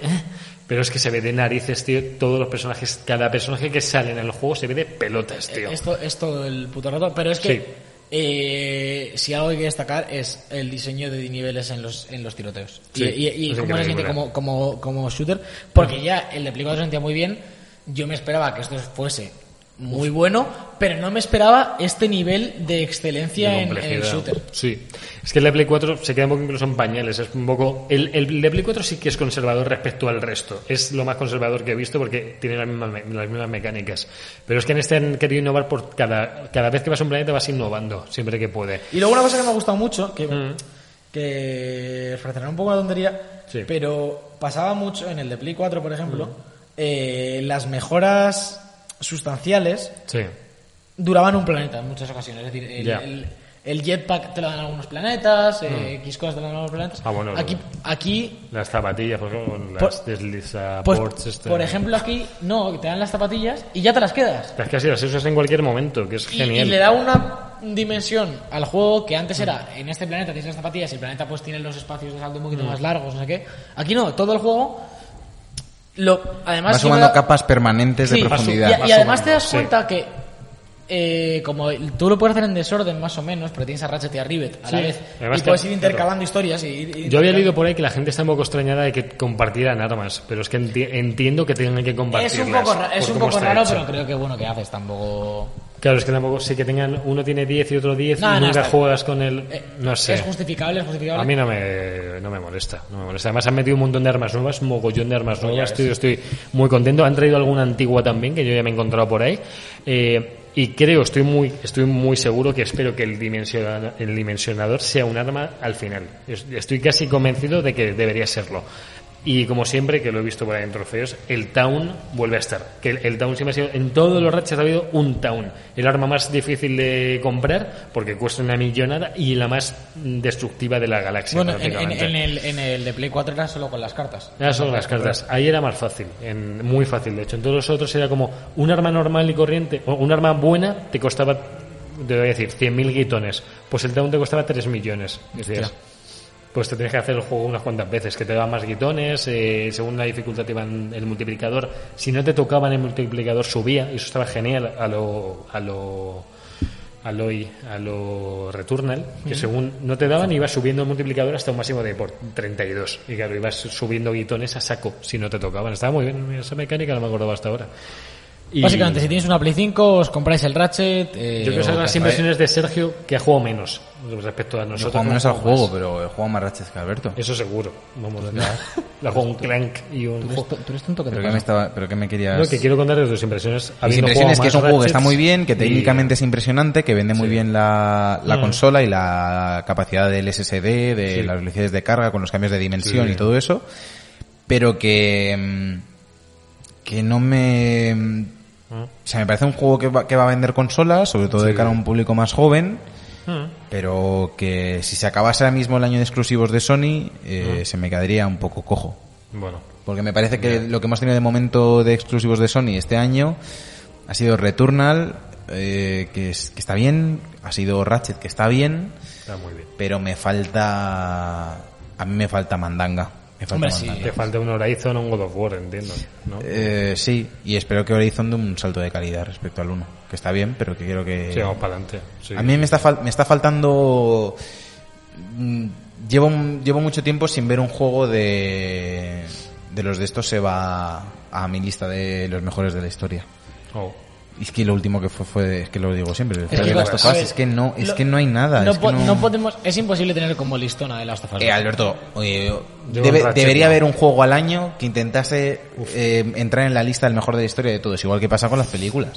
Speaker 1: Pero es que se ve de narices, tío, todos los personajes, cada personaje que sale en el juego se ve de pelotas, Pues, tío.
Speaker 3: Eh, Esto es todo el puto rato, pero es que
Speaker 1: Sí.
Speaker 3: eh, si algo hay que destacar es el diseño de niveles en los, en los tiroteos.
Speaker 1: Sí,
Speaker 3: y y, y
Speaker 1: es
Speaker 3: cómo se
Speaker 1: increíble.
Speaker 3: siente como, como, como shooter, porque ya el de Play 4 se sentía muy bien, yo me esperaba que esto fuese muy bueno, pero no me esperaba este nivel de excelencia
Speaker 1: de
Speaker 3: en, en el
Speaker 1: complejidad.
Speaker 3: shooter.
Speaker 1: Sí. Es que el de Play 4 se queda un poco incluso en pañales. Es un poco. El, el de Play 4 sí que es conservador respecto al resto. Es lo más conservador que he visto porque tiene las mismas, me- las mismas mecánicas. Pero es que en este han querido innovar por cada, cada vez que vas a un planeta vas innovando, siempre que puede.
Speaker 3: Y luego una cosa que me ha gustado mucho, que,
Speaker 1: Mm.
Speaker 3: que parecerá un poco una tontería,
Speaker 1: Sí. Mm.
Speaker 3: pero pasaba mucho en el de Play 4, por ejemplo, eh, las mejoras sustanciales
Speaker 1: Sí.
Speaker 3: duraban un planeta en muchas ocasiones. Es decir, el,
Speaker 1: Ya.
Speaker 3: el- el jetpack te lo dan algunos planetas, eh, X cosas te lo dan algunos planetas.
Speaker 1: Mm. Ah, bueno,
Speaker 3: aquí, aquí
Speaker 1: Las zapatillas, por ejemplo, las
Speaker 3: Por- pues,
Speaker 1: deslizaports. este-
Speaker 3: por ejemplo, aquí no, te dan las zapatillas y ya te las quedas.
Speaker 1: Las que así las usas en cualquier momento, que es
Speaker 3: Y,
Speaker 1: genial.
Speaker 3: y le da una dimensión al juego que antes era en este planeta tienes las zapatillas y el planeta pues tiene los espacios de salto un
Speaker 1: Mm.
Speaker 3: poquito más largos, no sé qué. Aquí no, todo el juego lo además
Speaker 2: Va
Speaker 3: sí me
Speaker 2: sumando
Speaker 3: da-
Speaker 2: capas permanentes
Speaker 3: Sí,
Speaker 2: de profundidad.
Speaker 1: va
Speaker 3: Y, y además te das
Speaker 1: sí.
Speaker 3: cuenta que eh, como el- tú lo puedes hacer en desorden más o menos, porque tienes a Ratchet y a Rivet a la
Speaker 1: Sí.
Speaker 3: vez
Speaker 1: Además
Speaker 3: y
Speaker 1: te-
Speaker 3: puedes ir
Speaker 1: claro.
Speaker 3: intercalando historias y, ir- ir-
Speaker 1: Yo había leído por ahí que la gente está un poco extrañada de que compartieran armas, pero es que enti- entiendo que tienen que compartirlas.
Speaker 3: es un poco, ra- es
Speaker 1: por
Speaker 3: un
Speaker 1: cómo
Speaker 3: poco
Speaker 1: está
Speaker 3: raro,
Speaker 1: hecho.
Speaker 3: pero creo que bueno que haces tampoco.
Speaker 1: Claro, es que tampoco sé que tengan uno tiene 10 y otro 10
Speaker 3: No,
Speaker 1: y
Speaker 3: no,
Speaker 1: nunca
Speaker 3: está-
Speaker 1: juegas con el
Speaker 3: eh,
Speaker 1: no sé.
Speaker 3: Es justificable, es justificable.
Speaker 1: A mí no me, no me molesta, no me molesta. Además han metido un montón de armas nuevas, mogollón de armas nuevas, tío, estoy muy contento. Han traído alguna antigua también, que yo ya me he encontrado por ahí. Eh, y creo, estoy muy, estoy muy seguro que espero que el dimensionador, el dimensionador sea un arma al final. Es- Estoy casi convencido de que debería serlo. Y como siempre, que lo he visto por ahí en trofeos, el Town vuelve a estar. Que el, el Town siempre ha sido. En todos los Ratchets ha habido un Town. El arma más difícil de comprar, porque cuesta una millonada, y la más destructiva de la galaxia.
Speaker 3: Bueno, en, en-
Speaker 1: prácticamente.
Speaker 3: en el, en el de Play 4 era solo con las cartas.
Speaker 1: Era solo las cartas. Ahí era más fácil, en- muy fácil de hecho. En todos los otros era como un arma normal y corriente, o un arma buena te costaba, te voy a decir, 100.000 guitones. Pues el down te costaba 3 millones. Decías,
Speaker 3: Hostia.
Speaker 1: pues te tienes que hacer el juego unas cuantas veces, que te daban más guitones, eh, según la dificultad te iban el multiplicador. Si no te tocaban el multiplicador subía, y eso estaba genial a lo... A lo a lo, i- a lo Returnal, que según no te daban, ibas subiendo el multiplicador hasta un máximo de por 32. Y claro, ibas subiendo guitones a saco si no te tocaban. Estaba muy bien esa mecánica, no me acordaba hasta ahora. Y
Speaker 3: Básicamente, si tienes una Play 5, os compráis el Ratchet. eh,
Speaker 1: Yo creo que
Speaker 3: o
Speaker 1: son las
Speaker 3: Cazador.
Speaker 1: impresiones de Sergio que ha jugado menos respecto a nosotros.
Speaker 2: Yo juego menos
Speaker 1: que
Speaker 2: al
Speaker 1: hemos jugado
Speaker 2: juego,
Speaker 1: más.
Speaker 2: pero he jugado más Ratchet que Alberto.
Speaker 1: Eso seguro. Vamos, la la juego un clank y un
Speaker 3: Tú eres,
Speaker 1: juego.
Speaker 3: to- tú eres tonto que te
Speaker 2: Pero que
Speaker 3: pasa?
Speaker 2: me estaba, pero que me querías.
Speaker 1: No, que quiero contarles tus impresiones.
Speaker 2: Mis
Speaker 1: habiendo
Speaker 2: impresiones
Speaker 1: jugado
Speaker 2: que es un
Speaker 1: más
Speaker 2: juego que está
Speaker 1: Ratchets
Speaker 2: muy bien, que
Speaker 1: y-
Speaker 2: técnicamente es impresionante, que vende muy bien la, la
Speaker 1: Mm.
Speaker 2: consola y la capacidad del SSD, de las velocidades de carga con los cambios de dimensión
Speaker 1: Sí.
Speaker 2: y todo eso, pero que mm, que no me mm,
Speaker 1: Mm.
Speaker 2: o sea, me parece un juego que va, que va a vender consolas, sobre todo de cara a un público más joven,
Speaker 1: Mm.
Speaker 2: pero que si se acabase ahora mismo el año de exclusivos de Sony, eh, se me quedaría un poco cojo.
Speaker 1: Bueno,
Speaker 2: Porque me parece que lo que hemos tenido de momento de exclusivos de Sony este año ha sido Returnal, eh, que, es- que está bien, ha sido Ratchet, que está bien,
Speaker 1: está muy bien.
Speaker 2: pero me falta... A mí me falta mandanga. Me falta
Speaker 3: Hombre, sí.
Speaker 2: mandanga.
Speaker 1: Te falta un Horizon o un God of War, entiendo. ¿no?
Speaker 2: Eh, sí, y espero que Horizon dé un salto de calidad respecto al 1, que está bien, pero que quiero que...
Speaker 1: Sí, vamos para adelante. Sí.
Speaker 2: A mí me está, fal- me está faltando... mm, Llevo, un- llevo mucho tiempo sin ver un juego de... De los de estos se va a mi lista de los mejores de la historia.
Speaker 1: Oh.
Speaker 2: Y Es que lo último que fue fue, es que lo digo siempre, fue
Speaker 3: Es que,
Speaker 2: de Last of
Speaker 3: a
Speaker 2: Us,
Speaker 3: ver,
Speaker 2: es que no, es
Speaker 3: lo-
Speaker 2: que no hay nada.
Speaker 3: No,
Speaker 2: es que
Speaker 3: po-
Speaker 2: no-
Speaker 3: no podemos, es imposible tener como listona de Last of Us.
Speaker 2: Eh, Alberto, oye,
Speaker 1: Yo
Speaker 2: debe-
Speaker 1: un Ratchet
Speaker 2: debería
Speaker 1: no.
Speaker 2: haber un juego al año que intentase eh, entrar en la lista del mejor de la historia de todos, igual que pasa con las películas.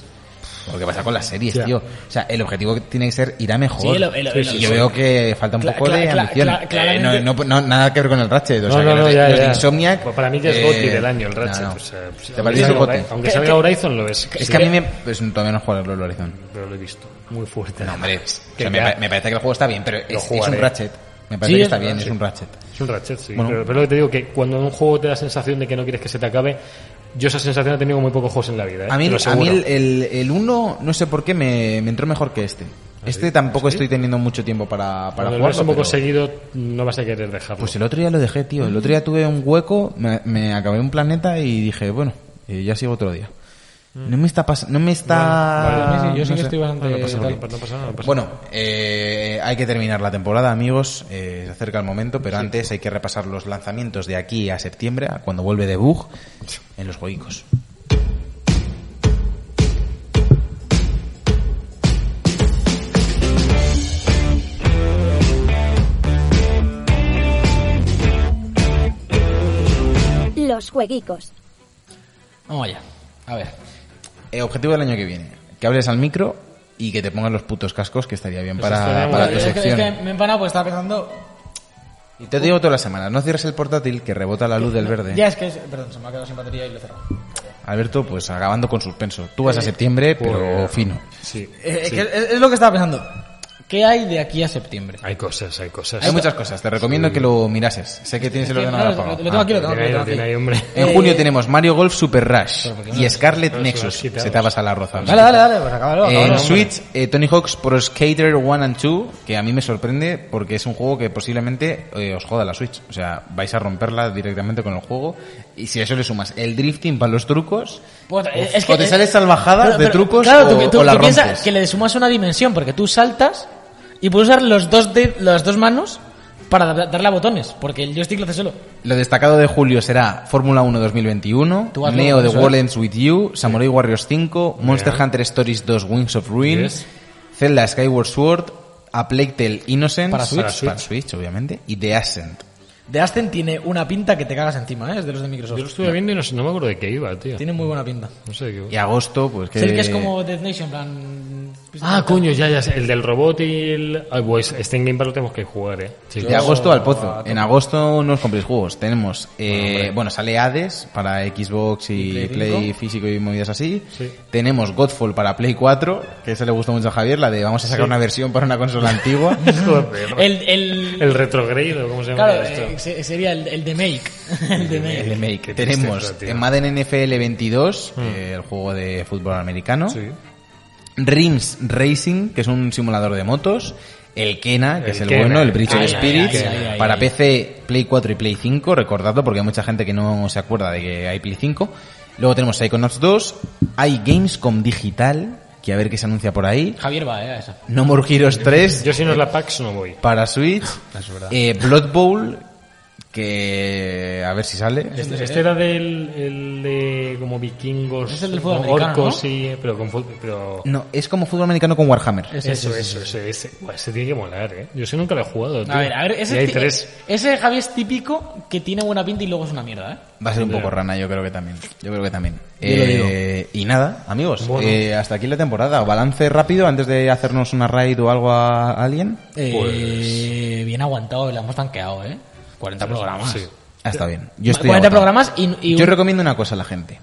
Speaker 2: Igual que pasa con las series,
Speaker 1: Ya.
Speaker 2: tío. O sea, el objetivo que tiene que ser ir a mejor.
Speaker 3: Sí, el- el- el-
Speaker 2: Y yo
Speaker 3: sí.
Speaker 2: veo que falta un
Speaker 3: Cla-
Speaker 2: poco
Speaker 3: cla-
Speaker 2: de
Speaker 3: cla-
Speaker 2: ambición.
Speaker 3: cla-
Speaker 2: Eh,
Speaker 3: claramente-
Speaker 2: no, no- no- nada que ver con el Ratchet. O
Speaker 1: No,
Speaker 2: sea,
Speaker 1: no,
Speaker 2: que
Speaker 1: no,
Speaker 2: los, de-
Speaker 1: ya,
Speaker 2: los de
Speaker 1: ya.
Speaker 2: Insomniac.
Speaker 1: Pues para mí ya es
Speaker 2: eh,
Speaker 1: GOTY del año el Ratchet.
Speaker 2: no, no.
Speaker 1: o sea, pues,
Speaker 2: ¿Te
Speaker 1: aunque,
Speaker 2: parece
Speaker 1: salga,
Speaker 2: GOTY?
Speaker 1: aunque
Speaker 3: Que-
Speaker 1: salga
Speaker 3: que-
Speaker 1: Horizon lo es.
Speaker 2: Es que a mí me... Pues todavía no he jugado al Horizon.
Speaker 1: Pero lo he visto. Muy fuerte.
Speaker 2: No, hombre, o sea,
Speaker 1: Que
Speaker 2: me,
Speaker 1: ya-
Speaker 2: pa- me parece que el juego está bien, pero es, es
Speaker 1: jugaré.
Speaker 2: un Ratchet. Me parece
Speaker 3: Sí,
Speaker 2: que
Speaker 3: es
Speaker 2: está
Speaker 3: un
Speaker 2: bien,
Speaker 3: Ratchet.
Speaker 2: es un Ratchet.
Speaker 1: Es un Ratchet, sí.
Speaker 2: Bueno.
Speaker 1: Pero, pero lo que te digo, que cuando en un juego te da la sensación de que no quieres que se te acabe, yo esa sensación la he tenido con muy pocos juegos en la vida. ¿eh?
Speaker 2: A mí,
Speaker 1: Te lo
Speaker 2: a mí
Speaker 1: aseguro.
Speaker 2: el, el, 1, no sé por qué, me, me entró mejor que este.
Speaker 3: ¿Ah,
Speaker 2: Este tampoco estoy teniendo mucho tiempo para, para
Speaker 1: Cuando lo
Speaker 2: jugarlo,
Speaker 1: ves un poco
Speaker 2: pero-
Speaker 1: seguido, no vas a querer dejarlo.
Speaker 2: Pues el otro día lo dejé, tío. El otro día tuve un hueco, me, me acabé un planeta y dije, bueno, eh, ya sigo otro día. No me está pas- no me está...
Speaker 3: Mm. Vale, sí, sí, yo sí
Speaker 2: no
Speaker 3: que
Speaker 2: sé.
Speaker 3: estoy bastante...
Speaker 1: no pasa nada,
Speaker 3: tal.
Speaker 1: no pasa nada, no pasa
Speaker 2: eh, Bueno, eh, hay que terminar la temporada, amigos. Eh, se acerca el momento, pero antes hay que repasar los lanzamientos de aquí a septiembre, a cuando vuelve de Bug, en los juegos.
Speaker 5: Los jueguicos.
Speaker 3: Vamos allá. A ver.
Speaker 2: Eh, objetivo del año que viene. Que hables al micro y que te pongas los putos cascos, que estaría bien
Speaker 1: Eso
Speaker 2: para,
Speaker 1: estaría muy
Speaker 2: para
Speaker 1: bien.
Speaker 2: tu
Speaker 3: Es que- es que
Speaker 2: sección.
Speaker 3: me he empanado porque estaba pensando...
Speaker 2: Y te digo todas las semanas, no cierres el portátil que rebota la luz del verde.
Speaker 3: Ya es que... es- Perdón, se me ha quedado sin batería y lo he cerrado.
Speaker 2: Alberto, pues acabando con suspenso. Tú vas a septiembre, pero
Speaker 1: Pues-
Speaker 2: fino.
Speaker 1: nada. Sí,
Speaker 3: Eh, es
Speaker 1: sí.
Speaker 3: que es- es lo que estaba pensando. ¿Qué hay de aquí a septiembre?
Speaker 1: Hay cosas, hay cosas.
Speaker 2: Hay muchas cosas, te recomiendo que lo mirases. Sé que tienes el
Speaker 3: Sí,
Speaker 2: ordenador
Speaker 3: no,
Speaker 2: apagado. Ah.
Speaker 3: lo- lo tengo aquí, lo tengo.
Speaker 1: Tiene ahí, lo tiene ahí, hombre.
Speaker 2: En junio tenemos Mario Golf Super Rush
Speaker 3: ¿por qué no
Speaker 2: y Scarlet
Speaker 1: Pero se lo
Speaker 2: Nexus.
Speaker 1: has quitado.
Speaker 2: Se te vas a la roza.
Speaker 3: Dale, dale, dale, pues acábalo,
Speaker 2: Eh,
Speaker 3: acábalo.
Speaker 2: en Switch, eh, Tony Hawk's Pro Skater 1 and 2, que a mí me sorprende porque es un juego que posiblemente eh, os joda la Switch. O sea, vais a romperla directamente con el juego. Y si a eso le sumas el drifting para los trucos,
Speaker 3: Pues, eh,
Speaker 2: Uf, o te sales salvajadas de trucos o-
Speaker 3: pi-
Speaker 2: o la
Speaker 3: piensas
Speaker 2: rompes.
Speaker 3: que le sumas una dimensión porque tú saltas y puedes usar los dos de, las dos manos para da- darle a botones, porque el joystick lo hace solo.
Speaker 2: lo destacado de julio será Fórmula 1 2021,
Speaker 3: Tú hazlo,
Speaker 2: Neo The
Speaker 3: eso, eh.
Speaker 2: World Ends With You, Samurai Warriors 5, Monster Hunter Stories 2 Wings of Ruin,
Speaker 1: Yes.
Speaker 2: Zelda Skyward Sword, A Plague Tale Innocence,
Speaker 3: Para Switch.
Speaker 2: para Switch, obviamente, y The Ascent.
Speaker 3: De Aston tiene una pinta que te cagas encima, ¿eh? es de los de Microsoft.
Speaker 1: Yo lo estuve viendo y no, sé- no me acuerdo de qué iba, tío.
Speaker 3: Tiene muy buena pinta.
Speaker 1: No sé de qué iba.
Speaker 2: Y agosto, pues que...
Speaker 3: Es el que es como Death Nation, en plan
Speaker 1: Ah, coño, ya, ya. sé, El del robot y el. Ay, pues este en Game Pass lo tenemos que jugar, eh. Sí.
Speaker 2: De agosto al pozo. En agosto no os compréis juegos. Tenemos, eh, bueno, sale Hades para Xbox y
Speaker 3: Play
Speaker 2: Play,
Speaker 3: cinco.
Speaker 2: físico y movidas así.
Speaker 1: Sí.
Speaker 2: Tenemos Godfall para Play 4, que ese le gustó mucho a Javier, la de vamos a sacar
Speaker 1: Sí.
Speaker 2: una versión para una consola antigua.
Speaker 1: Joder. El,
Speaker 3: El, el,
Speaker 1: retrograde, ¿o ¿cómo se llama
Speaker 3: claro,
Speaker 1: esto?
Speaker 3: eh, se- sería el, el de Make. El de Make.
Speaker 2: El remake.
Speaker 1: Qué
Speaker 2: Tenemos
Speaker 1: tristeza, tío.
Speaker 2: en Madden NFL 22, eh, el juego de fútbol americano.
Speaker 1: Sí.
Speaker 2: Rims Racing, que es un simulador de motos. El Kena, que
Speaker 1: El
Speaker 2: es el
Speaker 1: Kena,
Speaker 2: bueno, el
Speaker 1: el
Speaker 2: Bridge of
Speaker 3: Kena,
Speaker 2: Spirits.
Speaker 3: el Kena.
Speaker 2: para PC, Play 4 y Play 5, recordadlo porque hay mucha gente que no se acuerda de que hay Play 5. Luego tenemos Psychonauts 2. Hay Gamescom Digital, que a ver qué se anuncia por ahí.
Speaker 3: Javier va, eh, a esa.
Speaker 2: No More Heroes 3
Speaker 1: Yo si no es la PAX no voy.
Speaker 2: para Switch.
Speaker 3: Ah, Es verdad.
Speaker 2: Eh, Blood Bowl, que a ver si sale.
Speaker 1: Este, este era del el de como vikingos,
Speaker 3: Es el del fútbol
Speaker 1: como
Speaker 3: americano,
Speaker 1: orcos
Speaker 3: ¿no?
Speaker 1: y pero con fútbol, pero
Speaker 2: No, es como fútbol americano con Warhammer.
Speaker 3: Ese,
Speaker 1: eso,
Speaker 3: ese,
Speaker 1: eso, ese, ese, Buah, ese tiene que molar, eh. Yo sé nunca lo he jugado, tío.
Speaker 3: A ver, a ver,
Speaker 1: Y
Speaker 3: ese,
Speaker 1: hay
Speaker 3: ti-
Speaker 1: tres.
Speaker 3: ese Javi es típico que tiene buena pinta y luego es una mierda, ¿eh?
Speaker 2: Va a ser un
Speaker 1: Tendrá.
Speaker 2: poco rana, yo creo que también. Yo creo que también.
Speaker 3: Yo lo
Speaker 2: Eh, y nada, amigos,
Speaker 1: Bueno.
Speaker 2: eh, hasta aquí la temporada. Balance rápido antes de hacernos una raid o algo a alguien.
Speaker 3: Eh, bien aguantado, la hemos tanqueado, ¿eh? 40 programas.
Speaker 1: Pues, Sí.
Speaker 2: Ah, está bien. Yo estoy
Speaker 3: 40
Speaker 2: agotado.
Speaker 3: programas y, y un-
Speaker 2: Yo recomiendo una cosa a la gente.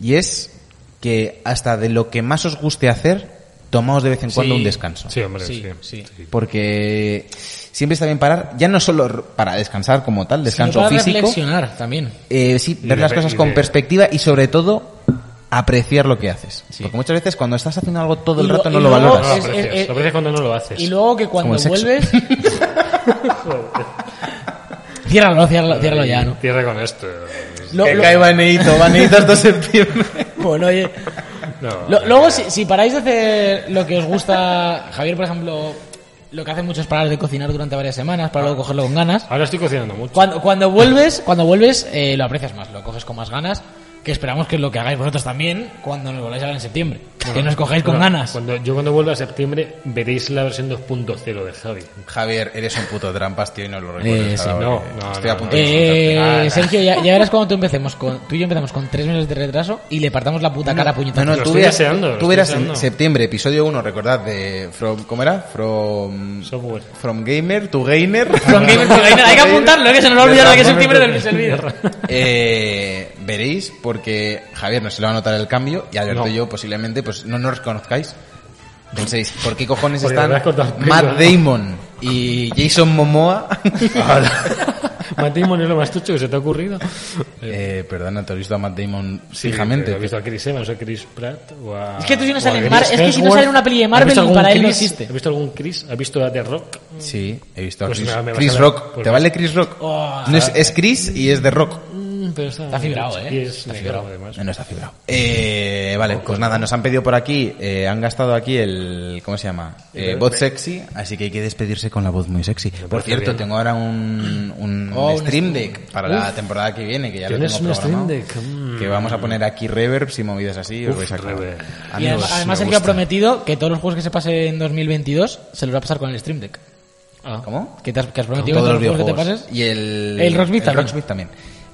Speaker 2: Y es que hasta de lo que más os guste hacer, tomaos de vez en
Speaker 3: Sí.
Speaker 2: cuando un descanso.
Speaker 1: Sí, hombre, sí.
Speaker 3: Sí, sí.
Speaker 2: Porque siempre está bien parar, ya no solo r- para descansar como tal,
Speaker 3: sino
Speaker 2: descanso
Speaker 3: para
Speaker 2: físico.
Speaker 3: reflexionar también.
Speaker 2: Eh, sí,
Speaker 1: Y
Speaker 2: ver
Speaker 1: de
Speaker 2: las
Speaker 1: re-
Speaker 2: cosas
Speaker 1: y
Speaker 2: con
Speaker 1: de-
Speaker 2: perspectiva y sobre todo apreciar lo que haces.
Speaker 3: Sí.
Speaker 2: Porque muchas veces cuando estás haciendo algo todo el
Speaker 3: Y lo- eh,
Speaker 2: rato
Speaker 3: y
Speaker 2: no lo
Speaker 3: luego
Speaker 1: No,
Speaker 2: valoras.
Speaker 1: no lo
Speaker 3: Es-
Speaker 1: aprecias.
Speaker 3: es- es-
Speaker 1: lo aprecias cuando no lo haces.
Speaker 3: Y luego que cuando
Speaker 2: Como el sexo.
Speaker 3: vuelves... ciérralo, ciérralo, ciérralo ya, ¿no?
Speaker 1: Cierra con esto.
Speaker 3: Lo- lo-
Speaker 2: Baneito, Baneito hasta septiembre.
Speaker 3: Bueno, oye.
Speaker 1: No.
Speaker 3: Lo- luego, si, si paráis de hacer lo que os gusta, Javier, por ejemplo, lo que hace mucho es parar de cocinar durante varias semanas para luego cogerlo con ganas.
Speaker 1: Ahora estoy cocinando mucho.
Speaker 3: Cuando, cuando vuelves, cuando vuelves eh, lo aprecias más, lo coges con más ganas, que esperamos que es lo que hagáis vosotros también cuando nos volváis a ver en septiembre. que nos cogáis con
Speaker 1: Bueno,
Speaker 3: ganas.
Speaker 1: Cuando, yo cuando vuelva a septiembre veréis la versión 2.0 de Javi.
Speaker 2: Javier, eres un puto trampas, tío, y no lo recuerdas.
Speaker 3: Eh, sí.
Speaker 2: ahora,
Speaker 1: No,
Speaker 2: porque
Speaker 1: no,
Speaker 2: Estoy
Speaker 1: no,
Speaker 2: a punto de
Speaker 3: Eh,
Speaker 2: insultarte. Ah,
Speaker 3: Sergio, ya, ya verás cuando tú empecemos con, tú y yo empezamos con tres meses de retraso y le partamos la puta cara a
Speaker 2: eh, No,
Speaker 3: puñetazos.
Speaker 1: Lo
Speaker 2: no, tú
Speaker 1: estoy
Speaker 2: verás,
Speaker 1: deseando, lo
Speaker 2: tú
Speaker 1: estoy
Speaker 2: verás en
Speaker 1: deseando.
Speaker 2: septiembre, episodio 1, recordad, de From, ¿cómo era? From...
Speaker 1: Software.
Speaker 2: From Gamer to Gainer.
Speaker 3: From gamer to gamer. Hay que apuntarlo, eh, que se nos va a olvidar de que es
Speaker 1: Vamos a
Speaker 3: septiembre del
Speaker 1: meter-
Speaker 3: el vídeo.
Speaker 2: Eh, veréis, porque Javier no se le va a notar el cambio y Alberto
Speaker 1: No.
Speaker 2: y yo posiblemente pues no nos conozcáis. Penséis, ¿por qué cojones
Speaker 1: Porque
Speaker 2: están
Speaker 1: me has cortado el
Speaker 2: Matt
Speaker 1: pelo,
Speaker 2: Damon y Jason Momoa?
Speaker 1: Matimon es lo más tucho que se te ha ocurrido.
Speaker 2: eh, perdona, te he visto a Matt Damon
Speaker 1: Sí,
Speaker 2: fijamente.
Speaker 1: pero ¿Has visto a Chris Evans o a Chris Pratt? o a-
Speaker 3: Es que tú si no
Speaker 1: o a
Speaker 3: sales en
Speaker 1: Chris
Speaker 3: Mar- es que si no
Speaker 1: Hemsworth?
Speaker 3: sale una peli de
Speaker 1: ¿Has
Speaker 3: Marvel,
Speaker 1: visto algún
Speaker 3: para él no
Speaker 1: Chris?
Speaker 3: existe.
Speaker 1: ¿Has visto algún Chris? ¿Has visto a The Rock?
Speaker 2: Sí, he visto a
Speaker 1: Pues
Speaker 2: Chris,
Speaker 1: nada, me vas
Speaker 2: Chris
Speaker 1: a la-
Speaker 2: Rock.
Speaker 1: pues
Speaker 2: ¿Te
Speaker 1: me-
Speaker 2: vale Chris Rock?
Speaker 3: Oh,
Speaker 2: No,
Speaker 1: ah,
Speaker 2: es, es Chris y es de Rock.
Speaker 1: Mm, pero está,
Speaker 3: Está fibrado, ¿eh?
Speaker 1: Y es
Speaker 3: Está
Speaker 1: negro,
Speaker 3: fibrado.
Speaker 1: además.
Speaker 2: No, no está fibrado. Eh, vale, pues nada, nos han pedido por aquí, eh, han gastado aquí el, ¿cómo se llama? Eh, bot sexy, así que hay que despedirse con la voz muy sexy. Por
Speaker 1: parece
Speaker 2: cierto,
Speaker 1: bien.
Speaker 2: tengo ahora un, un
Speaker 3: Oh, un
Speaker 2: stream deck para la temporada que viene, que ya lo
Speaker 1: ¿Tienes
Speaker 2: tengo
Speaker 1: un
Speaker 2: programado.
Speaker 1: stream deck? Mm.
Speaker 2: Que vamos a poner aquí reverbs y movidas así. os
Speaker 1: Uf,
Speaker 2: vais a acabar.
Speaker 1: reverb.
Speaker 3: Y
Speaker 2: Amigos,
Speaker 3: además, además
Speaker 2: me
Speaker 3: Sergio ha
Speaker 2: gusta.
Speaker 3: prometido que todos los juegos que se pase en 2022 se los va a pasar con el Stream Deck.
Speaker 1: Ah.
Speaker 2: ¿Cómo?
Speaker 3: Que, te has, que has
Speaker 2: Con
Speaker 3: prometido que
Speaker 2: todos los
Speaker 3: todos los juegos que te
Speaker 2: videojuegos.
Speaker 3: pases.
Speaker 2: Y el,
Speaker 3: El Rocksmith también.
Speaker 2: también.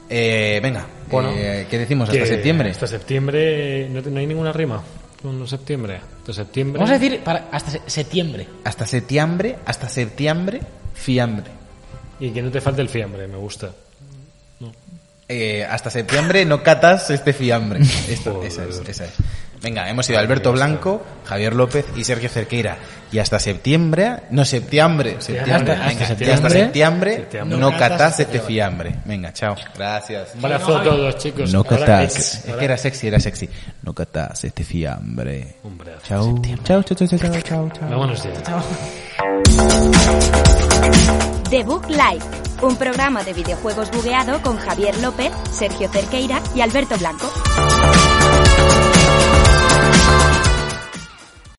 Speaker 2: Eh, venga,
Speaker 1: Bueno.
Speaker 2: eh, ¿qué decimos? Hasta
Speaker 1: Que
Speaker 2: septiembre.
Speaker 1: Hasta septiembre... ¿No, te- no hay ninguna rima? No, septiembre. Hasta septiembre...
Speaker 3: Vamos a decir para hasta se- septiembre.
Speaker 2: Hasta septiembre, hasta septiembre, fiambre.
Speaker 1: Y que no te falte el fiambre, me gusta.
Speaker 2: Eh, hasta septiembre no catas este fiambre. Esto-
Speaker 1: Joder.
Speaker 2: esa es, esa es. Venga, hemos ido Alberto Blanco, Javier López y Sergio Cerqueira. Y hasta septiembre, no septiembre,
Speaker 1: Hasta-
Speaker 2: septiembre, venga,
Speaker 1: hasta
Speaker 2: y hasta
Speaker 3: septiembre,
Speaker 2: septiembre
Speaker 1: septiembre.
Speaker 2: no
Speaker 3: no
Speaker 2: catas
Speaker 3: catas
Speaker 2: este fiambre. Venga, chao. Gracias.
Speaker 1: Un abrazo a todos, chicos.
Speaker 2: No
Speaker 1: Ahora
Speaker 2: catas.
Speaker 1: es-
Speaker 2: Es
Speaker 1: ahora-
Speaker 2: que era sexy, era sexy. No catas este fiambre.
Speaker 1: Un brazo.
Speaker 2: Chao. Chao, chao, chao, chao, chao, chao.
Speaker 1: Vámonos ya.
Speaker 4: The Book Live, un programa de videojuegos bugueado con Javier López, Sergio Cerqueira y Alberto Blanco.